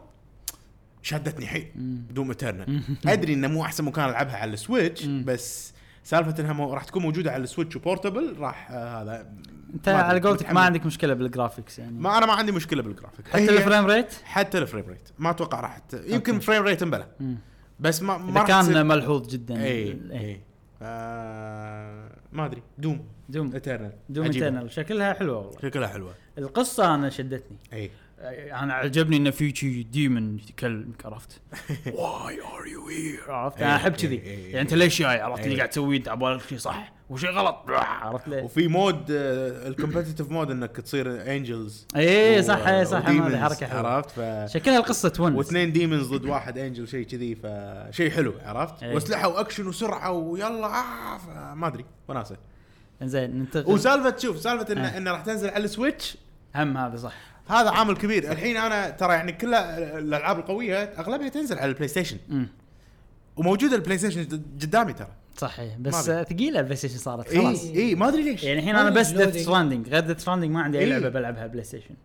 Speaker 3: شدتني حيل
Speaker 1: مم.
Speaker 3: دوم اترنال ادري انه مو احسن مكان العبها على السويتش
Speaker 1: مم.
Speaker 3: بس سالفه انها مو- راح تكون موجوده على السويتش وبورتبل راح آه، هذا
Speaker 1: انت
Speaker 3: ما أدري،
Speaker 1: إيه. على قولتك
Speaker 3: متحمس.
Speaker 1: ما عندك مشكله بالجرافكس يعني
Speaker 3: ما انا ما عندي مشكله بالجرافيك
Speaker 1: حتى
Speaker 3: هي-
Speaker 1: الفريم ريت
Speaker 3: حتى الفريم ريت ما اتوقع راح ت- يمكن
Speaker 1: أوكي.
Speaker 3: فريم ريت مبلى
Speaker 1: مم.
Speaker 3: بس ما ما
Speaker 1: اذا
Speaker 3: راح تصير- إيه.
Speaker 1: كان إيه. ملحوظ جدا
Speaker 3: اي
Speaker 1: إي.
Speaker 3: اي آه، ما ادري دوم
Speaker 1: دوم
Speaker 3: اترنال
Speaker 1: دوم ايترنال شكلها حلوه والله
Speaker 3: شكلها حلوه
Speaker 1: القصه انا شدتني
Speaker 3: اي
Speaker 1: انا عجبني انه في شي ديمن يتكلمك عرفت واي ار يو هير عرفت انا
Speaker 3: إيه،
Speaker 1: احب
Speaker 3: إيه،
Speaker 1: كذي
Speaker 3: إيه، إيه.
Speaker 1: يعني انت ليش جاي عرفت اللي
Speaker 3: إيه.
Speaker 1: قاعد تسويه انت عبالك شيء صح وشيء غلط عرفت ليه
Speaker 3: وفي مود آه، الكومبتتف مود انك تصير انجلز
Speaker 1: اي إيه، صح اي صح هذه حركه حلوه
Speaker 3: عرفت ف
Speaker 1: شكلها القصه تونس
Speaker 3: واثنين ديمونز ضد واحد انجل شيء كذي فشيء حلو عرفت
Speaker 1: إيه.
Speaker 3: واسلحه واكشن وسرعه ويلا آه ما ادري وناسه
Speaker 1: انزين ننتقل
Speaker 3: وسالفه شوف سالفه انه
Speaker 1: إيه.
Speaker 3: انه راح تنزل على السويتش
Speaker 1: هم هذا صح
Speaker 3: هذا عامل كبير الحين انا ترى يعني كل الالعاب القويه اغلبها تنزل على البلاي ستيشن
Speaker 1: امم
Speaker 3: وموجوده البلاي ستيشن قدامي ترى
Speaker 1: صحيح
Speaker 3: ما إيه.
Speaker 1: بس
Speaker 3: بي.
Speaker 1: آه، ثقيله البلاي ستيشن صارت
Speaker 3: اي
Speaker 1: خلاص
Speaker 3: اي ما ادري ليش
Speaker 1: إيه. يعني الحين انا
Speaker 2: ما
Speaker 1: بس
Speaker 2: لودينج.
Speaker 1: ديث ستراندنج غير ديث ستراندنج ما عندي اي
Speaker 3: إيه.
Speaker 1: لعبه بلعبها بلاي ستيشن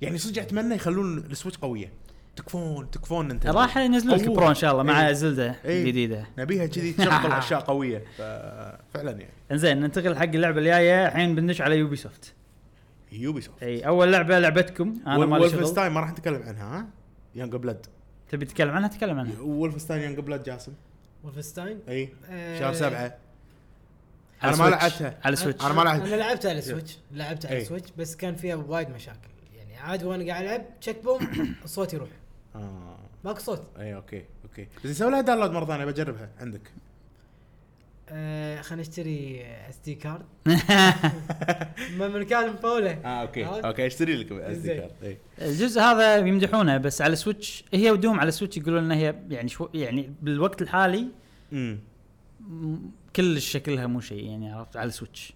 Speaker 3: يعني صدق اتمنى يخلون السويتش قويه تكفون تكفون انت
Speaker 1: راح ينزلون لك
Speaker 3: قوة.
Speaker 1: برو ان شاء الله مع
Speaker 3: إيه.
Speaker 1: زلده
Speaker 3: إيه.
Speaker 1: الجديده
Speaker 3: نبيها كذي تشغل اشياء قويه ف- فعلا يعني
Speaker 1: انزين ننتقل حق اللعبه الجايه الحين بندش على يوبي سوفت
Speaker 3: يوبي سوفت
Speaker 1: اي اول لعبه لعبتكم انا إيه. ما لي شغل
Speaker 3: ولفنستاين ما راح نتكلم عنها ها يانج بلاد
Speaker 1: تبي تتكلم عنها تكلم عنها
Speaker 3: ولفنستاين يانج بلاد جاسم
Speaker 2: ولفستاين
Speaker 3: اي
Speaker 2: آه،
Speaker 1: إيه.
Speaker 3: شهر سبعة
Speaker 1: على
Speaker 3: أنا ما
Speaker 1: سويتش.
Speaker 3: لعبتها.
Speaker 1: على سويتش
Speaker 3: أنا ما لعبت.
Speaker 2: انا لعبت على سويتش لعبت على
Speaker 3: إيه.
Speaker 2: سويتش بس كان فيها وايد مشاكل يعني عاد وانا قاعد العب تشيك بوم الصوت يروح
Speaker 3: اه
Speaker 2: ماكو صوت
Speaker 3: اي اوكي اوكي بس يسوي لها داونلود مره ثانيه بجربها عندك
Speaker 2: آه خلينا نشتري اس دي كارد من من كان مفوله
Speaker 3: اه اوكي
Speaker 2: عرفت؟
Speaker 3: اوكي اشتري لك إيه. اس دي
Speaker 2: زين.
Speaker 3: كارد اي
Speaker 1: الجزء هذا يمدحونه بس على سويتش هي ودوم على سويتش يقولون انها هي يعني شو يعني بالوقت الحالي
Speaker 3: امم
Speaker 1: م- كلش شكلها مو شيء يعني عرفت على سويتش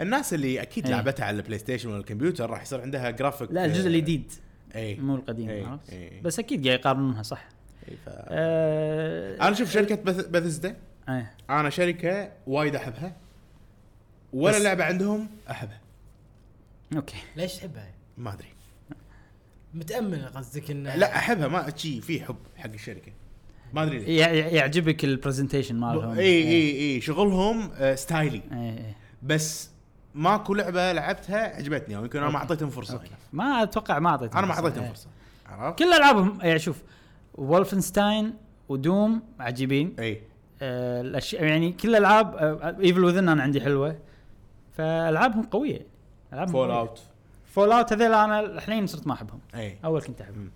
Speaker 3: الناس اللي اكيد
Speaker 1: إيه.
Speaker 3: لعبتها على البلاي ستيشن ولا الكمبيوتر راح يصير عندها جرافيك
Speaker 1: لا الجزء
Speaker 3: آه،
Speaker 1: الجديد
Speaker 3: اي
Speaker 1: مو القديم
Speaker 3: إيه،
Speaker 1: عرفت
Speaker 3: إيه.
Speaker 1: بس اكيد قاعد يقارنونها صح
Speaker 3: إي، ف-
Speaker 1: آه،
Speaker 3: انا شوف شركه باثزدا
Speaker 1: إيه.
Speaker 3: انا شركه وايد احبها ولا
Speaker 1: بس-
Speaker 3: لعبه عندهم احبها
Speaker 1: اوكي
Speaker 2: ليش تحبها؟
Speaker 3: ما ادري
Speaker 2: متامل قصدك انه
Speaker 3: لا احبها ما شي في حب حق الشركه ما ادري ليه
Speaker 1: يع- يعجبك البرزنتيشن إيه. مالهم
Speaker 3: اي اي اي إيه، شغلهم آه، ستايلي
Speaker 1: إيه، إيه.
Speaker 3: بس ماكو لعبه لعبتها عجبتني او يمكن انا ما
Speaker 1: أوكي.
Speaker 3: اعطيتهم فرصه
Speaker 1: أوكي. ما اتوقع ما اعطيتهم
Speaker 3: انا ما
Speaker 1: فرصة.
Speaker 3: اعطيتهم
Speaker 1: إيه.
Speaker 3: فرصه عرفت؟
Speaker 1: كل العابهم يعني شوف وولفنستاين ودوم عجيبين
Speaker 3: اي
Speaker 1: آه، الاشياء يعني كل الالعاب ايفل وذن انا عندي حلوه فالعابهم قويه العابهم
Speaker 3: فول اوت
Speaker 1: فول اوت هذول انا الحين صرت ما احبهم
Speaker 3: اي
Speaker 1: اول كنت احبهم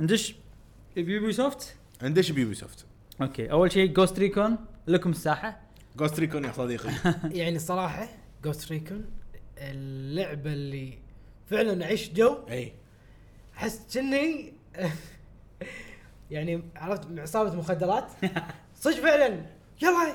Speaker 1: ندش بيوبي سوفت
Speaker 3: عندش بيوبي سوفت
Speaker 1: اوكي اول شيء جوست ريكون لكم الساحه
Speaker 3: جوست ريكون يا صديقي
Speaker 2: يعني صراحه جوست ريكون اللعبه اللي فعلا اعيش جو
Speaker 3: اي
Speaker 2: احس كني يعني عرفت من عصابه مخدرات صدق فعلا يلا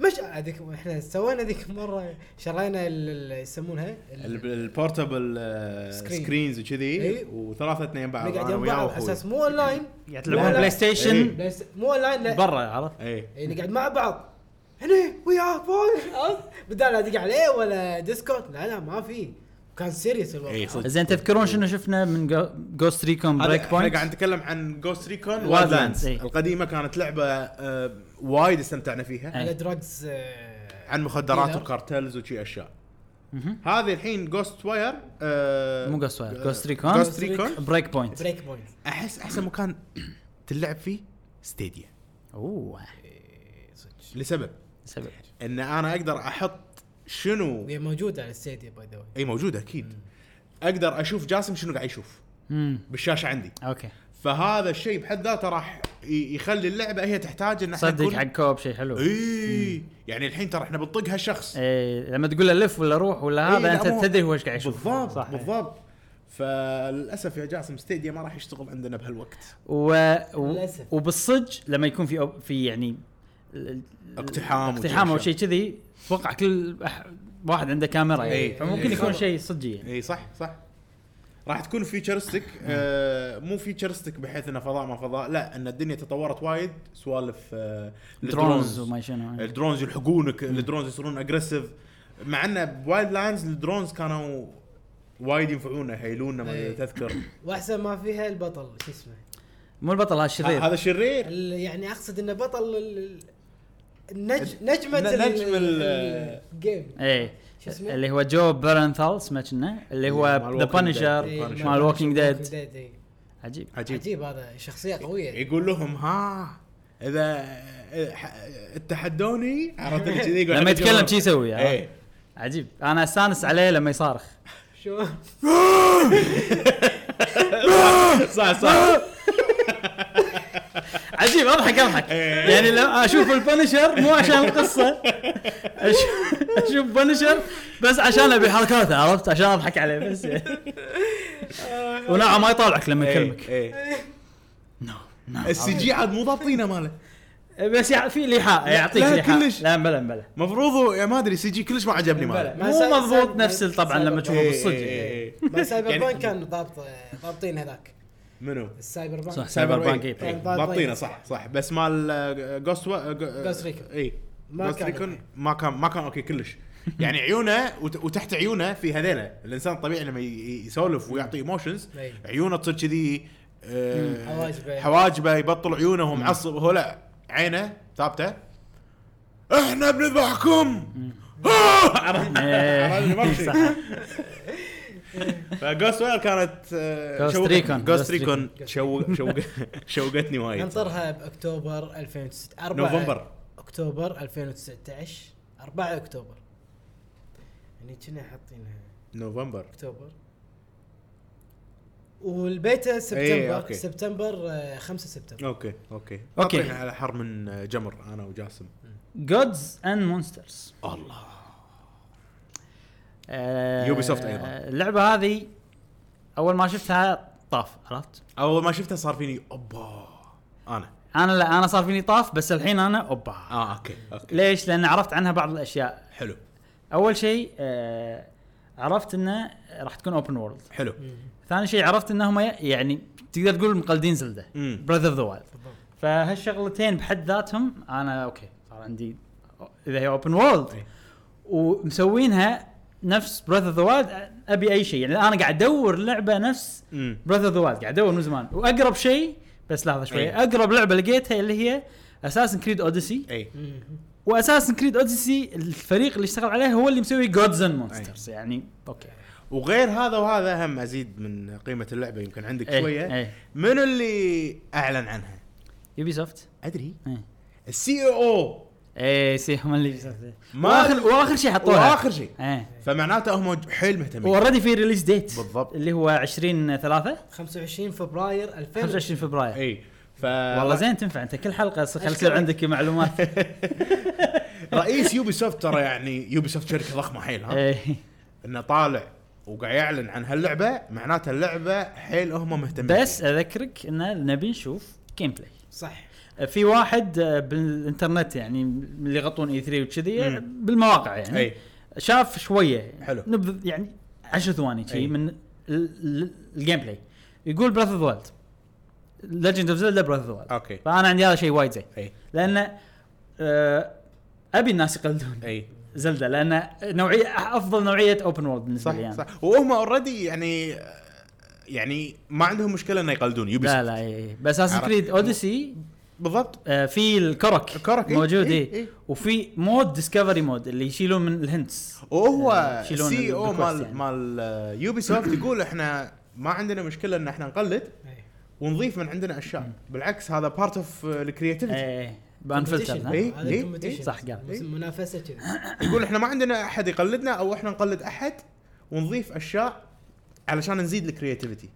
Speaker 2: مش هذيك احنا سوينا ذيك مره شرينا ال- ال- يسمونها ال-
Speaker 3: ال- البورتبل آه،
Speaker 2: سكرين.
Speaker 3: سكرينز وكذي
Speaker 2: إي.
Speaker 3: وثلاثه اثنين بعض
Speaker 2: نقعد
Speaker 3: انا
Speaker 2: يم
Speaker 3: وياه
Speaker 2: بعض على
Speaker 3: واخوي
Speaker 2: اساس مو اون
Speaker 1: قاعد
Speaker 2: لاين
Speaker 3: لا،
Speaker 1: يعني تلعبون
Speaker 3: لا.
Speaker 1: بلاي ستيشن
Speaker 3: إيه.
Speaker 2: مو اون لاين لا
Speaker 1: برا عرفت
Speaker 3: اي
Speaker 2: إي، نقعد مع بعض هنا وياك فوق عرفت؟ بدال ادق عليه ولا ديسكورد لا لا ما في كان سيريس الوضع
Speaker 3: اي إيه، صدق
Speaker 1: زين تذكرون شنو شفنا من جوست ريكون
Speaker 3: هذا
Speaker 1: بريك
Speaker 3: احنا قاعد
Speaker 1: بوينت
Speaker 3: نتكلم عن جوست ريكون
Speaker 1: Wildlands. إيه.
Speaker 3: وايلد لاندز
Speaker 1: إي.
Speaker 3: القديمه كانت لعبه آه، وايد استمتعنا فيها
Speaker 1: إي.
Speaker 2: على آه، دراجز
Speaker 3: عن مخدرات
Speaker 2: Dealer.
Speaker 3: وكارتلز وشي اشياء
Speaker 1: مهم.
Speaker 3: هذه الحين آه، جوست واير
Speaker 1: مو Ghost Wire، Ghost Recon.
Speaker 3: جوست ريكون
Speaker 1: بريك بوينت
Speaker 2: بريك بوينت
Speaker 3: احس احسن مكان تلعب فيه ستيديا
Speaker 1: اوه
Speaker 3: إيه،
Speaker 2: صدق
Speaker 3: لسبب
Speaker 1: سبب
Speaker 3: ان انا اقدر احط شنو
Speaker 2: هي موجوده على الستيديا باي ذا واي
Speaker 3: اي موجود اكيد اقدر اشوف جاسم شنو قاعد يشوف
Speaker 1: امم
Speaker 3: بالشاشه عندي
Speaker 1: اوكي
Speaker 3: فهذا الشيء بحد ذاته راح ي- يخلي اللعبه هي تحتاج ان احنا
Speaker 1: صدق
Speaker 3: نكون-
Speaker 1: حق كوب شيء حلو
Speaker 3: إيه، اي يعني الحين ترى احنا بنطق هالشخص
Speaker 1: إيه لما تقول له لف ولا روح ولا
Speaker 3: إيه،
Speaker 1: هذا
Speaker 3: لا،
Speaker 1: انت
Speaker 3: مو-
Speaker 1: تدري هو ايش قاعد يشوف
Speaker 3: بالضبط
Speaker 1: صح
Speaker 3: بالضبط فللاسف يا جاسم ستيديا ما راح يشتغل عندنا بهالوقت
Speaker 1: و... و...
Speaker 2: للأسف.
Speaker 1: وبالصج لما يكون في أو- في يعني ال- ال-
Speaker 3: اقتحام
Speaker 1: اقتحام او
Speaker 3: وشي
Speaker 1: شيء كذي اتوقع كل أح... واحد عنده كاميرا يعني
Speaker 3: إيه.
Speaker 1: فممكن
Speaker 3: إيه.
Speaker 1: يكون شيء صجي يعني
Speaker 3: اي صح صح راح تكون فيتشرستك آه مو فيتشرستك بحيث انه فضاء ما فضاء لا ان الدنيا تطورت وايد سوالف آه
Speaker 1: درونز
Speaker 3: الدرونز
Speaker 1: وما شنو إيه.
Speaker 3: الدرونز يلحقونك الدرونز يصيرون اجريسيف مع انه بوايلد لاندز الدرونز كانوا وايد ينفعونا يهيلونا ما
Speaker 1: إيه.
Speaker 2: إي.
Speaker 3: تذكر
Speaker 2: واحسن ما فيها البطل شو اسمه
Speaker 1: مو البطل هذا الشرير
Speaker 3: هذا شرير
Speaker 2: ال- يعني اقصد انه بطل ال- ال- النج نجمة
Speaker 3: ن-
Speaker 2: ال-
Speaker 3: نجم ال-
Speaker 2: ال- الجيم
Speaker 1: ايه
Speaker 2: شو اسمه؟
Speaker 1: اللي هو جو برنثال سمعت عنه اللي هو
Speaker 3: إيه، مال
Speaker 1: ذا
Speaker 3: Walking Dead.
Speaker 1: بانشر
Speaker 2: إيه،
Speaker 3: Punisher.
Speaker 1: مال Walking Dead.
Speaker 2: Walking Dead، إيه.
Speaker 1: عجيب
Speaker 3: عجيب
Speaker 2: عجيب هذا شخصية قوية
Speaker 3: يقول لهم ها اذا إذا إيه، ح- اتحدوني عرفت اللي كذي يقول
Speaker 1: لما
Speaker 3: إيه. إحنا
Speaker 1: يتكلم
Speaker 3: جواب.
Speaker 1: شي يسوي عرفت؟
Speaker 3: إي.
Speaker 1: عجيب انا استانس عليه لما يصارخ
Speaker 2: شو
Speaker 3: صح صح
Speaker 1: عجيب اضحك اضحك
Speaker 3: إيه.
Speaker 1: يعني لما اشوف البنشر مو عشان القصه أش- اشوف بنشر بس عشان ابي حركاته عرفت عشان اضحك عليه بس يعني. ونوعا ما يطالعك لما نعم،
Speaker 3: إيه،
Speaker 1: يكلمك نعم،
Speaker 3: اي
Speaker 1: نو
Speaker 3: السي جي عاد مو ضابطينه ماله
Speaker 1: بس يع- في لحاء يعطيك
Speaker 3: لا،
Speaker 1: لحاء
Speaker 3: كلش.
Speaker 1: لا بلا بلا
Speaker 3: مفروض هو- يا ما ادري السي جي كلش ما عجبني ماله إيه،
Speaker 2: ما
Speaker 1: مو
Speaker 2: سا-
Speaker 1: مضبوط
Speaker 2: سايبر-
Speaker 1: نفس ال- طبعا لما
Speaker 2: سايبر
Speaker 1: تشوفه
Speaker 2: بانك.
Speaker 3: إي،
Speaker 1: إيه، بالصدق.
Speaker 3: إي، إي.
Speaker 2: بس سايبر
Speaker 3: يعني-
Speaker 2: بانك كان ضابط ضابطين هذاك
Speaker 3: منو؟
Speaker 2: السايبر
Speaker 1: صح
Speaker 2: بانك
Speaker 1: سايبر بانك
Speaker 3: إي،
Speaker 1: إي.
Speaker 3: إي. ضابطينه إيه. صح صح بس مال آه، جوست
Speaker 2: Ghost Recon.
Speaker 3: اي
Speaker 2: ما
Speaker 3: جوست
Speaker 2: كان
Speaker 3: ريكون
Speaker 2: أوكي.
Speaker 3: إيه. ما كان ما كان اوكي كلش يعني عيونه وت- وتحت عيونه في هذيلا الانسان الطبيعي لما ي- ي- يسولف ويعطي ايموشنز
Speaker 2: إي.
Speaker 3: عيونه تصير كذي آه،
Speaker 2: إيه. حواجبه.
Speaker 3: حواجبه يبطل عيونه وهو معصب هو لا عينه ثابته احنا بنذبحكم آه! عرفت؟
Speaker 1: إيه.
Speaker 3: عرفت؟ ما في شيء. فجوست وير كانت آه،
Speaker 1: Ghost Recon.
Speaker 3: جوست
Speaker 1: Ghost
Speaker 3: ريكون
Speaker 2: Recon.
Speaker 3: شوق شوق شوقتني وايد
Speaker 2: ننطرها باكتوبر 2009 4
Speaker 3: نوفمبر
Speaker 2: اكتوبر 2019 4 اكتوبر يعني كنا حاطينها
Speaker 3: نوفمبر
Speaker 2: اكتوبر والبيتا
Speaker 3: إيه،
Speaker 2: سبتمبر
Speaker 3: أوكي.
Speaker 2: سبتمبر آه، 5 سبتمبر
Speaker 3: اوكي اوكي
Speaker 1: أوكي.
Speaker 3: اوكي على حر من جمر انا وجاسم
Speaker 1: جودز اند مونسترز
Speaker 3: الله
Speaker 1: سوفت
Speaker 3: Ubisoft أيضاً.
Speaker 1: اللعبه آه، هذه اول ما شفتها طاف عرفت؟
Speaker 3: اول ما شفته صار فيني اوبا انا
Speaker 1: انا لا انا صار فيني طاف بس الحين انا اوبا
Speaker 3: اه اوكي اوكي
Speaker 1: ليش؟ لان عرفت عنها بعض الاشياء
Speaker 3: حلو
Speaker 1: اول شيء آه عرفت انه راح تكون اوبن وورلد
Speaker 3: حلو
Speaker 1: ثاني شيء عرفت انهم ي- يعني تقدر تقول مقلدين زلده
Speaker 3: مم.
Speaker 1: براذر اوف ذا وايلد
Speaker 2: بالضبط
Speaker 1: فهالشغلتين بحد ذاتهم انا اوكي صار عندي اذا هي اوبن وورلد
Speaker 3: إيه.
Speaker 1: ومسوينها نفس براذر اوف ذا وايلد ابي اي شيء يعني انا قاعد ادور لعبه نفس
Speaker 3: امم
Speaker 1: براذر اوف ذا وايلد قاعد ادور من زمان واقرب شيء بس لحظه شوي
Speaker 3: إيه.
Speaker 1: اقرب لعبه لقيتها اللي هي اساسن كريد اوديسي
Speaker 3: اي
Speaker 1: واساسن كريد اوديسي الفريق اللي اشتغل عليه هو اللي مسوي جودز اند مونسترز
Speaker 3: إيه.
Speaker 1: يعني اوكي
Speaker 3: وغير هذا وهذا هم ازيد من قيمه اللعبه يمكن عندك شويه
Speaker 1: ايه
Speaker 3: منو اللي اعلن عنها؟
Speaker 1: يوبي سوفت
Speaker 3: ادري
Speaker 1: إيه.
Speaker 3: السي او
Speaker 1: ايه سي هم اللي يوبي سوفت
Speaker 3: ما-
Speaker 1: واخر واخر شيء حطوها
Speaker 3: واخر شيء
Speaker 1: ايه
Speaker 3: فمعناته هم حيل مهتمين
Speaker 1: اوريدي في ريليز ديت
Speaker 3: بالضبط.
Speaker 1: اللي هو 20 3
Speaker 2: 25 فبراير 2000
Speaker 1: 25 فبراير
Speaker 3: اي ف
Speaker 1: والله زين تنفع انت كل حلقه ص- خل يصير
Speaker 2: أشكرك.
Speaker 1: عندك معلومات
Speaker 3: رئيس يوبي سوفت ترى يعني يوبي سوفت شركه ضخمه حيل ها
Speaker 1: إيه.
Speaker 3: انه طالع وقاعد يعلن عن هاللعبه معناته اللعبه حيل هم مهتمين
Speaker 1: بس اذكرك ان نبي نشوف جيم بلاي
Speaker 2: صح
Speaker 1: في واحد آه، بالانترنت يعني من اللي يغطون اي 3 وكذي آه،
Speaker 3: مم.
Speaker 1: بالمواقع يعني
Speaker 3: اي
Speaker 1: شاف شويه
Speaker 3: حلو.
Speaker 1: نبذ يعني 10 ثواني شيء
Speaker 3: أي.
Speaker 1: من ال- ال- الجيم بلاي يقول براذ اوف وايلد ليجند اوف زلدا براذ اوف وايلد
Speaker 3: اوكي
Speaker 1: فانا عندي هذا شيء وايد زين
Speaker 3: اي
Speaker 1: لان آه، ابي الناس يقلدون
Speaker 3: اي
Speaker 1: زلدا لان نوعيه افضل نوعيه اوبن وورلد بالنسبه لي يعني.
Speaker 3: صح
Speaker 1: أنا.
Speaker 3: صح وهم اوريدي يعني يعني ما عندهم مشكله انه يقلدون يوبي
Speaker 1: لا
Speaker 3: سوفت
Speaker 1: لا اي إي. بس اساس
Speaker 3: عرفت.
Speaker 1: كريد اوديسي
Speaker 3: بالضبط
Speaker 1: آه، في الكرك
Speaker 3: الكرك، إيه، إي،
Speaker 1: موجود إيه.
Speaker 3: إي،
Speaker 1: اي
Speaker 3: إي.
Speaker 1: وفي مود ديسكفري مود اللي يشيلون من الهندس
Speaker 3: وهو
Speaker 1: آه، يشيلون
Speaker 3: سي او
Speaker 1: الrequest
Speaker 3: مال
Speaker 1: يعني.
Speaker 3: مال يوبي سوفت يقول احنا ما عندنا مشكله ان احنا نقلد
Speaker 2: إيه.
Speaker 3: ونضيف من عندنا اشياء بالعكس هذا آه، بارت اوف الكرياتيفيتي
Speaker 1: اي بانفلتر
Speaker 2: Competition.
Speaker 1: إيه، ها؟
Speaker 3: إي.
Speaker 2: هذا competition.
Speaker 1: إيه، صح، قال.
Speaker 2: مس- منافسه كذا
Speaker 3: يقول احنا ما عندنا احد يقلدنا او احنا نقلد احد ونضيف اشياء علشان نزيد الكرياتيفيتي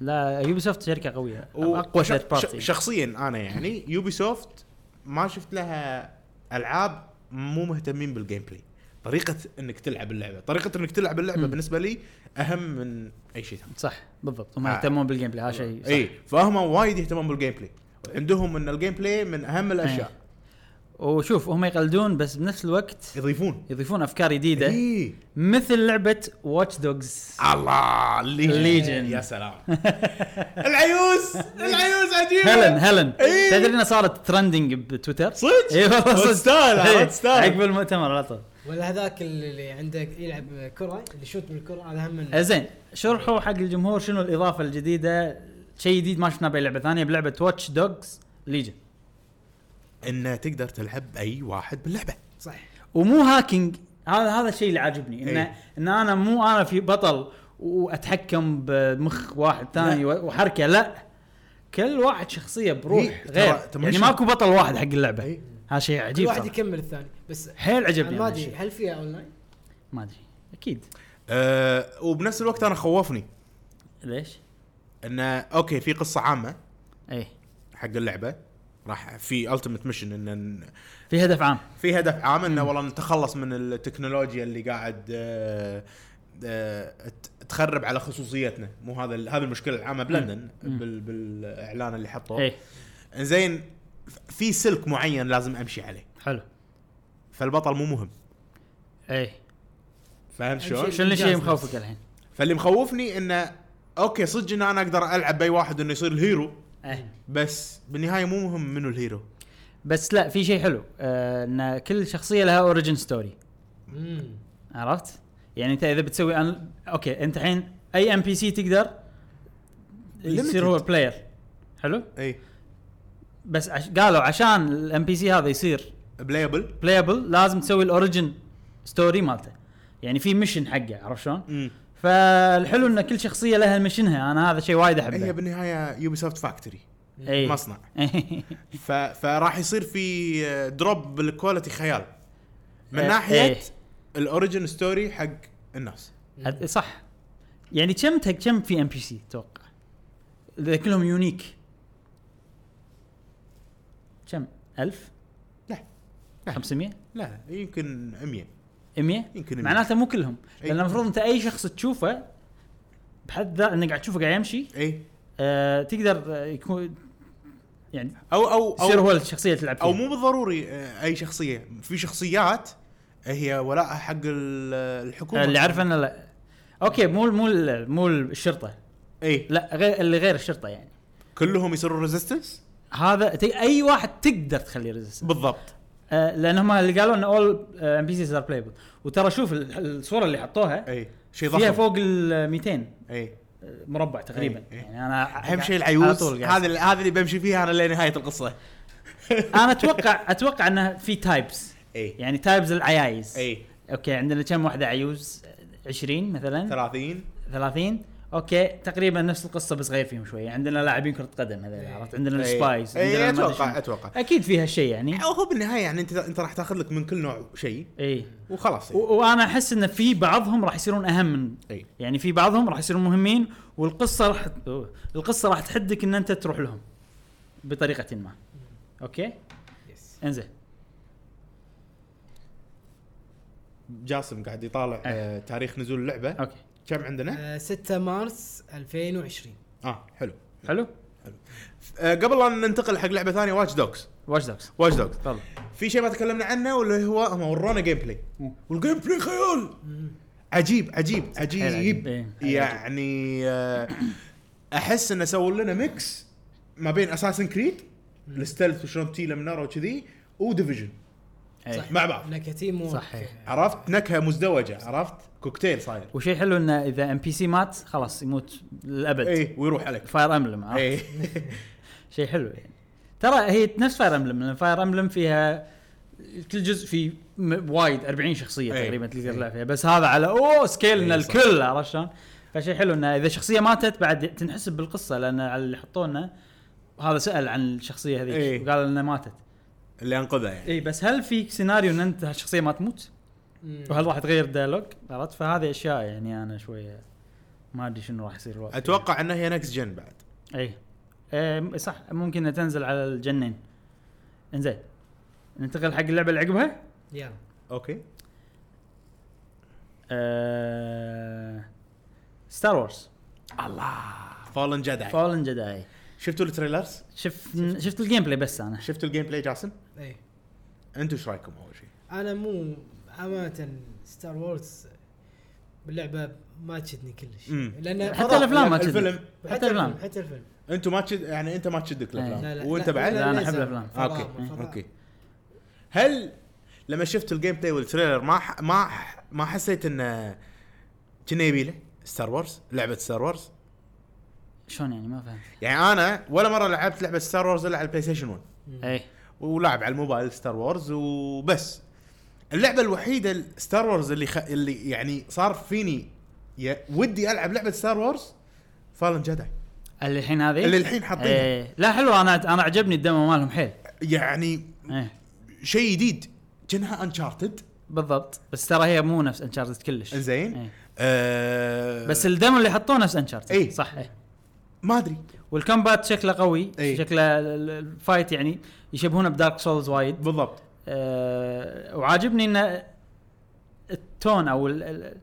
Speaker 1: لا يوبي سوفت شركه قويه
Speaker 3: و-
Speaker 1: اقوى
Speaker 3: ش-
Speaker 1: ثيرد
Speaker 3: ش-
Speaker 1: بارتي
Speaker 3: شخصيا انا يعني يوبي سوفت ما شفت لها العاب مو مهتمين بالجيم بلاي طريقه انك تلعب اللعبه طريقه انك تلعب اللعبه
Speaker 1: مم.
Speaker 3: بالنسبه لي اهم من اي شيء ثاني
Speaker 1: صح بالضبط هم
Speaker 3: آه. إيه.
Speaker 1: يهتمون بالجيم بلاي هذا شيء صح.
Speaker 3: اي فهم وايد يهتمون بالجيم بلاي عندهم ان الجيم بلاي من اهم الاشياء
Speaker 1: إيه. وشوف هم يقلدون بس بنفس الوقت
Speaker 3: يضيفون إيه.
Speaker 1: يضيفون افكار جديده
Speaker 3: اي
Speaker 1: مثل لعبه واتش دوجز
Speaker 3: آه. الله الليجن
Speaker 1: Legion.
Speaker 3: يا سلام العيوز العيوز عجيبه
Speaker 1: هيلن هيلن
Speaker 3: إي.
Speaker 1: تدري انها صارت ترندنج بتويتر
Speaker 3: صدق؟
Speaker 1: اي والله صدق
Speaker 3: تستاهل،
Speaker 1: إي.
Speaker 3: تستاهل.
Speaker 1: عقب المؤتمر على طول
Speaker 2: ولا هذاك اللي عنده يلعب كره اللي يشوت بالكره هذا هم من
Speaker 3: إيه.
Speaker 1: آه، زين شرحوا حق الجمهور شنو الاضافه الجديده شيء جديد ما شفناه باي لعبه ثانيه بلعبه واتش دوجز ليجن
Speaker 3: انه تقدر تلعب باي واحد باللعبه
Speaker 2: صح
Speaker 1: ومو هاكينج هذا هذا الشيء اللي عاجبني انه
Speaker 3: إيه.
Speaker 1: ان انا مو انا في بطل واتحكم بمخ واحد ثاني
Speaker 3: لا.
Speaker 1: وحركه لا كل واحد شخصيه بروح
Speaker 3: إيه، ترى-
Speaker 1: غير
Speaker 3: ترى
Speaker 1: يعني
Speaker 3: مش-
Speaker 1: ماكو بطل واحد حق اللعبه
Speaker 3: إيه.
Speaker 1: هذا شيء
Speaker 2: كل
Speaker 1: عجيب
Speaker 2: واحد
Speaker 1: صراحة.
Speaker 2: يكمل الثاني بس
Speaker 1: حيل عجبني
Speaker 2: ما
Speaker 1: هذا
Speaker 2: ادري
Speaker 1: الشيء
Speaker 2: هل فيها اونلاين؟
Speaker 1: ما ادري اكيد
Speaker 3: أه وبنفس الوقت انا خوفني
Speaker 1: ليش؟
Speaker 3: انه اوكي في قصه عامه
Speaker 1: ايه
Speaker 3: حق اللعبه راح في التيمت ميشن ان إن-
Speaker 1: في هدف عام
Speaker 3: في هدف عام انه والله نتخلص من التكنولوجيا اللي قاعد أه أه ت- تخرب على خصوصيتنا مو هذا ال- هذه المشكله العامه بلندن
Speaker 1: مم.
Speaker 3: بال بالاعلان اللي حطوه
Speaker 1: ايه
Speaker 3: زين في سلك معين لازم امشي عليه
Speaker 1: حلو
Speaker 3: فالبطل مو مهم
Speaker 1: ايه
Speaker 3: فاهم شلون؟
Speaker 1: شنو اللي شيء
Speaker 2: إنجاز
Speaker 1: مخوفك الحين؟
Speaker 3: فاللي مخوفني انه اوكي صدق ان انا اقدر العب باي واحد انه يصير الهيرو
Speaker 1: ايه
Speaker 3: إيه. بس بالنهايه مو مهم منو الهيرو
Speaker 1: بس لا في شيء حلو آه ان كل شخصيه لها اوريجن ستوري
Speaker 2: امم
Speaker 1: عرفت؟ يعني انت اذا بتسوي أن... اوكي انت الحين اي ام بي سي تقدر يصير هو بلاير حلو؟
Speaker 3: اي
Speaker 1: بس عش... قالوا عشان الام بي سي هذا يصير
Speaker 3: بلايبل
Speaker 1: بلايبل لازم تسوي الاوريجن ستوري مالته يعني في ميشن حقه عرفت شلون؟
Speaker 3: امم
Speaker 1: فالحلو ان كل شخصيه لها مشنها انا هذا شيء وايد إيه.
Speaker 3: هي
Speaker 1: احبه
Speaker 3: بالنهايه يوبي سوفت فاكتوري
Speaker 1: اي
Speaker 3: مصنع ف... فراح يصير في دروب بالكواليتي خيال من
Speaker 1: إيه.
Speaker 3: ناحيه
Speaker 1: إيه.
Speaker 3: الاوريجن ستوري حق الناس
Speaker 1: هذ- صح يعني كم تك- كم في ام بي سي تتوقع؟ إذا كلهم يونيك كم؟ 1000
Speaker 3: لا. لا.
Speaker 1: 500
Speaker 3: لا يمكن 100
Speaker 1: 100
Speaker 3: يمكن 100
Speaker 1: معناته مو كلهم
Speaker 3: أي.
Speaker 1: لان المفروض انت اي شخص تشوفه بحد ذاته انك قاعد تشوفه قاعد يمشي
Speaker 3: اي
Speaker 1: آه تقدر آه، يكون يعني
Speaker 3: او او
Speaker 1: يصير
Speaker 3: او,
Speaker 1: هو الشخصيه اللي تلعب فيها
Speaker 3: أو مو بالضروري آه، اي شخصيه في شخصيات هي ولاءها حق ال- الحكومه
Speaker 1: اللي عارفه انه لا اوكي مو مو مو الشرطه
Speaker 3: اي
Speaker 1: لا غير اللي غير الشرطه يعني
Speaker 3: إيه. كلهم يصيرون ريزيستنس
Speaker 1: هذا ت- اي واحد تقدر تخليه ريزيستنس
Speaker 3: بالضبط
Speaker 1: آه، لان هم اللي قالوا آه، ان اول ام بي سيز ار بلايبل وترى شوف ال- الصوره اللي حطوها
Speaker 3: اي شيء
Speaker 1: فيها
Speaker 3: إيه، ضخم إيه.
Speaker 1: فوق ال 200
Speaker 3: اي
Speaker 1: مربع تقريبا
Speaker 3: إيه.
Speaker 1: يعني انا
Speaker 3: اهم شيء
Speaker 1: على
Speaker 3: العيوز
Speaker 1: طول قاعد.
Speaker 3: هذا ال- هذا اللي بمشي فيها انا لنهايه القصه
Speaker 1: انا اتوقع اتوقع انه في تايبس
Speaker 3: اي
Speaker 1: يعني تايبز العيايز
Speaker 3: اي
Speaker 1: اوكي عندنا كم واحده عيوز 20 مثلا
Speaker 3: 30
Speaker 1: 30 اوكي تقريبا نفس القصه بس غير فيهم شويه عندنا لاعبين كره قدم هذول
Speaker 2: إيه.
Speaker 1: عرفت عندنا
Speaker 3: إيه.
Speaker 1: السبايس
Speaker 3: إيه،
Speaker 1: عندنا ما أدري
Speaker 3: اتوقع
Speaker 1: شنو.
Speaker 3: اتوقع
Speaker 1: اكيد فيها شيء يعني
Speaker 3: هو بالنهايه يعني انت انت راح تاخذ لك من كل نوع شيء
Speaker 1: اي
Speaker 3: وخلاص إيه. يعني.
Speaker 1: إيه. و- وانا احس ان في بعضهم راح يصيرون اهم من
Speaker 3: اي
Speaker 1: يعني في بعضهم راح يصيرون مهمين والقصه راح أوه. القصه راح تحدك ان انت تروح لهم بطريقه ما اوكي
Speaker 2: يس.
Speaker 1: انزين
Speaker 3: جاسم قاعد
Speaker 1: إيه.
Speaker 3: يطالع آه، تاريخ نزول اللعبه
Speaker 1: اوكي
Speaker 3: كم عندنا؟
Speaker 2: آه، 6 مارس 2020
Speaker 3: اه حلو
Speaker 1: حلو
Speaker 3: آه، قبل ان ننتقل حق لعبه ثانيه واتش دوجز
Speaker 1: واتش دوجز
Speaker 3: واتش دوجز
Speaker 1: تفضل
Speaker 3: في شيء ما تكلمنا عنه واللي هو هم ورونا جيم بلاي
Speaker 1: مم.
Speaker 3: والجيم بلاي خيال
Speaker 2: مم.
Speaker 3: عجيب عجيب
Speaker 1: حيل عجيب،
Speaker 3: عجيب
Speaker 1: إيه.
Speaker 3: يعني آه، احس انه سووا لنا ميكس ما بين اساسن كريد الستلث وشلون تشيله من نار وكذي وديفيجن
Speaker 1: إيه.
Speaker 2: صح.
Speaker 3: مع بعض
Speaker 2: نكتيم و-
Speaker 1: صحيح.
Speaker 3: عرفت نكهه مزدوجه عرفت كوكتيل صاير
Speaker 1: وشيء حلو انه اذا ام بي سي مات خلاص يموت للابد
Speaker 3: اي إيه، ويروح عليك إيه.
Speaker 1: فاير امبلم
Speaker 3: اي
Speaker 1: شيء حلو يعني ترى هي نفس فاير امبلم لان فاير امبلم فيها كل جزء في م- وايد 40 شخصيه
Speaker 3: إيه.
Speaker 1: تقريبا تقدر
Speaker 3: إيه.
Speaker 1: تلعب فيها بس هذا على اوه سكيل ان
Speaker 3: إيه، صح.
Speaker 1: الكل عرفت شلون؟ فشيء حلو انه اذا شخصيه ماتت بعد تنحسب بالقصه لان على اللي حطوه لنا هذا سال عن الشخصيه هذيك
Speaker 3: إيه.
Speaker 1: وقال انها ماتت
Speaker 3: اللي انقذها يعني
Speaker 1: اي بس هل في سيناريو ان انت هالشخصيه ما تموت؟
Speaker 2: مم.
Speaker 1: وهل راح تغير ديالوج؟ عرفت؟ فهذه اشياء يعني انا شويه ما ادري شنو راح يصير الوضع
Speaker 3: اتوقع انها هي نكس جن بعد
Speaker 1: اي آه إيه. صح ممكن انها تنزل على الجنين انزين ننتقل حق اللعبه اللي عقبها
Speaker 2: يلا
Speaker 3: اوكي
Speaker 1: آه ستار وورز
Speaker 3: فالن جدع
Speaker 1: فولن جداي
Speaker 3: شفتوا التريلرز؟
Speaker 1: شف شفت الجيم بلاي بس انا
Speaker 3: شفتوا الجيم بلاي جاسم؟
Speaker 2: اي
Speaker 3: انتم ايش رايكم اول شيء؟
Speaker 2: انا مو امانه ستار وورز باللعبه ما تشدني كلش
Speaker 3: مم.
Speaker 1: حتى
Speaker 2: لان خلاص-
Speaker 1: الأفلام ما تشدني.
Speaker 3: الفيلم
Speaker 1: حتى الأفلام.
Speaker 2: حتى الفيلم
Speaker 3: انتم ما تشد يعني انت ما تشدك الافلام
Speaker 2: لا لا
Speaker 3: وانت بعد؟
Speaker 1: لا، أنا أحب
Speaker 2: ليزر.
Speaker 1: الأفلام.
Speaker 2: فضاء،
Speaker 3: اوكي
Speaker 2: فضاء.
Speaker 3: اوكي هل لما شفت الجيم بلاي والتريلر ما ح... ما ح... ما حسيت انه كنا يبي له ستار وورز لعبه ستار وورز
Speaker 1: شلون يعني ما فهمت
Speaker 3: يعني انا ولا مره لعبت لعبه ستار وورز الا على البلاي ستيشن 1
Speaker 1: اي
Speaker 3: ولاعب على الموبايل ستار وورز وبس اللعبه الوحيده ستار وورز اللي خ... اللي يعني صار فيني ي... ودي العب لعبه ستار وورز فالن جداي
Speaker 1: اللي الحين هذه
Speaker 3: اللي الحين حاطينها.
Speaker 1: إيه. لا حلو انا انا عجبني الدمو مالهم حيل
Speaker 3: يعني
Speaker 1: ايه
Speaker 3: شيء جديد كانها انشارتد
Speaker 1: بالضبط بس ترى هي مو نفس انشارتد كلش
Speaker 3: زين
Speaker 1: إيه.
Speaker 3: آه...
Speaker 1: بس الدمو اللي حطوه نفس انشارتد
Speaker 3: إيه.
Speaker 1: صح ايه
Speaker 3: ما ادري
Speaker 1: والكومبات شكله قوي
Speaker 3: إي.
Speaker 1: شكله ال- ال- الفايت يعني يشبهونه بدارك سولز وايد
Speaker 3: بالضبط
Speaker 1: أه وعاجبني ان التون او ال- ال-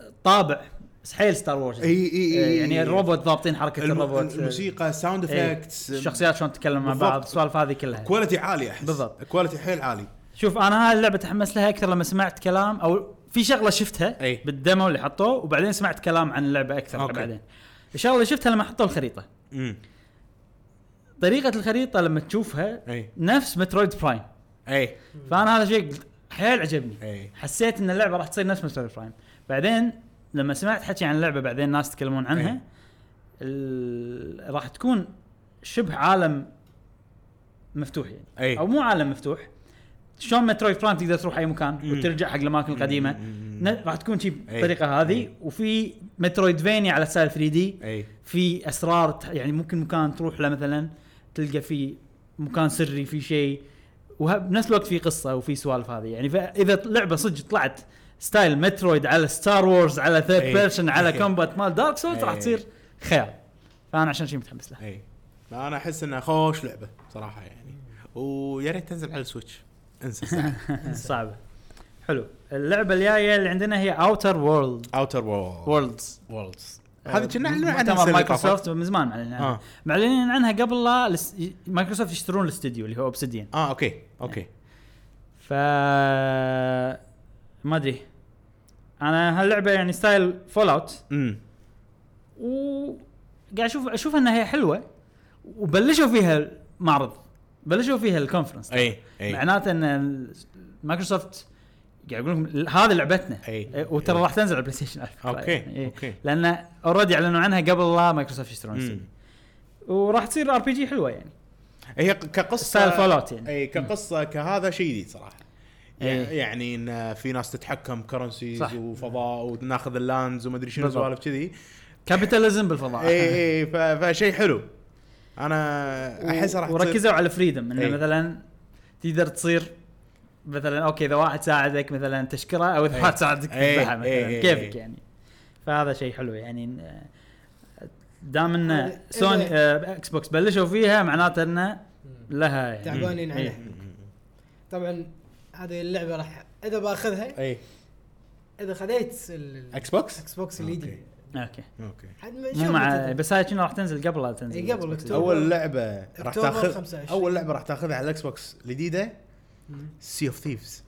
Speaker 1: الطابع بس حيل ستار وورز
Speaker 3: إي- إي- إي-
Speaker 1: أه،
Speaker 3: إي.
Speaker 1: يعني الروبوت ضابطين حركه
Speaker 3: الم...
Speaker 1: الروبوت آه،
Speaker 3: الموسيقى ساوند
Speaker 1: إي.
Speaker 3: افكتس
Speaker 1: الشخصيات شلون تتكلم مع
Speaker 3: بالضبط.
Speaker 1: بعض السوالف هذه كلها
Speaker 3: كواليتي عالي احس
Speaker 1: بالضبط.
Speaker 3: كواليتي حيل عالي
Speaker 1: شوف انا هاي اللعبه تحمست لها اكثر لما سمعت كلام او في شغله شفتها
Speaker 3: إي.
Speaker 1: بالدمو اللي حطوه وبعدين سمعت كلام عن اللعبه اكثر
Speaker 3: أوكي.
Speaker 1: بعدين الشغله اللي شفتها لما حطوا الخريطه
Speaker 3: امم
Speaker 1: طريقه الخريطه لما تشوفها
Speaker 3: اي
Speaker 1: نفس مترويد برايم
Speaker 3: اي
Speaker 1: فانا هذا شيء قلت- حيل عجبني
Speaker 3: اي
Speaker 1: حسيت ان اللعبه راح تصير نفس مترويد برايم بعدين لما سمعت حكي عن اللعبه بعدين ناس تكلمون عنها
Speaker 3: إيه.
Speaker 1: ال- راح تكون شبه عالم مفتوح يعني
Speaker 3: إيه.
Speaker 1: او مو عالم مفتوح شلون مترويد برايم تقدر تروح اي مكان
Speaker 3: إيه.
Speaker 1: وترجع حق الاماكن القديمه
Speaker 3: مم.
Speaker 1: ن- راح تكون شي
Speaker 3: أي.
Speaker 1: بالطريقه
Speaker 3: إيه.
Speaker 1: هذه وفي مترويدفينيا على ستايل 3 دي
Speaker 3: اي
Speaker 1: في اسرار تح- يعني ممكن مكان تروح له مثلا تلقى فيه مكان سري في شيء وبنفس الوقت في قصه وفي سوالف هذه يعني فاذا لعبه صدق طلعت ستايل مترويد على ستار وورز على ثيرد
Speaker 3: إيه.
Speaker 1: بيرسون على
Speaker 3: إيه.
Speaker 1: كومبات مال دارك سولز راح
Speaker 3: إيه.
Speaker 1: تصير خيال فانا عشان شي متحمس له
Speaker 3: اي انا احس انها خوش لعبه صراحه يعني ويا ريت تنزل على السويتش انسى
Speaker 1: صعبه حلو اللعبه الجايه اللي عندنا هي اوتر وورلد
Speaker 3: اوتر وورلد
Speaker 1: ووردز
Speaker 3: وورلدز هذه كنا
Speaker 1: نعلن
Speaker 3: نعلن عنها
Speaker 1: عنها
Speaker 3: السنة اللي
Speaker 1: مايكروسوفت آه، من زمان معلنين عنها
Speaker 3: اه
Speaker 1: معلنين عنها قبل لا لس- ي- مايكروسوفت يشترون الاستديو اللي هو اوبسيديان
Speaker 3: اه اوكي اوكي
Speaker 1: ف ما ادري انا هاللعبه يعني ستايل فول اوت
Speaker 3: امم
Speaker 1: وقاعد اشوف اشوف انها هي حلوه وبلشوا فيها معرض بلشوا فيها الكونفرنس
Speaker 3: اي اي
Speaker 1: معناته ان ال- مايكروسوفت قاعد اقول لكم ال- هذه لعبتنا إيه،
Speaker 3: اي
Speaker 1: وترى
Speaker 3: إي.
Speaker 1: راح تنزل على البلاي ستيشن على فكرة.
Speaker 3: اوكي
Speaker 1: إيه.
Speaker 3: اوكي
Speaker 1: لان اوريدي اعلنوا عنها قبل لا مايكروسوفت يشترون
Speaker 3: مم.
Speaker 1: السيديو. وراح تصير ار بي جي حلوه يعني
Speaker 3: هي ك- كقصه
Speaker 1: ستايل فول اوت يعني
Speaker 3: اي كقصه كهذا شيء جديد صراحه
Speaker 1: إيه.
Speaker 3: يع- يعني ان في ناس تتحكم
Speaker 1: صح.
Speaker 3: كرنسيز وفضاء وناخذ اللاندز وما ادري شنو
Speaker 1: بالضبط.
Speaker 3: سوالف كذي
Speaker 1: كابيتاليزم بالفضاء
Speaker 3: اي اي ف- فشيء حلو انا احس راح تصير-
Speaker 1: وركزوا على فريدم انه
Speaker 3: إيه.
Speaker 1: مثلا تقدر تصير مثلا اوكي اذا واحد ساعدك مثلا تشكره او اذا
Speaker 3: إيه.
Speaker 1: واحد ساعدك
Speaker 3: إيه.
Speaker 1: تذبحه
Speaker 3: إيه.
Speaker 1: مثلا
Speaker 3: إيه.
Speaker 1: كيفك
Speaker 3: إيه.
Speaker 1: يعني فهذا شيء حلو يعني آه، دام ان
Speaker 2: هذا-
Speaker 1: سوني
Speaker 2: إذا-
Speaker 1: آه، اكس بوكس بلشوا فيها معناته انه
Speaker 2: مم.
Speaker 1: لها يعني
Speaker 2: تعبانين
Speaker 1: إيه.
Speaker 2: عليها طبعا هذه اللعبه راح اذا باخذها
Speaker 3: اي
Speaker 2: اذا خذيت ال-
Speaker 3: اكس بوكس
Speaker 2: الاكس بوكس الجديد
Speaker 3: أوكي.
Speaker 1: اوكي
Speaker 3: اوكي
Speaker 2: عاد ما- إن شاء
Speaker 1: مو
Speaker 2: الله
Speaker 1: مع
Speaker 2: تنزل.
Speaker 1: بس هاي شنو راح تنزل قبل لا تنزل
Speaker 2: إيه، قبل
Speaker 1: الإكس بوكس.
Speaker 2: أكتوبر.
Speaker 3: اول لعبه راح
Speaker 2: أكتوبر
Speaker 3: تاخذ
Speaker 2: 25.
Speaker 3: اول لعبه راح تاخذها على الاكس بوكس الجديده
Speaker 2: مم.
Speaker 3: سي اوف ثيفز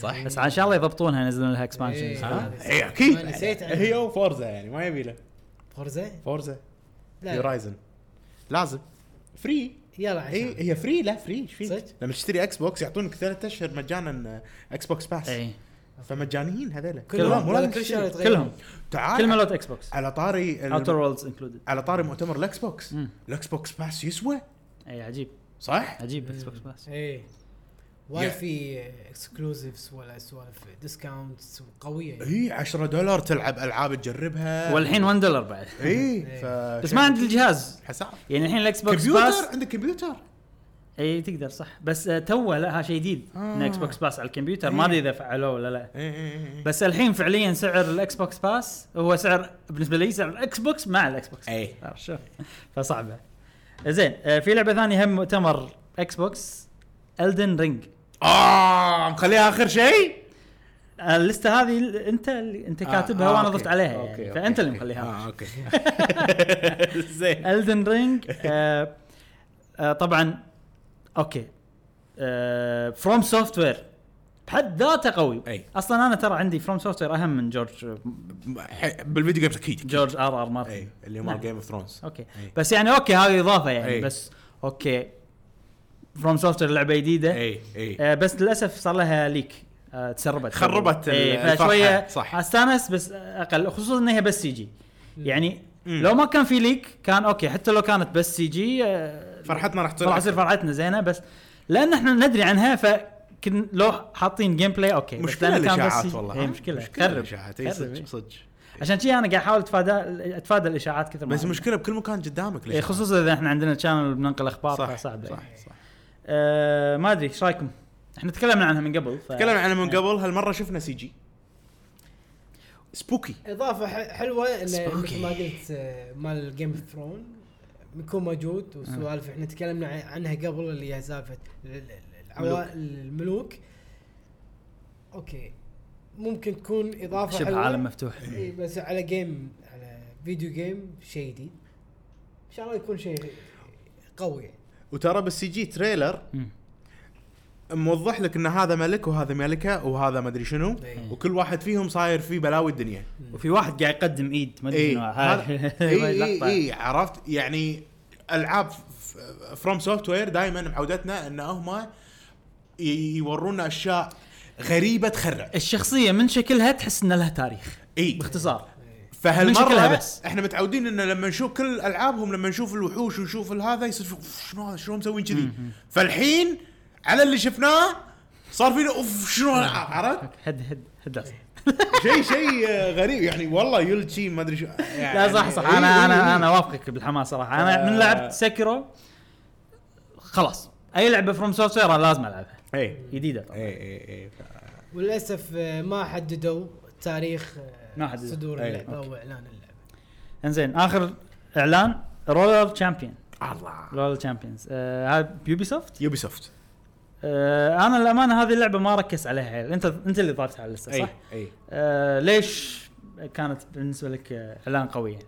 Speaker 3: صح؟
Speaker 1: بس ان شاء الله يضبطونها ينزلون لها
Speaker 2: إيه.
Speaker 1: اكسبانشن
Speaker 3: ها؟
Speaker 2: هذا
Speaker 3: اي اكيد
Speaker 2: ما نسيت عنها.
Speaker 3: هي وفورزا يعني ما يبي له
Speaker 2: فورزا
Speaker 3: فورزا
Speaker 2: لا لا.
Speaker 3: هورايزن لازم فري
Speaker 2: يلا عشان
Speaker 3: هي هي فري لا فري ايش فيك؟
Speaker 2: صدق؟
Speaker 3: لما تشتري اكس بوكس يعطونك ثلاثة اشهر مجانا آه، اكس بوكس باس
Speaker 1: اي
Speaker 3: فمجانيين هذول
Speaker 1: كلهم.
Speaker 2: كلهم كل شهر يتغير
Speaker 1: كلهم كل
Speaker 3: تعال
Speaker 1: ملوت اكس بوكس
Speaker 3: على طاري ال-
Speaker 1: اوتر وورلدز انكلودد
Speaker 3: على طاري مؤتمر الاكس بوكس
Speaker 1: مم.
Speaker 3: الاكس بوكس باس يسوى
Speaker 1: اي عجيب
Speaker 3: صح؟
Speaker 1: عجيب اكس بوكس بلس
Speaker 2: ايه وايد
Speaker 3: يعني-
Speaker 2: في اكسكلوزيفز ولا سوالف ديسكاونتس قويه يعني.
Speaker 3: اي 10 إيه، دولار تلعب العاب تجربها إيه،
Speaker 1: والحين 1 دولار بعد
Speaker 3: اي ف-
Speaker 1: بس ما عندي الجهاز
Speaker 3: حساب
Speaker 1: يعني الحين الاكس بوكس
Speaker 3: كمبيوتر
Speaker 1: باس
Speaker 3: عندك كمبيوتر
Speaker 1: اي تقدر صح بس آه، توه لا ها شيء جديد ان
Speaker 3: آه.
Speaker 1: اكس بوكس باس على الكمبيوتر
Speaker 3: إيه.
Speaker 1: ما ادري اذا فعلوه ولا لا
Speaker 3: اي اي
Speaker 1: بس الحين فعليا سعر الاكس بوكس باس هو سعر بالنسبه لي سعر الاكس بوكس مع الاكس بوكس
Speaker 3: اي
Speaker 1: عرفت شلون؟ فصعبه زين آه، في لعبه ثانيه هم مؤتمر اكس بوكس الدن رينج
Speaker 3: اه مخليها اخر شيء
Speaker 1: اللسته آه، هذه ال- انت اللي
Speaker 3: آه،
Speaker 1: انت كاتبها وانا ضفت عليها يعني فانت اللي مخليها
Speaker 3: اه اوكي زين
Speaker 1: الدن رينج آه، آه، طبعا اوكي فروم سوفت وير Uh, بحد ذاته قوي
Speaker 3: أي.
Speaker 1: اصلا انا ترى عندي فروم سوفت وير اهم من جورج
Speaker 3: ح- بالفيديو جيمز اكيد
Speaker 1: جورج ار ار مارتن
Speaker 3: اي إيه، اللي
Speaker 1: نعم.
Speaker 3: مال جيم اوف ثرونز
Speaker 1: اوكي
Speaker 3: أي.
Speaker 1: بس يعني اوكي هذه اضافه يعني
Speaker 3: أي.
Speaker 1: بس اوكي فروم سوفت وير لعبه جديده
Speaker 3: اي اي
Speaker 1: آه، بس للاسف صار لها ليك آه، تسربت
Speaker 3: خربت ال-
Speaker 1: إيه،
Speaker 3: الفرحة.
Speaker 1: فشويه
Speaker 3: صح.
Speaker 1: استانس بس اقل خصوصا ان هي بس سي جي يعني
Speaker 3: مم.
Speaker 1: لو ما كان في ليك كان اوكي حتى لو كانت بس سي جي آه،
Speaker 3: فرحتنا راح تصير
Speaker 1: راح تصير فرحتنا زينه بس لان احنا ندري عنها فكن لو حاطين جيم بلاي اوكي بس
Speaker 3: مشكله
Speaker 1: لأن كان بس سي
Speaker 3: الاشاعات
Speaker 1: جي.
Speaker 3: والله
Speaker 1: إيه،
Speaker 3: ها؟
Speaker 1: مشكله
Speaker 3: مشكله
Speaker 1: خرب
Speaker 3: الاشاعات
Speaker 1: خرب،
Speaker 3: اي صدق
Speaker 1: إيه.
Speaker 3: صدق
Speaker 1: عشان كذي انا قاعد احاول اتفادى اتفادى الاشاعات كثر ما
Speaker 3: بس
Speaker 1: أقدر.
Speaker 3: المشكله بكل مكان قدامك
Speaker 1: إيه،
Speaker 3: ليش؟
Speaker 1: خصوصا اذا احنا عندنا شانل بننقل اخبار
Speaker 3: صح
Speaker 1: فصعب صح.
Speaker 3: صح صح
Speaker 1: أه ما ادري ايش رايكم؟ احنا تكلمنا عنها من قبل ف...
Speaker 3: تكلمنا عنه من قبل هالمره شفنا سي جي سبوكي
Speaker 2: اضافه ح- حلوه انه
Speaker 3: Spooky.
Speaker 2: مثل ما قلت آه، مال جيم اوف ثرون بيكون
Speaker 1: آه.
Speaker 2: موجود وسوالف احنا تكلمنا ع- عنها قبل اللي هي سالفه ال- ال- ال- العوائل الملوك اوكي ممكن تكون اضافه
Speaker 1: شبه
Speaker 2: حلوه
Speaker 1: عالم مفتوح
Speaker 3: إيه.
Speaker 2: إي، بس على جيم على فيديو جيم شيء جديد ان شاء الله يكون شيء قوي
Speaker 3: وترى بالسي جي تريلر
Speaker 1: مم.
Speaker 3: موضح لك ان هذا ملك وهذا ملكه وهذا ما ادري شنو
Speaker 2: إيه.
Speaker 3: وكل واحد فيهم صاير فيه بلاوي الدنيا
Speaker 1: وفي واحد قاعد يقدم ايد ما ادري
Speaker 3: اي
Speaker 1: شنو هاي-
Speaker 3: إيه. هذا- إيه،
Speaker 1: هاي
Speaker 3: اي اي
Speaker 1: اللقطة.
Speaker 3: اي عرفت يعني العاب فروم سوفت وير دائما معودتنا ان هم ي- يورونا اشياء غريبه تخرع
Speaker 1: الشخصيه من شكلها تحس ان لها تاريخ
Speaker 3: اي
Speaker 1: باختصار من شكلها
Speaker 3: فهالمره
Speaker 1: بس.
Speaker 3: احنا متعودين ان لما نشوف كل العابهم لما نشوف الوحوش ونشوف هذا يصير شو- شنو هذا شلون مسوين كذي فالحين على اللي شفناه صار فينا اوف شنو هالألعاب، عرفت؟
Speaker 1: هد هد هد أصلاً.
Speaker 3: شيء شيء آه، غريب يعني والله يلتشي ما ادري شو يعني
Speaker 1: لا صح صح انا
Speaker 3: إيه.
Speaker 1: انا انا وافقك بالحماس صراحه
Speaker 3: آه.
Speaker 1: انا من لعبت سكرو خلاص اي لعبه فروم سوفت وير لازم العبها
Speaker 3: اي
Speaker 1: جديده طبعا
Speaker 3: اي اي
Speaker 2: وللاسف آه، ما حددوا تاريخ آه،
Speaker 1: ما حددوا.
Speaker 2: صدور
Speaker 3: أي،
Speaker 2: اللعبه
Speaker 1: أوكي.
Speaker 2: او اعلان اللعبه
Speaker 1: انزين اخر اعلان رولر تشامبيون
Speaker 3: إيه. الله
Speaker 1: رولر تشامبيونز هاي بيوبي سوفت
Speaker 3: يوبي سوفت
Speaker 1: آه انا الامانه هذه اللعبه ما ركز عليها حيل انت انت اللي ضافت على اللسته
Speaker 3: اي
Speaker 1: صح؟
Speaker 3: اي
Speaker 1: آه ليش كانت بالنسبه لك آه، اعلان قوي يعني؟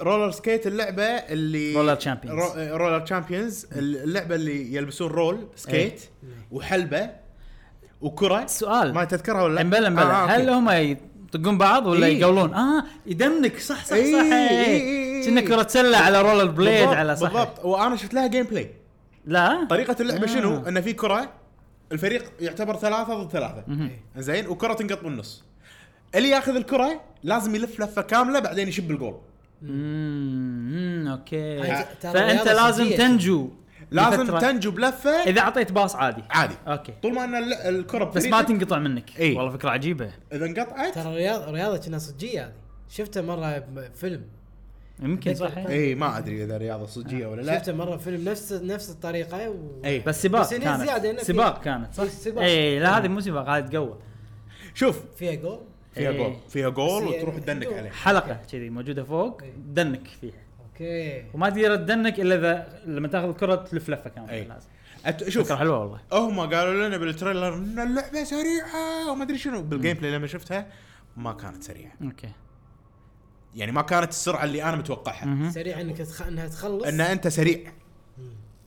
Speaker 3: رولر سكيت اللعبه اللي
Speaker 1: Roller Champions.
Speaker 3: رو- آه، رولر تشامبيونز اللعبه اللي يلبسون
Speaker 1: إيه.
Speaker 3: رول سكيت وحلبه وكره
Speaker 1: سؤال
Speaker 3: ما تذكرها ولا لا؟
Speaker 1: امبلا امبلا
Speaker 3: آه،
Speaker 1: آه
Speaker 3: أوكي.
Speaker 1: هل هم يطقون بعض ولا
Speaker 3: إيه.
Speaker 1: يقولون اه يدمنك صح صح صح
Speaker 3: إيه،
Speaker 1: إيه،
Speaker 3: إيه،
Speaker 1: إيه.
Speaker 3: إيه، إيه.
Speaker 1: كنا كرة سلة على رولر بليد
Speaker 3: بالضبط،
Speaker 1: على صح
Speaker 3: بالضبط وانا شفت لها جيم بلاي
Speaker 1: لا
Speaker 3: طريقه اللعبه
Speaker 1: آه.
Speaker 3: آه. شنو؟ انه في كره الفريق يعتبر ثلاثه ضد ثلاثه
Speaker 1: مهم.
Speaker 3: زين وكره تنقط بالنص اللي ياخذ الكره لازم يلف لفه كامله بعدين يشب الجول
Speaker 1: امم اوكي
Speaker 2: عاد ترى
Speaker 1: فانت
Speaker 2: رياضة
Speaker 1: لازم
Speaker 2: صدقية.
Speaker 1: تنجو
Speaker 3: لازم
Speaker 1: لفترة.
Speaker 3: تنجو بلفه
Speaker 1: اذا اعطيت باص عادي
Speaker 3: عادي
Speaker 1: اوكي
Speaker 3: طول ما ان ال- الكره
Speaker 1: بس ما
Speaker 3: بفريقك،
Speaker 1: تنقطع منك
Speaker 3: إيه.
Speaker 1: والله فكره عجيبه
Speaker 3: اذا انقطعت
Speaker 2: ترى رياض رياضه كنا صجيه هذه شفتها مره بفيلم
Speaker 1: يمكن صح
Speaker 2: أتذكر.
Speaker 3: اي ما ادري اذا رياضه صجيه ولا لا
Speaker 2: شفتها مره بفيلم نفس نفس الطريقه و...
Speaker 3: اي
Speaker 1: بس سباق
Speaker 2: بس هنا زيادة هنا
Speaker 1: كانت
Speaker 2: في-
Speaker 1: سباق كانت صح؟
Speaker 2: في سباق.
Speaker 1: اي لا هذه مو سباق هذه تقوى
Speaker 3: شوف
Speaker 2: فيها جول
Speaker 3: فيها
Speaker 1: إيه.
Speaker 3: جول فيها جول
Speaker 2: بس هي
Speaker 3: وتروح
Speaker 2: عندهم-
Speaker 3: تدنك عليه
Speaker 1: حلقه كذي موجوده فوق
Speaker 2: إيه.
Speaker 1: دنك فيها
Speaker 2: اوكي
Speaker 1: وما تقدر تدنك الا اذا لما تاخذ الكره تلف لفه كامله
Speaker 3: إيه.
Speaker 1: لازم
Speaker 3: أت- شوف
Speaker 1: فكره حلوه والله
Speaker 3: هم قالوا لنا بالتريلر ان اللعبه سريعه وما ادري شنو بالجيم بلاي لما شفتها ما كانت سريعه
Speaker 1: اوكي
Speaker 3: يعني ما كانت السرعه اللي انا متوقعها
Speaker 1: مهم.
Speaker 2: سريع انك تخ... انها تخلص
Speaker 3: ان انت سريع
Speaker 2: مم.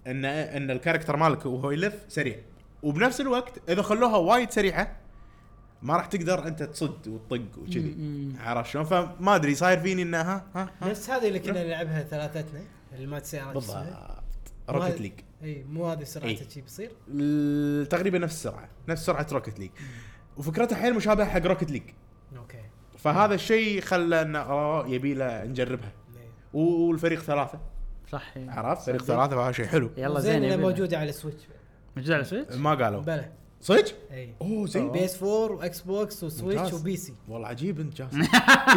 Speaker 3: ان ان الكاركتر مالك وهو يلف سريع وبنفس الوقت اذا خلوها وايد سريعه ما راح تقدر انت تصد وتطق وكذي عرفت شلون فما ادري صاير فيني انها ها ها, ها.
Speaker 2: نفس هذه اللي كنا نلعبها ثلاثتنا اللي ما تسيارات اسمها.
Speaker 3: بالضبط
Speaker 2: مو هذه-
Speaker 3: روكت ليج
Speaker 2: اي مو هذه
Speaker 3: إي.
Speaker 2: سرعتها شي بيصير
Speaker 3: ال- تقريبا نفس السرعه نفس سرعه روكت ليج وفكرتها حيل مشابهه حق روكت ليج
Speaker 2: اوكي
Speaker 3: فهذا الشيء خلى انه اه يبي له نجربها
Speaker 2: إي.
Speaker 3: و- والفريق ثلاثه
Speaker 1: صح إيه.
Speaker 3: عرفت فريق ثلاثه فهذا شيء حلو
Speaker 1: يلا
Speaker 2: زين
Speaker 1: زين
Speaker 2: انها
Speaker 1: يبينا.
Speaker 2: موجوده على سويتش
Speaker 1: موجود على سويتش
Speaker 3: ما قالوا
Speaker 2: بلى
Speaker 3: صدق؟
Speaker 2: اي
Speaker 3: اوه
Speaker 2: بي
Speaker 3: زين
Speaker 2: اس 4 واكس بوكس وسويتش
Speaker 3: ممتاز.
Speaker 2: وبي سي
Speaker 3: والله عجيب انت جاسم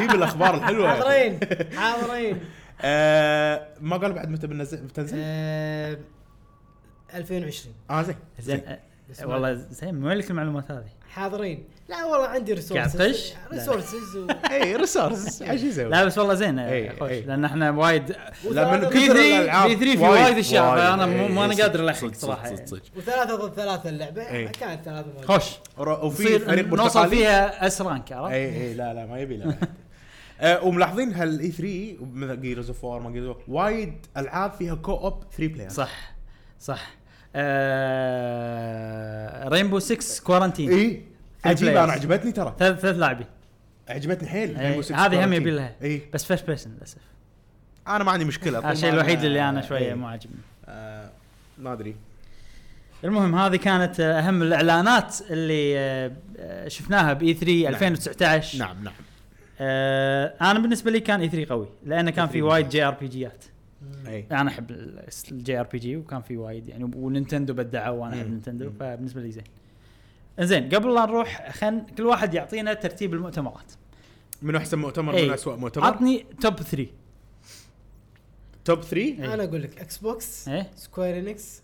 Speaker 3: جيب الاخبار الحلوه يا أخي.
Speaker 2: حاضرين حاضرين
Speaker 3: آه، ما قال بعد متى بنزل بتنزل؟
Speaker 2: آه، 2020
Speaker 3: اه
Speaker 1: آه.
Speaker 3: زين
Speaker 1: زين
Speaker 3: زين
Speaker 1: أه،
Speaker 2: بس
Speaker 1: والله زين من وين لك المعلومات هذه؟
Speaker 2: حاضرين لا والله عندي ريسورسز
Speaker 1: قاعد تطش؟ لا.
Speaker 2: ريسورسز و...
Speaker 3: اي ريسورس ايش يسوي؟
Speaker 1: لا بس والله زين
Speaker 3: إيه،
Speaker 1: أه، خوش
Speaker 3: إيه.
Speaker 1: لان احنا وايد
Speaker 3: لا، من
Speaker 2: وثلاثة-
Speaker 1: بي
Speaker 3: كثر
Speaker 1: 3
Speaker 3: الألعاب
Speaker 1: بي 3 في
Speaker 3: وايد-
Speaker 1: وايد اشياء
Speaker 3: وايد.
Speaker 1: فانا مو-
Speaker 3: إي،
Speaker 1: ما
Speaker 3: إي،
Speaker 1: انا
Speaker 3: إيه، صدق،
Speaker 1: قادر
Speaker 3: صدق،
Speaker 1: الحق
Speaker 3: صدق،
Speaker 1: صراحه
Speaker 3: صدق،
Speaker 1: يعني.
Speaker 3: صدق.
Speaker 2: وثلاثة ضد ثلاثة اللعبة
Speaker 1: إيه.
Speaker 3: إي.
Speaker 2: كانت ثلاثة موجودة
Speaker 1: خوش
Speaker 3: ورا- وفي فريق إيه.
Speaker 1: نصير نوصل
Speaker 3: برتقالي
Speaker 1: فيها اسرانك عرفت؟
Speaker 3: اي اي لا لا ما يبي لا بعد. آه، وملاحظين هالاي 3 مثل جيرز اوف وور ما جيرز اوف وايد العاب فيها كو اوب 3 بلاير
Speaker 1: صح صح آه... رينبو 6 كوارنتين
Speaker 3: اي عجيب
Speaker 1: players.
Speaker 3: انا إيه، عجبتني ترى
Speaker 1: ثلاث ثلاث لاعبين
Speaker 3: عجبتني حيل
Speaker 1: إي،
Speaker 3: Rainbow Six
Speaker 1: هذه هم
Speaker 3: Quarantine.
Speaker 1: يبي لها
Speaker 3: اي
Speaker 1: بس فيرست بيرسون للاسف
Speaker 3: انا ما عندي مشكله
Speaker 1: هذا
Speaker 3: طول
Speaker 1: الشيء
Speaker 3: ما إيه.
Speaker 1: الوحيد اللي انا شويه
Speaker 3: إي.
Speaker 1: مو عاجبني
Speaker 3: آه، ما ادري
Speaker 1: المهم هذه كانت آه، اهم الاعلانات اللي آه، آه، شفناها باي 3 2019
Speaker 3: نعم نعم
Speaker 1: آه، انا بالنسبه لي كان اي 3 قوي لانه كان في
Speaker 3: E3
Speaker 1: وايد جي ار بي جيات
Speaker 3: اي
Speaker 1: انا احب الجي ار بي جي وكان في وايد يعني ونينتندو بدعوا وانا احب
Speaker 3: مم.
Speaker 1: نينتندو
Speaker 3: مم.
Speaker 1: فبالنسبه لي زين زين قبل لا نروح خلينا كل واحد يعطينا ترتيب المؤتمرات
Speaker 3: من احسن مؤتمر
Speaker 1: إي.
Speaker 3: من اسوء مؤتمر
Speaker 1: عطني توب 3
Speaker 3: توب 3
Speaker 1: إي.
Speaker 2: انا اقول لك اكس بوكس
Speaker 1: إيه.
Speaker 2: سكوير انكس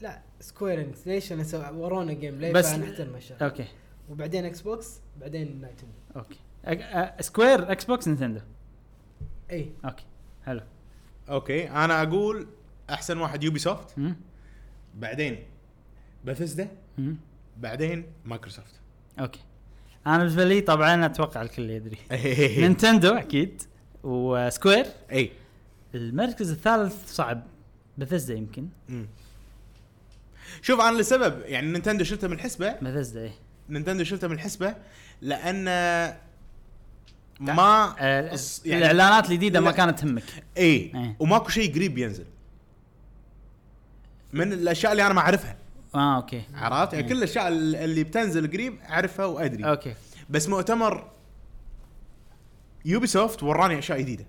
Speaker 2: لا سكوير انكس ليش انا سو... ورونا جيم بلاي
Speaker 1: بس- آه.
Speaker 2: بس نحترم الشغل
Speaker 1: اوكي
Speaker 2: وبعدين اكس بوكس بعدين نايتندو
Speaker 1: اوكي أ- أ- سكوير اكس بوكس نينتندو
Speaker 2: اي
Speaker 1: اوكي حلو
Speaker 3: اوكي انا اقول احسن واحد يوبي سوفت
Speaker 1: مم.
Speaker 3: بعدين بثزدا
Speaker 1: مم.
Speaker 3: بعدين مايكروسوفت
Speaker 1: اوكي انا بالنسبه لي طبعا اتوقع الكل يدري
Speaker 3: إيه. اي
Speaker 1: نينتندو اكيد وسكوير
Speaker 3: اي
Speaker 1: المركز الثالث صعب بثزدا يمكن
Speaker 3: مم. شوف انا لسبب يعني نينتندو شلته من الحسبه
Speaker 1: بثزدا ايه
Speaker 3: نينتندو شلته من الحسبه لان ما
Speaker 1: آه،
Speaker 3: أص- يعني-
Speaker 1: الاعلانات الجديده ما
Speaker 3: لا.
Speaker 1: كانت تهمك
Speaker 3: اي
Speaker 1: إيه.
Speaker 3: وماكو شيء قريب ينزل من الاشياء اللي انا ما اعرفها
Speaker 1: اه اوكي
Speaker 3: عرفت يعني
Speaker 1: إيه.
Speaker 3: كل الاشياء اللي بتنزل قريب اعرفها وادري
Speaker 1: اوكي
Speaker 3: بس مؤتمر يوبي سوفت وراني اشياء جديده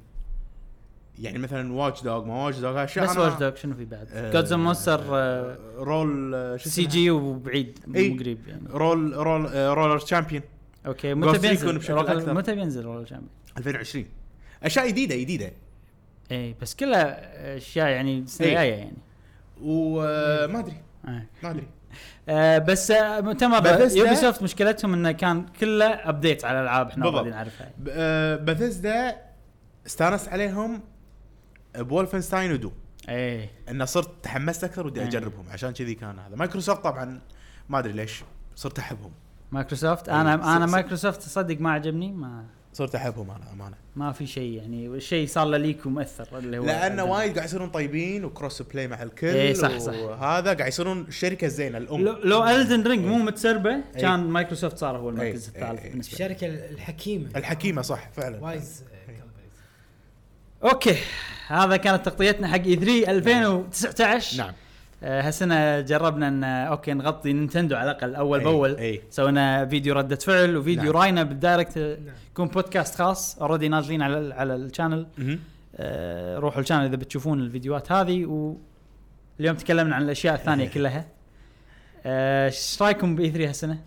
Speaker 3: يعني مثلا واتش دوغ ما واتش دوغ اشياء
Speaker 1: بس
Speaker 3: أنا-
Speaker 1: واتش دوغ شنو في بعد؟
Speaker 3: آه،
Speaker 1: جودز مونستر
Speaker 3: آه، رول آه، شو
Speaker 1: سي
Speaker 3: اسمها؟
Speaker 1: جي وبعيد
Speaker 3: إي.
Speaker 1: مو قريب يعني
Speaker 3: رول رول آه، رولر تشامبيون
Speaker 1: اوكي
Speaker 3: Ghost
Speaker 1: متى
Speaker 3: Recon
Speaker 1: بينزل
Speaker 3: بشكل
Speaker 1: رول-
Speaker 3: أكثر.
Speaker 1: متى بينزل رول الشامبيون؟
Speaker 3: 2020 اشياء جديده جديده
Speaker 1: اي بس كلها اشياء يعني السنه
Speaker 3: إي.
Speaker 1: الجايه يعني
Speaker 3: وما ادري
Speaker 1: آه.
Speaker 3: ما ادري
Speaker 1: آه بس آه تمام
Speaker 3: Bethesda-
Speaker 1: يوبي سوفت مشكلتهم انه كان كله ابديت على العاب احنا
Speaker 3: بالضبط.
Speaker 1: قاعدين نعرفها
Speaker 3: بثزدا آه، استانست عليهم بولفنستاين ودو
Speaker 1: اي
Speaker 3: انه صرت تحمست اكثر ودي
Speaker 1: إيه.
Speaker 3: اجربهم عشان كذي كان هذا مايكروسوفت طبعا ما ادري ليش صرت احبهم
Speaker 1: مايكروسوفت
Speaker 3: إي.
Speaker 1: انا انا
Speaker 3: ص- ص-
Speaker 1: مايكروسوفت تصدق ما عجبني ما
Speaker 3: صرت احبهم انا امانه
Speaker 1: ما في شيء يعني شيء صار له ليك ومؤثر اللي هو
Speaker 3: لانه وايد قاعد يصيرون طيبين وكروس بلاي مع الكل
Speaker 1: أيوة، إيه، صح، صح.
Speaker 3: وهذا قاعد يصيرون الشركه الزينه الام
Speaker 1: لو, لو الدن رينج مو
Speaker 3: إي.
Speaker 1: متسربه
Speaker 3: إي.
Speaker 1: كان مايكروسوفت صار هو المركز
Speaker 3: إي. إي.
Speaker 1: الثالث
Speaker 3: إي.
Speaker 1: بالنسبه لي.
Speaker 2: الشركه الحكيمه
Speaker 3: الحكيمه صح فعلا
Speaker 2: وايز كمبانيز
Speaker 1: اوكي هذا كانت تغطيتنا حق اي 3 2019
Speaker 3: نعم
Speaker 1: آه، هالسنه جربنا ان آه، اوكي نغطي نينتندو على الاقل اول
Speaker 3: إي،
Speaker 1: باول
Speaker 3: إي.
Speaker 1: سوينا فيديو رده فعل وفيديو
Speaker 3: نعم.
Speaker 1: راينا بالدايركت آه،
Speaker 2: نعم.
Speaker 1: يكون بودكاست خاص اوريدي نازلين على ال- على الشانل
Speaker 3: مهم.
Speaker 1: آه، روحوا الشانل اذا بتشوفون الفيديوهات هذه واليوم تكلمنا عن الاشياء الثانيه كلها آه، ايش رايكم باي 3 هالسنه؟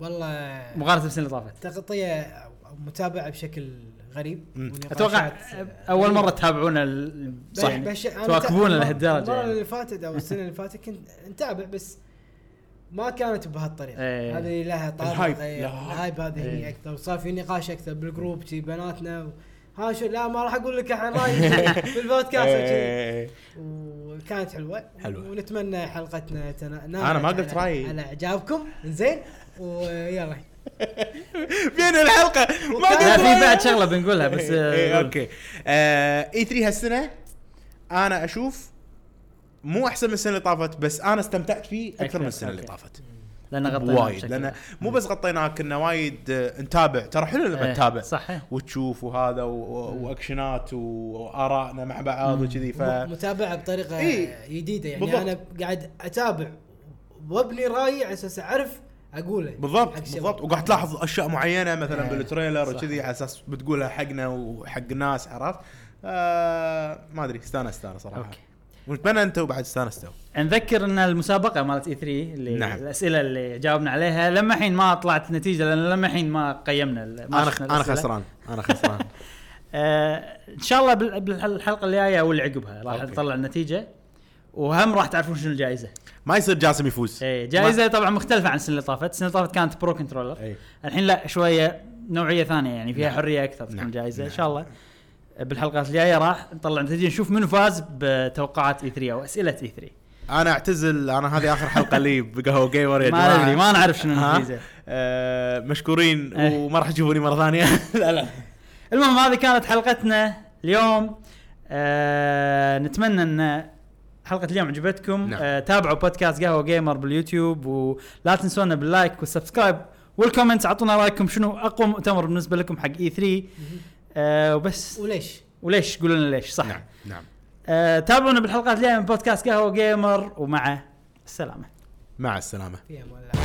Speaker 2: والله
Speaker 1: مقارنه بالسنه اللي طافت
Speaker 2: تغطيه أو- أو متابعه بشكل غريب
Speaker 3: مم.
Speaker 1: اتوقع
Speaker 2: ونقاشات
Speaker 1: اول
Speaker 2: غريبة.
Speaker 1: مره تتابعونا ال-
Speaker 2: صح
Speaker 1: يعني
Speaker 2: بش... أنا
Speaker 1: تواكبونا
Speaker 2: تع-
Speaker 1: لهالدرجة
Speaker 2: المره
Speaker 1: يعني.
Speaker 2: اللي فاتت او السنه اللي فاتت كنت نتابع بس ما كانت بهالطريقه
Speaker 1: إيه.
Speaker 2: هذه لها طابع
Speaker 3: الهايب،
Speaker 2: غير.
Speaker 3: لها
Speaker 2: الهايب هذه
Speaker 1: إيه.
Speaker 2: هي اكثر وصار في نقاش اكثر بالجروب شي بناتنا و... ها شو لا ما راح اقول لك عن
Speaker 1: إيه.
Speaker 2: رايي في البودكاست وشي.
Speaker 3: إيه.
Speaker 2: وكانت حلوه
Speaker 3: حلوة.
Speaker 2: ونتمنى حلقتنا تنا...
Speaker 3: أنا ما
Speaker 2: نالت
Speaker 3: قلت
Speaker 2: على-
Speaker 3: رأيي.
Speaker 2: على اعجابكم زين ويلا
Speaker 3: فين الحلقه ما
Speaker 1: لا
Speaker 3: قلت
Speaker 1: في بعد شغله بنقولها بس
Speaker 3: إيه، إيه، آه،
Speaker 1: آه،
Speaker 3: اوكي اي 3 هالسنه انا اشوف مو احسن من السنه اللي طافت بس انا استمتعت فيه اكثر
Speaker 1: أكثر،
Speaker 3: من السنه اللي
Speaker 1: أوكي.
Speaker 3: طافت
Speaker 1: لان غطينا
Speaker 3: وايد لان مو بس غطيناه كنا وايد آه، نتابع ترى حلو لما تتابع
Speaker 1: تتابع صح إيه.
Speaker 3: وتشوف وهذا و- و- واكشنات و- وارائنا مع بعض وكذي ف
Speaker 2: م- متابعه بطريقه
Speaker 3: إيه.
Speaker 2: جديده يعني
Speaker 3: بالضبط.
Speaker 2: بالضبط. انا قاعد اتابع وابني رايي على اساس اعرف اقوله حق
Speaker 3: بالضبط
Speaker 2: الشباب.
Speaker 3: بالضبط وقاعد تلاحظ اشياء معينه مثلا
Speaker 1: إيه،
Speaker 3: بالتريلر
Speaker 1: صح.
Speaker 3: وكذي على اساس بتقولها حقنا وحق الناس عرفت؟ آه ما ادري استانست انا صراحه
Speaker 1: اوكي
Speaker 3: ونتمنى انتم بعد استانستوا
Speaker 1: نذكر ان المسابقه مالت اي 3 اللي
Speaker 3: نعم.
Speaker 1: الاسئله اللي جاوبنا عليها لما الحين ما طلعت نتيجه لان لما الحين ما قيمنا ال- ما
Speaker 3: انا
Speaker 1: شفنا
Speaker 3: انا
Speaker 1: الأسئلة.
Speaker 3: خسران انا خسران
Speaker 1: آه ان شاء الله بال- بالحلقه اللي جايه او اللي عقبها راح
Speaker 3: أوكي.
Speaker 1: نطلع النتيجه وهم راح تعرفون شنو الجائزه
Speaker 3: ما يصير جاسم يفوز
Speaker 1: ايه جائزه طبعا مختلفه عن السنه اللي طافت السنه اللي طافت كانت برو كنترولر
Speaker 3: اي
Speaker 1: الحين لا شويه نوعيه ثانيه يعني فيها
Speaker 3: نعم.
Speaker 1: حريه اكثر في
Speaker 3: نعم.
Speaker 1: الجائزه ان
Speaker 3: نعم.
Speaker 1: شاء الله بالحلقات الجايه راح نطلع نتيجه نشوف منو فاز بتوقعات E اي 3 او اسئله اي 3
Speaker 3: انا اعتزل انا هذه اخر حلقه لي بقهوه جيمر يا
Speaker 1: ما
Speaker 3: جماعه
Speaker 1: ندري ما نعرف شنو
Speaker 3: ها؟
Speaker 1: النتيجه
Speaker 3: آه مشكورين
Speaker 1: إيه.
Speaker 3: وما راح تشوفوني مره ثانيه لا لا
Speaker 1: المهم هذه كانت حلقتنا اليوم آه نتمنى ان حلقة اليوم عجبتكم
Speaker 3: نعم.
Speaker 1: آه تابعوا بودكاست قهوة جيمر باليوتيوب ولا تنسونا باللايك والسبسكرايب والكومنتس اعطونا رايكم شنو اقوى مؤتمر بالنسبة لكم حق اي 3 آه وبس
Speaker 2: وليش؟
Speaker 1: وليش قولوا لنا ليش صح
Speaker 3: نعم نعم
Speaker 1: آه تابعونا بالحلقات الجاية من بودكاست قهوة جيمر ومع السلامة
Speaker 3: مع السلامه
Speaker 2: في امان الله